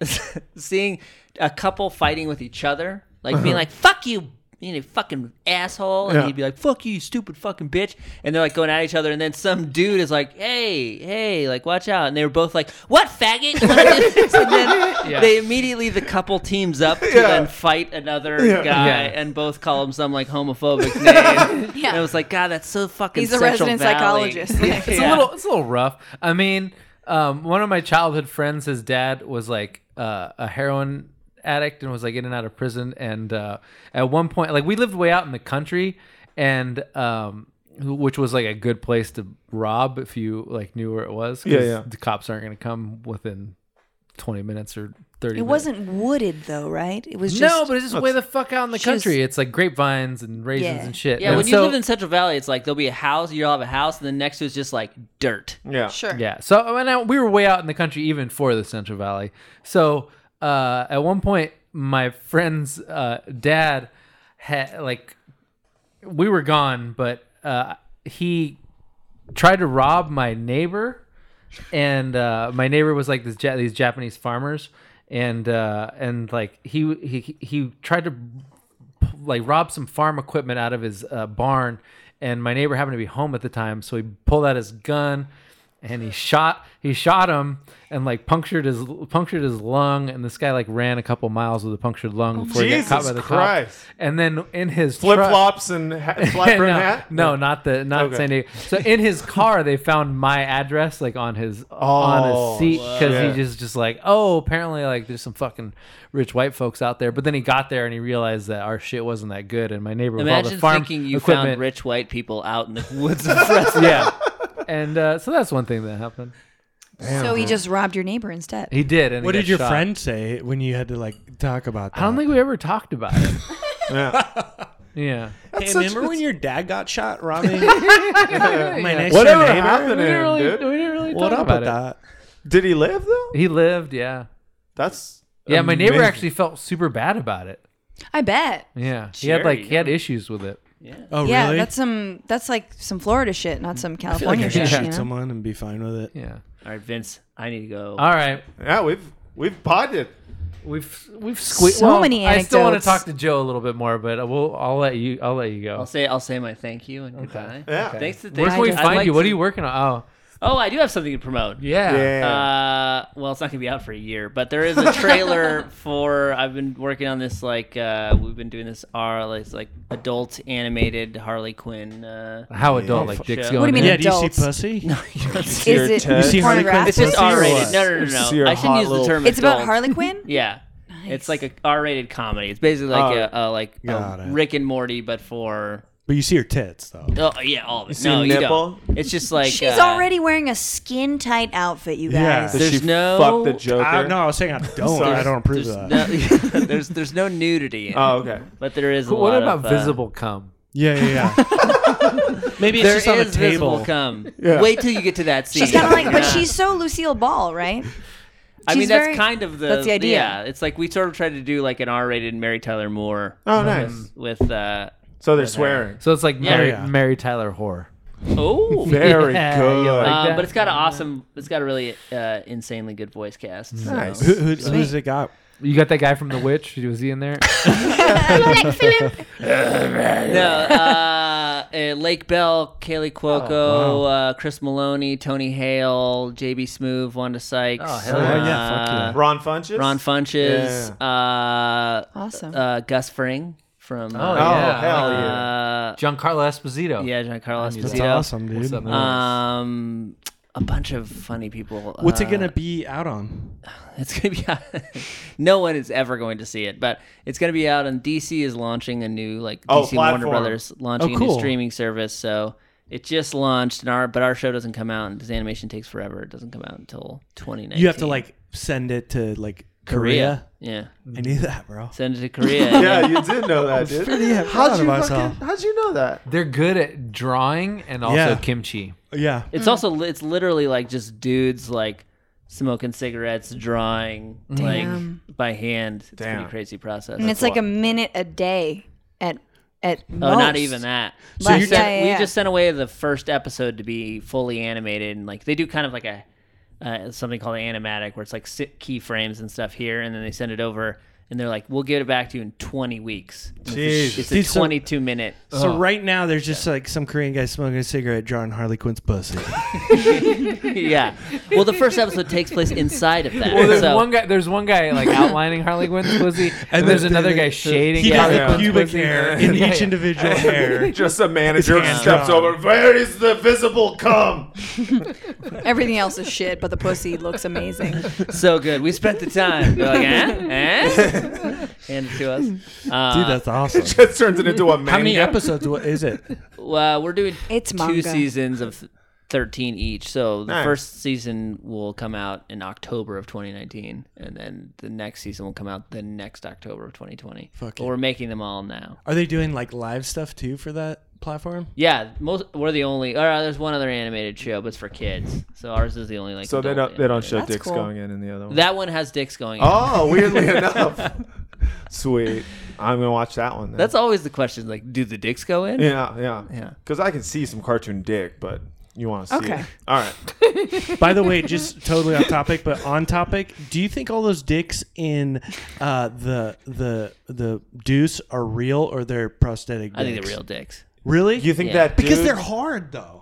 seeing a couple fighting with each other, like
Uh-huh.
being like "fuck you." You know, fucking asshole, and
Yeah.
he'd be like, "Fuck you, you stupid fucking bitch," and they're like going at each other, and then some dude is like, "Hey, hey, like watch out!" And they were both like, "What faggot?" You wanna do this?" and then
Yeah.
they immediately the couple teams up to then fight another guy
Yeah.
and both call him some like homophobic name.
Yeah.
And it was like, God, that's so fucking.
he's a
Central
resident
Valley.
psychologist.
Yeah.
it's a little, it's a little rough. I mean, um, one of my childhood friends, his dad was like uh, a heroin addict and was like in and out of prison. And uh, at one point, like we lived way out in the country, and um, who- which was like a good place to rob if you like knew where it was. 'cause
Yeah, yeah.
The cops aren't going to come within twenty minutes or thirty.
it wasn't wooded though, right? It was just
no, but it's just way the fuck out in the country. It's like grapevines and raisins
Yeah.
and shit.
Yeah,
And
when you
so-
live in Central Valley, it's like there'll be a house, you'll have a house, and the next to it's just like dirt.
yeah.
sure.
Yeah. So when I, we were way out in the country, even for the Central Valley. So uh, at one point, my friend's uh, dad had like we were gone, but uh, he tried to rob my neighbor, and uh, my neighbor was like this ja- these Japanese farmers, and uh, and like he he he tried to like rob some farm equipment out of his uh, barn, and my neighbor happened to be home at the time, so he pulled out his gun. And he shot, he shot him, and like punctured his punctured his lung, and this guy like ran a couple miles with a punctured lung before he got caught
Jesus
by the
Christ.
cops. And then in his
Flip
truck-
flops and ha- flat brim
no,
hat.
no, not the not
Okay.
San Diego. So in his car, they found my address like on his
Oh,
on his seat because
wow.
he just just like oh apparently like there's some fucking rich white folks out there. But then he got there and he realized that our shit wasn't that good. And my neighbor with all the
Imagine
farm
thinking you
equipment,
found rich white people out in the woods of Fresno.
yeah. And uh, so that's one thing that happened.
So he just robbed your neighbor instead.
He did. And he
What
got
did your
shot.
friend say when you had to like talk about that?
I don't think we ever talked about it.
Yeah.
Yeah.
Hey,
such-
remember when your dad got shot robbing Uh, my next door
Whatever
neighbor?
happened
We
to
didn't
him,
really,
dude?
we didn't really
What
talk
up
about
with
it.
that?
Did he live though?
He lived. Yeah.
That's
Yeah. My neighbor
amazing.
actually felt super bad about it.
I bet.
Yeah. He had
Sure,
like
you
he had issues with it.
Oh,
Yeah,
really?
that's some. That's like some Florida shit, not some
I feel like
California
I should
shit.
shoot
you know?
someone and be fine with it.
Yeah.
All right, Vince, I need to go.
All right.
yeah. We've we've potted.
We've we've squeezed
So many
I still want to
anecdotes.
talk to Joe a little bit more, but we'll I'll let you I'll let you
I'll
go.
say I'll say my thank you and goodbye.
Yeah.
Thanks to
Where
thanks-
can we
I'd
find
like
you? What
to-
are you working on? Oh,
Oh, I do have something to promote.
Yeah.
Uh, well, it's not gonna be out for a year, but there is a trailer for. I've been working on this like uh, we've been doing this R like, it's like adult animated Harley Quinn. Uh,
How adult? Like dicks
What
going.
do you
mean
in?
Yeah, do you see
Adults.
pussy?
it's
Is it
You
see Harley Quinn?
pornographic?
It's
just
Pussy or
R rated.
what?
No, no, no,
Just
no.
your
I
hot
shouldn't use the
little-
term.
It's about
adult.
Harley Quinn.
Yeah. It's like a R-rated comedy. It's basically like
Oh.
a, a like a
Got it.
Rick and Morty, but for
But you see her tits though.
oh yeah, all of it.
see
no,
a
you
nipple?
don't. It's just like
She's
uh,
already wearing a skin tight outfit, you
Yeah.
guys.
Does
There's
she
no-
fuck the Joker?
Uh, no, I was saying I don't.
Sorry.
I don't approve
There's
of that.
no, there's there's no nudity. In it,
Oh, okay.
But there is. A
What
lot
about
of, uh,
visible cum?
Yeah, yeah, yeah. Maybe it's
There
just on a
is visible
table.
cum. Wait till you get to that scene.
She's kind of like, but
Yeah.
she's so Lucille Ball, right?
I mean,
she's
that's
very-
kind of the.
that's the idea.
Yeah, it's like we sort of tried to do like an R-rated Mary Tyler Moore
Oh, nice.
with. uh
So they're swearing.
So it's like Mary,
yeah.
Mary Tyler whore.
Oh.
Very
Yeah,
good.
you like
Uh,
that?
but it's got an awesome. It's got a really uh, insanely good voice cast. so-
Nice.
Who, who, who's it got?
You got that guy from The Witch? Was he in there?
No, uh, uh, Lake Bell, Kaylee
Oh,
Cuoco, uh, Chris Maloney, Tony Hale, JB Smoove, Wanda Sykes.
Oh, hell
uh,
yeah.
Yeah, fuck yeah.
Ron Funches?
Ron Funches. Uh,
Awesome.
Uh, Gus Fring from.
Oh,
Oh,
uh,
Yeah.
hell yeah.
Uh,
Giancarlo Esposito.
yeah, Giancarlo
knew that.
That's
Zito.
Esposito.
awesome, dude.
What's up, man?
Um, a bunch of funny people.
What's
Uh,
it gonna be out on?
It's gonna be. Out, no one is ever going to see it, but it's gonna be out. And DC is launching a new like
Oh,
DC Warner
platform.
Brothers launching
Oh,
a new
cool.
streaming service. So it just launched, and our but our show doesn't come out because animation takes forever. It doesn't come out until 2019.
You have to like send it to like Korea.
Yeah,
I knew that, bro.
send it to Korea.
Yeah, you did know that, dude.
Yeah,
How'd
proud
you,
of
fucking,
myself.
how'd you know that?
They're good at drawing and also
Yeah.
kimchi.
Yeah.
It's also li- it's literally like just dudes like smoking cigarettes, drawing like by hand. It's a
Damn.
pretty crazy process.
And it's like a minute a day at at
Oh,
most.
not even that.
So
we,
you're
sent-
Yeah, yeah,
we
yeah.
just sent away the first episode to be fully animated, and like they do kind of like a uh, something called an animatic, where it's like sit keyframes and stuff here, and then they send it over, and they're like, "We'll get it back to you in 20 weeks." And It's
Jeez.
a, it's
Dude,
a
so-
22 minute.
So right now there's just like some Korean guy smoking a cigarette drawing Harley Quinn's pussy.
yeah. Well, the first episode takes place inside of that.
Well, there's
so,
one guy. There's one guy like outlining Harley Quinn's pussy, and, there's
then-
another
then-
guy shading.
He
Harley
got
Yeah.
Quinn's
the pubic
pussy.
hair in
Yeah,
each
yeah.
individual hair.
Just a manager
hand
steps
drawn.
over. Where is the visible cum?
Everything else is shit, but the pussy looks amazing.
so good. We spent the time. They're like, eh? Eh? Hand it to us. Uh,
Dude, that's awesome.
Just turns it into a manga.
How many episodes wa- is it?
Well, we're doing
It's
two
manga.
seasons of 13 each. So the
Nice.
first season will come out in October of 2019, and then the next season will come out the next October of 2020.
Fuck
but
yeah.
we're making them all now.
Are they doing like live stuff too for that platform?
Yeah, most we're the only. Or uh, there's one other animated show, but it's for kids. So ours is the only like.
So they
adult
don't they don't
animated.
show
That's
dicks
cool.
going in in the other one.
That one has dicks going. in.
oh, weirdly enough. Sweet. I'm gonna watch that one. Then.
That's always the question. Like, do the dicks go in?
yeah, yeah,
Yeah.
Because I can see some cartoon dick, but you want to see?
Okay.
It. All right.
By the way, just totally off topic, but on topic. Do you think all those dicks in uh, the the the Deuce are real or they're prosthetic? Dicks?
I think they're real dicks.
Really?
You think
Yeah.
that
because
dude-
they're hard though.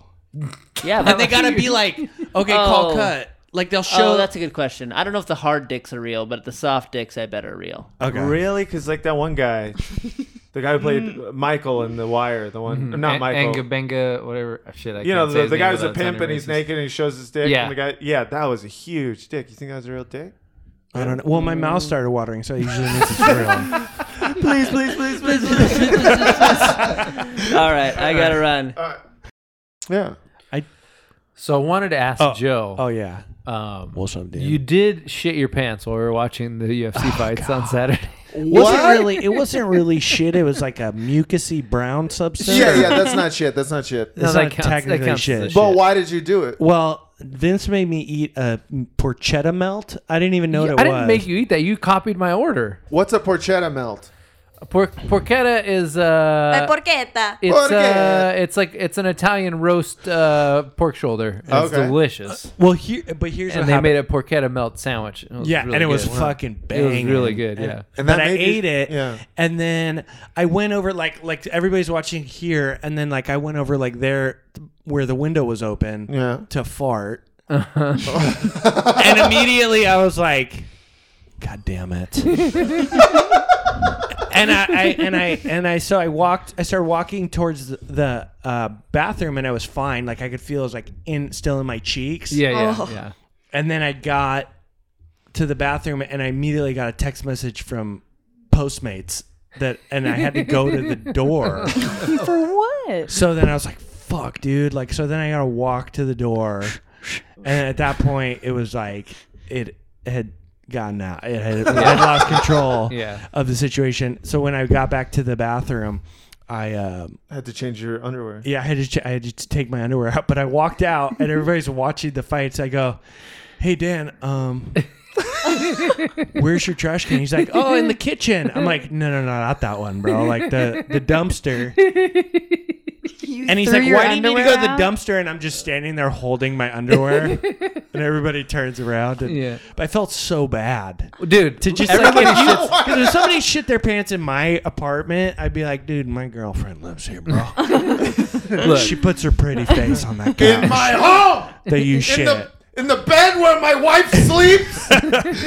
Yeah,
And they gotta be like, okay, call
Oh.
cut. Like they'll show.
oh, that's a good question. I don't know if the hard dicks are real, but the soft dicks, I bet, are real.
okay.
really? Because like that one guy, the guy who played Michael in The Wire, the one not
Mm-hmm. A-
Michael.
Anga Benga, whatever. Oh, Shit, I
you know,
can't say
the,
his
the
name
guy who's a
without
pimp
sounding
and he's
racist.
naked and he shows his dick.
Yeah.
And the guy, yeah, that was a huge dick. You think that was a real dick?
I don't know. Well, my
Mm.
mouth started watering, so I usually makes it real.
please, please, please, please.
All right, I gotta run.
Yeah.
So I wanted to ask
Oh.
Joe.
Oh yeah.
Um,
What's up, dude?
you did shit your pants while we were watching the UFC
Oh,
fights on Saturday.
wasn't really. It wasn't really shit. It was like a mucusy brown substance.
Yeah, yeah, that's not shit. That's not shit.
It's
that
not
counts- that
technically
counts as
shit.
shit.
But why did you do it?
Well, Vince made me eat a porchetta melt. I didn't even know what it
I
was.
didn't make you eat that. You copied my order.
What's a porchetta melt?
Por- porchetta is uh,
Porchetta.
it's uh,
Porchetta.
it's like it's an Italian roast uh, pork shoulder. And It's
Okay.
delicious.
Well, here, but here's
And
what
they
Uh, happened.
made a porchetta melt sandwich. It was
yeah,
really
and it was
good.
fucking
It
banging.
was really good. Yeah.
And
And
that
but I
made you-
ate it,
yeah.
and then I went over like like everybody's watching here, and then like I went over like there where the window was open,
Yeah.
to fart,
Uh-huh.
and immediately I was like, "God damn it!" and I, I and I and I so I walked. I started walking towards the, the uh, bathroom, and I was fine. Like I could feel it was like in still in my cheeks.
Yeah, yeah, yeah.
And then I got to the bathroom and I immediately got a text message from Postmates that and I had to go to the door.
For what?
So then I was like, fuck, dude. Like so then I gotta walk to the door. And at that point it was like it had gotten out. It had, it had lost control
Yeah.
of the situation. So when I got back to the bathroom, I um
Had to change your underwear.
yeah, I had to ch- I had to take my underwear out, but I walked out and everybody's watching the fights. I go, "Hey Dan, um, where's your trash can?" He's like, "Oh, in the kitchen." I'm like, "No, no, no, not that one, bro. Like the the dumpster." and he's
threw
like,
your
"Why do you need to
underwear
go to the
out?"
dumpster?" And I'm just standing there holding my underwear, and everybody turns around. And,
Yeah.
but I felt so bad.
Dude,
To just
everybody
like, if, you,
shits.
'cause if somebody shit their pants in my apartment, I'd be like, dude, my girlfriend lives here, bro.
Look.
She puts her pretty face on that
In
couch
my home.
that you
In
shit.
the in the bed where my wife sleeps,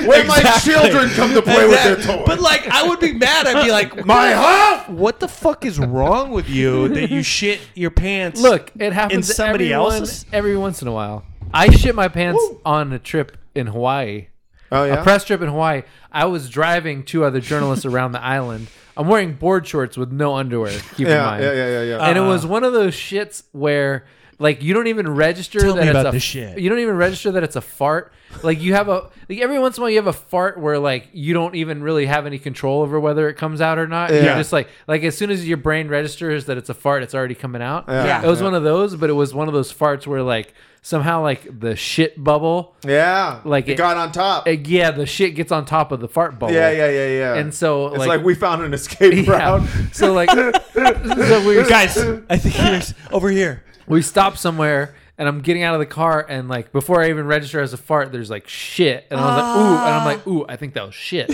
where my children come to play with their toys.
But like, I would be mad. I'd be like,
my home.
what the fuck is wrong with you that you shit your pants?
Look, it happens
In somebody
to everyone
else's?
every once in a while. I shit my pants on a trip in Hawaii.
Oh yeah.
a press trip in Hawaii. I was driving two other journalists around the island. I'm wearing board shorts with no underwear. Keep in
yeah,
mind,
yeah, yeah, yeah, yeah.
and it
Uh-uh.
was one of those shits where like you don't even register
Tell
that
me
it's
about
a
this shit.
you don't even register that it's a fart. Like you have a like every once in a while you have a fart where like you don't even really have any control over whether it comes out or not. You're
Yeah.
just like like as soon as your brain registers that it's a fart, it's already coming out.
Yeah.
It was one of those, but it was one of those farts where like somehow like the shit bubble
yeah.
like
it,
it-
got on top.
uh, yeah, the shit gets on top of the fart bubble.
yeah, yeah, yeah, yeah.
And so,
it's
like-
like, we found an escape route.
So like, so we
guys, I think there's over here.
we stop somewhere, and I'm getting out of the car, and like before I even register as a fart, there's like shit, and I was like, ooh, and I'm like, ooh, I think that was shit.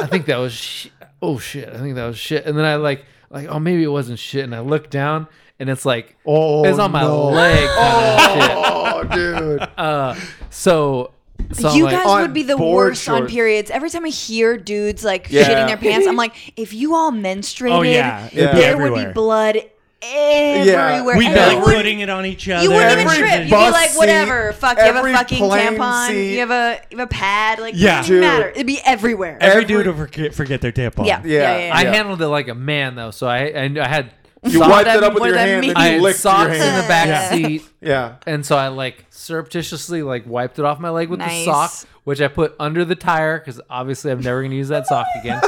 I think that was sh- oh shit. I think that was shit. And then I like like oh maybe it wasn't shit, and I look down, and it's like
Oh,
it's on my
no.
leg. Kind of shit.
Oh, dude.
So. So I'm
you
like,
guys
on
would be the
board
worst on
shorts.
periods. Every time I hear dudes like
Yeah.
shitting their pants, I'm like, if you all menstruated,
Oh yeah, it'd
Yeah.
be
there
everywhere.
would be blood everywhere.
We'd be
and you
like
wouldn't-
putting it on each other.
you wouldn't even
Every
trip. You'd be
bus
like,
seat,
whatever. Fuck, you have
every
a fucking
plane
tampon.
seat.
You have a you have a pad. Like,
Yeah.
yeah. it doesn't
Dude.
even matter. It'd be everywhere.
Every,
Every-
dude would forget, forget their tampon.
yeah.
Yeah.
yeah, yeah, yeah.
I
Yeah.
handled it like a man though, so I I, I had
You
socks-
wiped
that-
it up with
what
your
does that
hand,
mean?
then
I
you
had
licked your
socks
hand.
in the back seat,
Yeah.
and so I like surreptitiously like wiped it off my leg with the
Nice.
sock, which I put under the tire because obviously I'm never gonna use that sock again.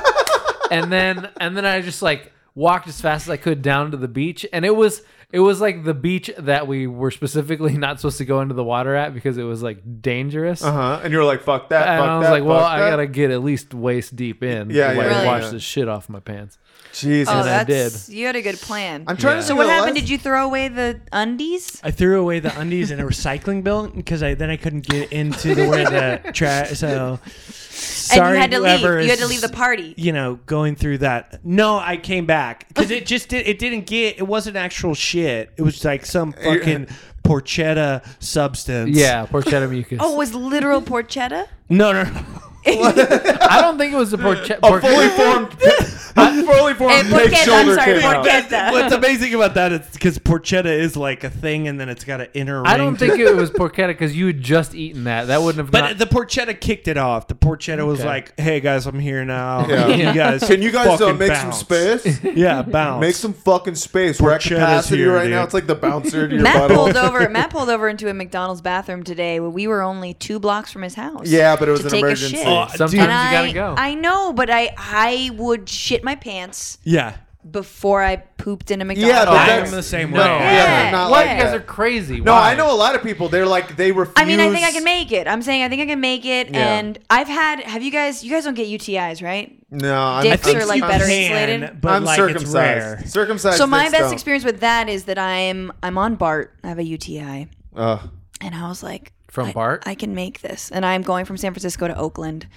and then and then I just like walked as fast as I could down to the beach, and it was it was like the beach that we were specifically not supposed to go into the water at because it was like dangerous.
Uh huh. And you were like, "Fuck that."
And
fuck
I was
that,
like, well,
fuck
I
that.
gotta get at least waist deep in,
Yeah,
to,
yeah,
like,
yeah,
wash
yeah.
this shit off my pants.
Jesus.
Oh,
And I
that's you had a good plan.
I'm trying to.
so what happened? Did you throw away the undies?
I threw away the undies in a recycling bill because I then I couldn't get into the where the trash. So sorry,
and you had to
whoever
leave. You had to
is,
leave the party.
You know, going through that. No, I came back because it just did. It didn't get. It wasn't actual shit. It was like some fucking porchetta substance.
Yeah, porchetta mucus.
Oh, it was literal porchetta?
No, no. no.
I don't think it was the porchetta.
A fully formed, a fully formed
Eh,
pig
porchetta,
shoulder
I'm sorry,
came out.
porchetta.
What's amazing about that is because porchetta is like a thing, and then it's got an inner ring.
I don't
to
think it was porchetta because you had just eaten that. That wouldn't have.
But
not-
the porchetta kicked it off. The porchetta was
Okay.
like, "Hey guys, I'm here now.
Yeah.
You guys,
Can you guys uh,
fucking
make
bounce."
some space?
Yeah, bounce.
Make some fucking space. We're at
Porchetta's
capacity
here,
right
dude.
now. It's like the bouncer to your
Matt
butthole.
pulled over. Matt pulled over into a McDonald's bathroom today. Where we were only two blocks from his house.
Yeah, but it was
to
an
take a
emergency.
shit. Oh,
sometimes
And
you gotta
I-
go.
I know, but I I would shit my pants
Yeah.
before I pooped in a McDonald's.
Yeah, but
box.
I'm
that's-
the same
no.
way.
Yeah,
they're not
What?
like
you guys
that.
are crazy.
No,
Why?
I know a lot of people. They're like they refuse.
I mean, I think I can make it. I'm saying I think I can make it.
Yeah.
And I've had. Have you guys? You guys don't get UTIs, right?
No, I'm,
Dicks
I'm,
are like better
can,
insulated.
but
I'm
like
circumcised.
it's rare.
Circumcised.
so my
dicks
best
don't.
experience with that is that I'm I'm on Bart. I have a UTI,
Ugh.
and I was like,
From
I-
Bart?
I can make this. And I'm going from San Francisco to Oakland,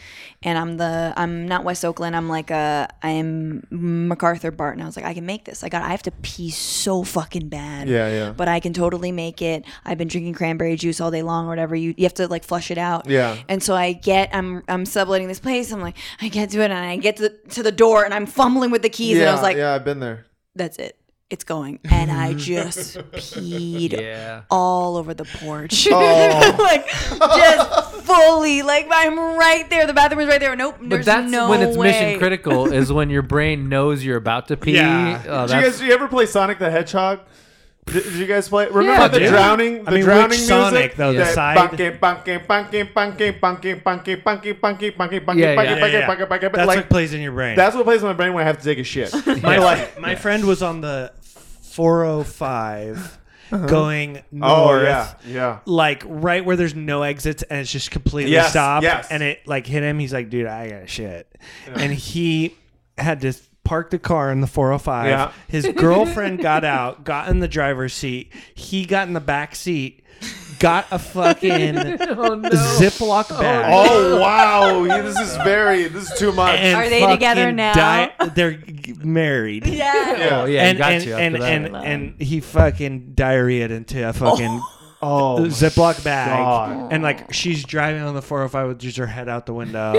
and I'm the I'm not West Oakland. I'm like a I'm MacArthur Bart, and I was like, I can make this. I got I have to pee so fucking bad.
Yeah, yeah.
But I can totally make it. I've been drinking cranberry juice all day long or whatever. You you have to like flush it out.
Yeah.
And so I get I'm I'm subletting this place. I'm like I get to it, and I get to the, to the door, and I'm fumbling with the keys,
yeah,
and I was like,
yeah, I've been there.
that's it. It's going. And I just peed
Yeah.
all over the porch.
Oh.
like, just fully. Like, I'm right there. The bathroom is right there. Nope.
But
there's
that's
no
when it's
way.
mission critical is when your brain knows you're about to pee. Oh,
Yeah.
Did you guys?
that's-
Did you ever play Sonic the Hedgehog? Did, did you guys play? Remember
Yeah,
the
dude.
drowning? The
I mean, which
drowning music?
Sonic, though? The
That
side?
bunky, bunky, bunky, bunky, bunky, bunky, bunky, bunky, bunky, bunky,
Yeah, yeah,
bunky,
yeah,
bunky,
yeah.
bunky, bunky,
That's
like-
what plays in your brain.
That's what plays in my brain when I have to take a shit.
my
Yeah.
like my friend was on the 405
Uh-huh.
going north.
Oh yeah, yeah.
Like right where there's no exits and it's just completely
Yes,
stopped.
yes.
And it like hit him. He's like, dude, I got shit. And he had to park the car in the 405.
Yeah.
His girlfriend got out, got in the driver's seat. He got in the back seat, got a fucking
oh no.
Ziploc bag.
Oh wow, Yeah, this is very. This is too much.
and
Are they together
fucking
now?
di- they're g- married.
Yeah.
yeah.
Oh, yeah, he
and
got
and
you after
and,
that.
and, and he fucking diarrheaed into a fucking
Oh, my
Ziploc bag,
God.
and like she's driving on the 405 with just her head out the window.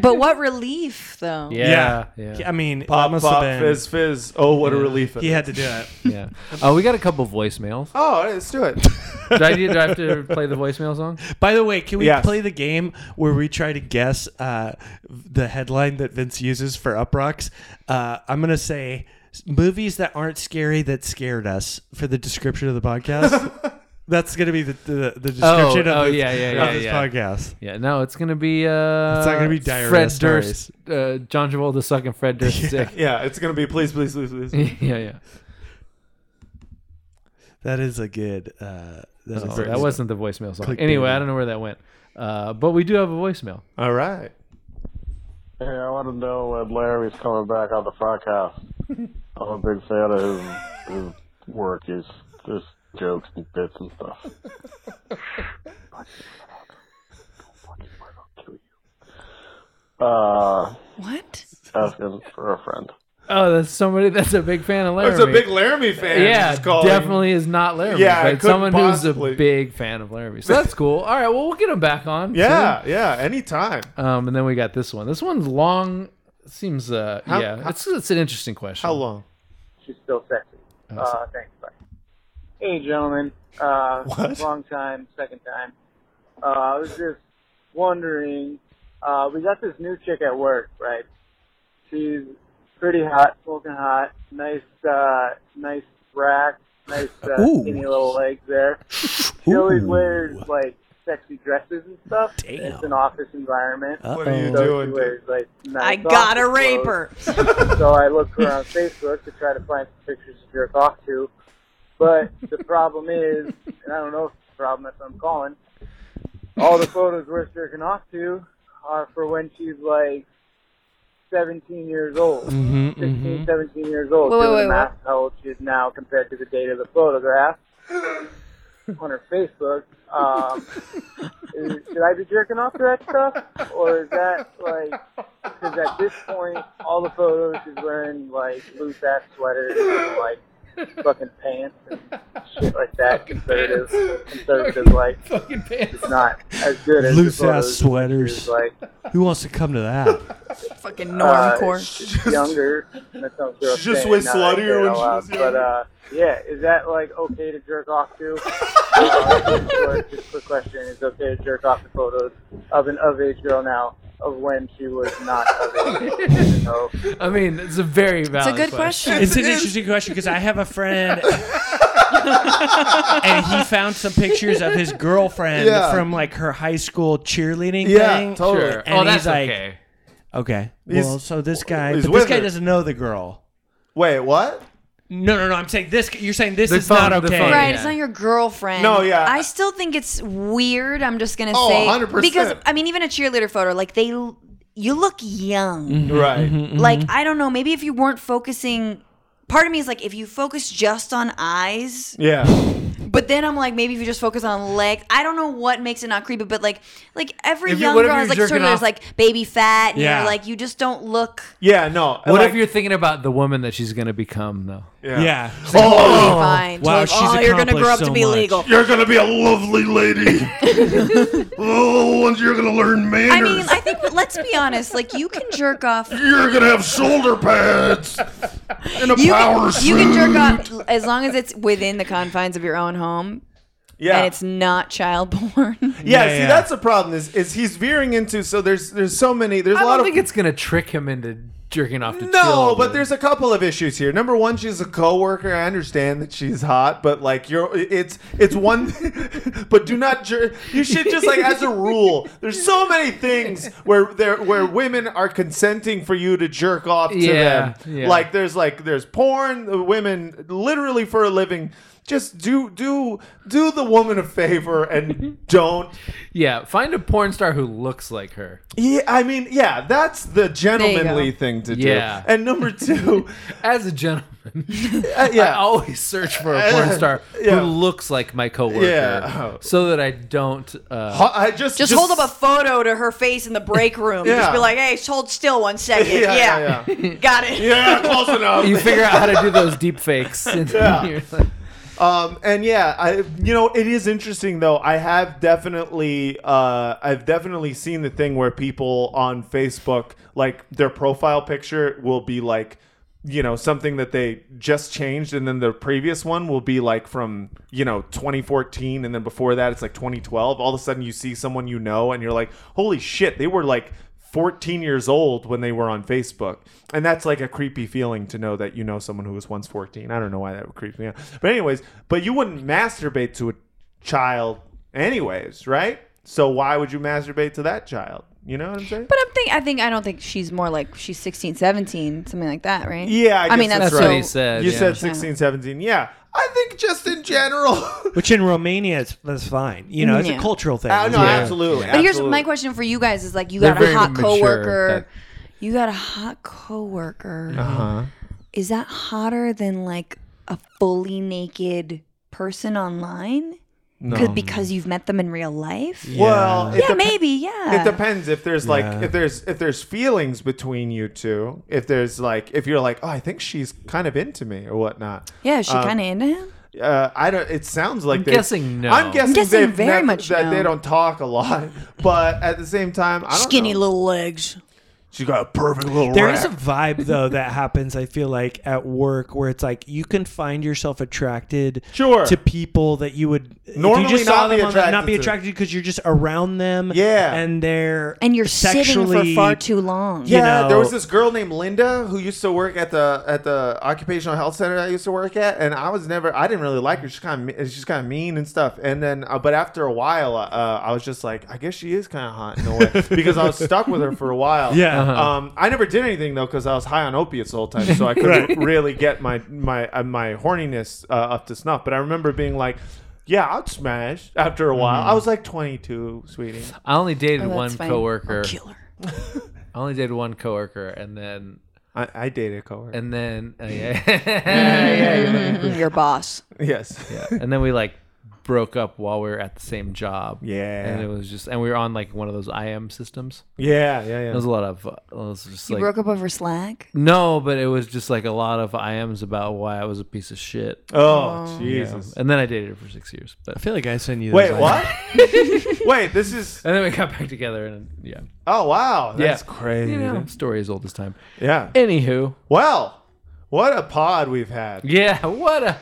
But what relief, though.
yeah, yeah,
I mean, that
Pop,
must
pop,
have been.
fizz, fizz. Oh, what a relief! it
He
is.
had to do it.
yeah. Oh, we got a couple voicemails.
Oh, all right, let's do it.
Do I, do I have to play the voicemail song?
By the way, can we
Yes.
play the game where we try to guess uh, the headline that Vince uses for Uprocks? Uh, I'm gonna say movies that aren't scary that scared us for the description of the podcast. That's gonna be the the, the description
Oh,
of,
oh,
this,
yeah, yeah,
of
yeah,
this
yeah.
podcast.
Yeah, no, it's gonna be. Uh,
It's not gonna be diarrhea
Fred
stories.
Durst, uh, John Travolta sucking Fred Durst's dick.
Yeah, it's gonna be please, please, please, please.
yeah, yeah.
That is a good. Uh, that,
Oh,
is a
that
good-
wasn't the voicemail song.
Clickbait.
Anyway, I don't know where that went. Uh, but we do have a voicemail.
All right.
Hey, I want to know when Larry's coming back on the Fuck House. I'm a big fan of his, his work. He's just jokes and bits and stuff. Uh,
What?
asking for a friend.
Oh, that's somebody that's a big fan of Laramie.
It's a big Laramie fan.
yeah,
Just calling.
definitely is not Laramie.
Yeah, I
but
couldn't
someone who's
possibly-
a big fan of Laramie. So that's cool. All right, well, we'll get him back on.
Yeah, yeah. Anytime.
soon. Um, and then we got this one. This one's long. Seems uh,
How-
yeah.
how-
it's it's an interesting question.
How long?
She's still sexy. Uh, thanks. Bye. Hey, gentlemen. Uh,
What?
Long time, second time. Uh, I was just wondering. Uh, we got this new chick at work, right? She's pretty hot, smoking hot, nice, uh, nice rack, nice uh,
Ooh.
skinny little legs there. She always wears like sexy dresses and stuff.
Damn. Oh.
It's an office environment.
What are you
Oh.
So
doing?
she
dude?
wears, like, nice
I gotta
office
rape
clothes.
her.
So I looked her on Facebook to try to find some pictures to jerk off to. But the problem is, and I don't know if it's a problem, that's what I'm calling, all the photos we're jerking off to are for when she's like 17 years old.
Mhm,
16,
mhm.
17 years old.
Wait,
Doing
wait, wait,
the math how old she is now compared to the date of the photograph on her Facebook. Um, is, should I be jerking off to that stuff? Or is that like, because at this point, all the photos she's wearing like loose ass sweaters and like fucking pants and shit like that. Conservative, conservative, like
Fucking pants.
it's not as good as the
Loose ass
photos
sweaters.
Like
Who wants to come to that?
Fucking
uh,
normcore.
she's younger. That sounds gross
She just
saying
was
now that I say
sluttier
it
when
out
she
loud,
was
But uh, yeah, is that like okay to jerk off to? uh, or just a quick question: Is it okay to jerk off the photos of an of age girl now of when she was not of age? You know?
I mean, it's a very valid.
It's a good question.
It's an interesting question because I have a friend, and he found some pictures of his girlfriend
Yeah.
from like her high school cheerleading
Yeah,
thing.
totally.
Sure.
And
oh,
he's
that's
like-
okay.
Okay,
He's-
well, so this guy,
he's
but this
with
guy
her.
doesn't know the girl.
Wait, what?
No, no, no. I'm saying this. You're saying this
They're
is
fine,
not
they're
okay.
fine.
Right,
Yeah.
it's not your girlfriend.
No, yeah.
I still think it's weird. I'm just gonna
Oh,
say
100%.
because I mean, even a cheerleader photo, like they, you look young.
Mm-hmm.
Right.
Like I don't know, maybe if you weren't focusing. Part of me is like, if you focus just on eyes,
Yeah.
but then I'm like, maybe if you just focus on legs, I don't know what makes it not creepy, but like, like every
If you-
young
what if
girl
you're
has like
jerking
certain there's
off-
like baby fat, and
Yeah.
you're like, you just don't look.
Yeah, no.
What
like-
if you're thinking about the woman that she's gonna become though?
Yeah.
Yeah.
Oh, fine.
wow,
Like,
she's
oh, you're gonna
accomplished
grow up
so
to be
much.
legal.
You're gonna be a lovely lady. oh, and you're gonna learn manners.
I mean, I think let's be honest. Like you can jerk off.
you're gonna have shoulder pads and a
You can, you can jerk off as long as it's within the confines of your own home
yeah.
and it's not child porn.
yeah,
Yeah,
see,
yeah.
that's the problem. Is is he's veering into? So there's there's so many. There's a
I
lot
don't
of
think it's gonna trick him into jerking off to
No,
children.
but there's a couple of issues here. Number one, she's a coworker. I understand that she's hot, but like you're, it's it's one. but do not jer- you should just like as a rule. There's so many things where there where women are consenting for you to jerk off to
Yeah,
them.
yeah.
Like there's like there's porn. The women literally for a living. Just do do do the woman a favor and don't.
yeah, find a porn star who looks like her.
Yeah, I mean, yeah, that's the gentlemanly thing to do.
Yeah.
And number two,
As a gentleman,
uh,
I
yeah,
always search for a porn star
Yeah.
who looks like my coworker,
Yeah.
so that I don't. Uh,
Ho- I just,
Just, hold up a photo to her face in the break room.
Yeah.
Just be like, hey, hold still one second.
Yeah,
Yeah.
yeah, yeah.
Got it.
yeah, close enough.
you figure out how to do those deep fakes. And
Yeah.
you're like-
um, and yeah, I you know it is interesting though. I have definitely uh, I've definitely seen the thing where people on Facebook like their profile picture will be like you know something that they just changed and then their previous one will be like from you know 2014 and then before that it's like 2012 all of a sudden you see someone you know and you're like holy shit they were like 14 years old when they were on Facebook. And that's like a creepy feeling to know that you know someone who was once 14. I don't know why that would creep me out. But, anyways, but you wouldn't masturbate to a child, anyways, right? So, why would you masturbate to that child? You know what I'm saying?
But I'm think I think I don't think she's more like she's 16, 17, something like that, right?
yeah, I, guess
mean,
that's
that's
what
so-
he said.
You
yeah.
said 16, 17. Yeah. I think just in general.
Which in Romania, it's, that's fine. You know, it's
Yeah.
a cultural thing.
Uh, no,
Yeah.
absolutely.
But here's
absolutely.
my question for you guys: Is like you
They're
got a
very
hot
mature,
coworker,
that-
you got a hot coworker. Is that hotter than like a fully naked person online? Could- because you've met them in real life. Yeah,
Well, it dep-
maybe. Yeah.
It depends if there's like
Yeah.
if there's if there's feelings between you two. If there's like if you're like, oh, I think she's kind of into me or whatnot.
yeah, is she
Um,
kind of into him.
Uh, I don't. It sounds like they-
guessing no.
I'm guessing,
I'm guessing
they've
very
nev-
much
that
no.
they don't talk a lot. But at the same time, I don't
Skinny
know.
little legs.
She got a perfect little.
There is a
rack.
vibe though that happens. I feel like at work where it's like you can find yourself attracted
Sure.
to people that you would if you
Normally
just
not
saw
be
them on the- not
attracted
be
to.
attracted because you're just around them.
Yeah.
and they're
And you're sitting for
sexually-
far too long.
you
yeah, there
know-
was this girl named Linda who used to work at the at the occupational health center I used to work at, and I was never I didn't really like her. She's kind of she's kind of mean and stuff. And then, uh, but after a while, uh, I was just like, I guess she is kind of hot in a way because I was stuck with her for a while.
Yeah. Uh-huh.
Um, I never did anything though because I was high on opiates the whole time, so I couldn't really get my my uh, my horniness uh, up to snuff. But I remember being like. Yeah, I'd smash after a while. I was like 22, sweetie.
I only dated
Oh, that's
one
fine.
coworker.
Killer.
I only dated one coworker, and then
I, I dated a coworker.
and then uh, yeah. yeah, yeah.
Mm-hmm. Your boss.
yes. Yeah.
and then we like broke up while we were at the same job.
Yeah.
and it was just and we were on like one of those IM systems.
Yeah, yeah, yeah.
It was a lot of uh, it was just
You
like
broke up over Slack.
no, but it was just like a lot of IMs about why I was a piece of shit.
Oh,
you know?
Jesus.
And then I dated her for six years, but
I feel like I send you.
Wait, what? Wait, this is.
and then we got back together, and yeah,
Oh, wow. That's
Yeah.
crazy.
you know, story is old as time.
Yeah.
Anywho,
Well, what a pod we've had.
yeah, what a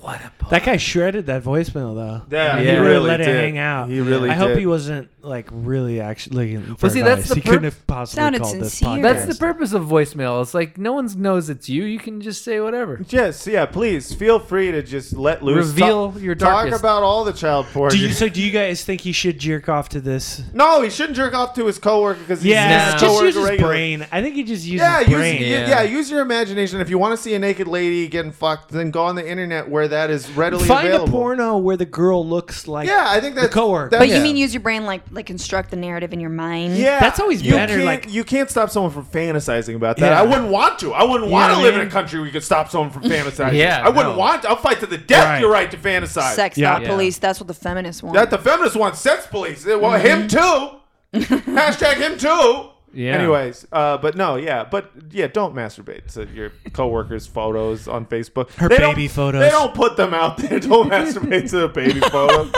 What a book.
That guy shredded that voicemail though.
Yeah,
he,
he
really,
really
let it
did.
hang out.
He really
I hope
did.
he wasn't like really actually. Looking for
Well, see,
advice.
that's the
he
per-
couldn't have possibly
Sounded
called
sincere.
this podcast.
That's the purpose of voicemail. It's like no one knows it's you. You can just say whatever.
Yes, yeah. Please feel free to just let loose.
Reveal
talk,
your
Talk
darkest.
about all the child porn.
Do you, so do you guys think he should jerk off to this?
no, he shouldn't jerk off to his coworker because he's
Yeah,
his
No.
just
coworker
use his
regularly.
brain. I think he just uses
Yeah,
his
use,
brain.
u- yeah.
Yeah.
use your imagination. If you want to see a naked lady getting fucked, then go on the internet where that is readily
Find
available.
a porno where the girl looks like.
Yeah, I think
the
that's
coworker.
that's-
But
Oh, yeah.
you mean use your brain like like construct the narrative in your mind?
Yeah,
Mm-hmm. That's always
you
better,
Can't,
like-
you can't stop someone from fantasizing about that.
Yeah.
I wouldn't want to. I wouldn't
You
want
know
to
what I
live in
mean?
a country where you could stop someone from fantasizing.
Yeah,
I wouldn't
no.
want. To. I'll fight to the death
Right.
your right to fantasize.
Sex,
Yeah.
not
Yeah.
police. That's what the feminists want.
That the feminists want sex police. They want him too.
Mm-hmm.
Hashtag him too.
Yeah.
Anyways, uh, but no, yeah, but yeah, don't masturbate to your coworkers' photos on Facebook.
Her
don't-
baby photos.
They don't put them out there. Don't masturbate to the baby photos.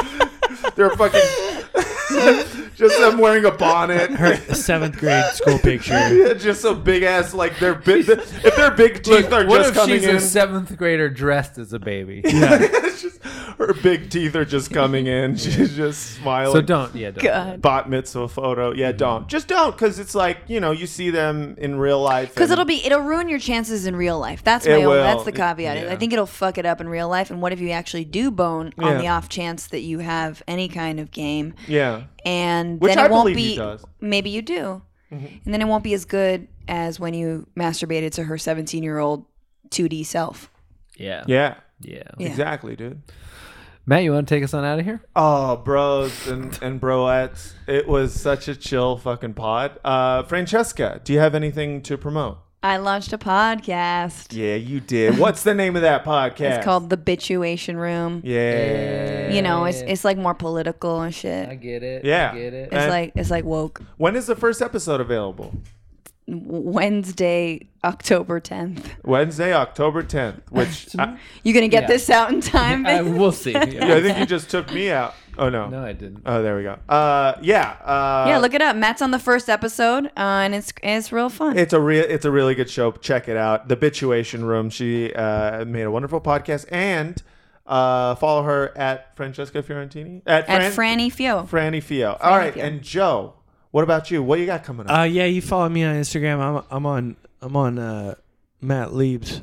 They're fucking just them wearing a bonnet.
Her seventh grade school picture.
Yeah, just a big ass like their big. If their big teeth are
what
just
if
coming
she's
in,
a seventh grader dressed as a baby?
It's just- her big teeth are just coming in. She's just smiling.
so don't. Yeah, don't.
God.
bot mitzvah photo. Yeah, don't. Just don't, because it's like, you know, you see them in real life.
Because
and-
it'll be it'll ruin your chances in real life. That's
It
my
will.
own, that's the caveat.
Yeah.
I think it'll fuck it up in real life. And what if you actually do bone
Yeah.
on the off chance that you have any kind of game,
Yeah.
and
Which
then
I
it won't
believe he
be.
does. Mm-hmm.
Maybe you do, and then it won't be as good as when you masturbated to her seventeen year old two D self.
Yeah.
Yeah.
Yeah.
Yeah.
Exactly, dude.
Matt, you want to take us on out of here?
Oh, bros and, and broettes. It was such a chill fucking pod. Uh, Francesca, do you have anything to promote?
I launched a podcast.
Yeah, you did. What's the name of that podcast?
It's called the Bituation Room.
Yeah.
You know, it's it's like more political and shit. It's
get it.
Yeah. And
like it's like woke.
when is the first episode available?
Wednesday, October tenth.
Wednesday, October 10th, which I,
You gonna get
Yeah.
this out in time?
Uh,
babe?
we'll see.
yeah, I think you just took me out. Oh, no.
No, I didn't.
Oh, there we go. Uh, yeah. Uh,
yeah, look it up. Matt's on the first episode, uh, and it's it's real fun.
It's a real, it's a really good show. Check it out. The Bituation Room. She uh, made a wonderful podcast, and uh, follow her at Francesca Fiorentini at,
At
Fran-
Franny Fio.
Franny Fio. All right,
Fio.
and Joe, what about you? What you got coming up?
Uh, yeah, you follow me on Instagram. I'm I'm on I'm on uh, Matt Lieb's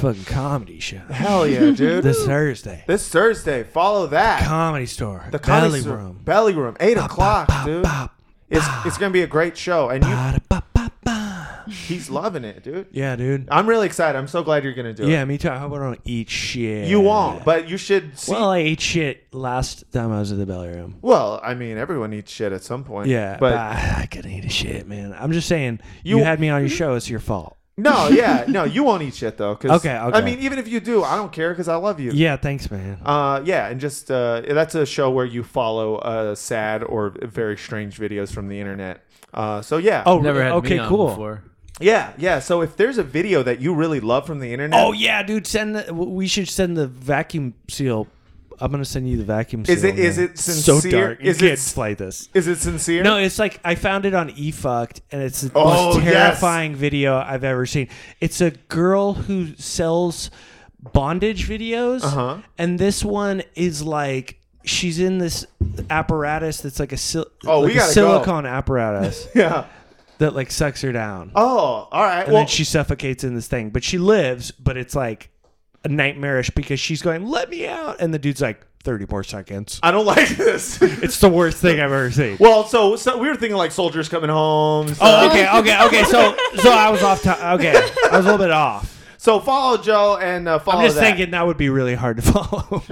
fucking comedy show
Hell yeah, dude!
Uh, this
this,
Thursday.
Thursday, follow that.
Comedy store.
the
Comedy
Comedy
Belly
Store-
room.
Belly Room, eight o'clock,
Bop,
dude.
bop,
It's it's gonna be a great show, and you,
bada, bop, bop, bop.
he's loving it, dude.
Yeah, dude.
I'm really excited. I'm so glad you're gonna do
Yeah,
it.
me too. I hope I don't eat shit.
You won't, but you should. See,
Well, I ate shit last time I was at the belly room.
Well, I mean, everyone eats shit at some point.
Yeah, but,
but
I, I couldn't eat a shit, man. I'm just saying, you,
You-
had me on your show. It's your fault.
no, yeah, no, you won't eat shit though. 'cause-
Okay, okay.
I mean, even if you do, I don't care because I love you.
Yeah, thanks, man.
Uh, yeah, and just uh, that's a show where you follow uh, sad or very strange videos from the internet. Uh, so yeah,
oh,
Never had
okay,
me on
cool.
before.
yeah, yeah. So if there's a video that you really love from the internet,
Oh yeah, dude. Send the. w- We should send the vacuum seal. I'm gonna send you the vacuum seal.
Is it- is
man.
it
so
sincere?
dark? You
Is it
can't
s-
play this.
is it sincere?
No, it's like I found it on eFucked, and it's the
Oh,
most
yes.
terrifying video I've ever seen. It's a girl who sells bondage videos,
Uh-huh.
and this one is like she's in this apparatus that's like a, sil-
Oh, we
like a
gotta go.
silicone apparatus
Yeah.
that like sucks her down,
Oh, all right.
and
well,
then she suffocates in this thing. But she lives, but it's like nightmarish because she's going, "Let me out," and the dude's like, 30 more seconds."
I don't like this.
It's the worst thing I've ever seen.
well, so so we were thinking like soldiers coming home. stuff.
Oh, okay, okay, okay. So, so I was off. To- okay, I was a little bit off.
So follow Joe and uh, follow.
I'm just
that.
thinking that would be really hard to follow.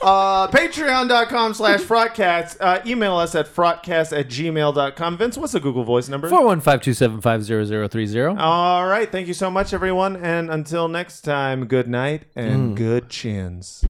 Uh, Patreon.com slash Frotcats. Uh, email us at frotcast at gmail.com. Vince, what's the Google Voice number?
Four one five two seven five zero zero three zero.
All right. Thank you so much, everyone. And until next time, good night and good chins.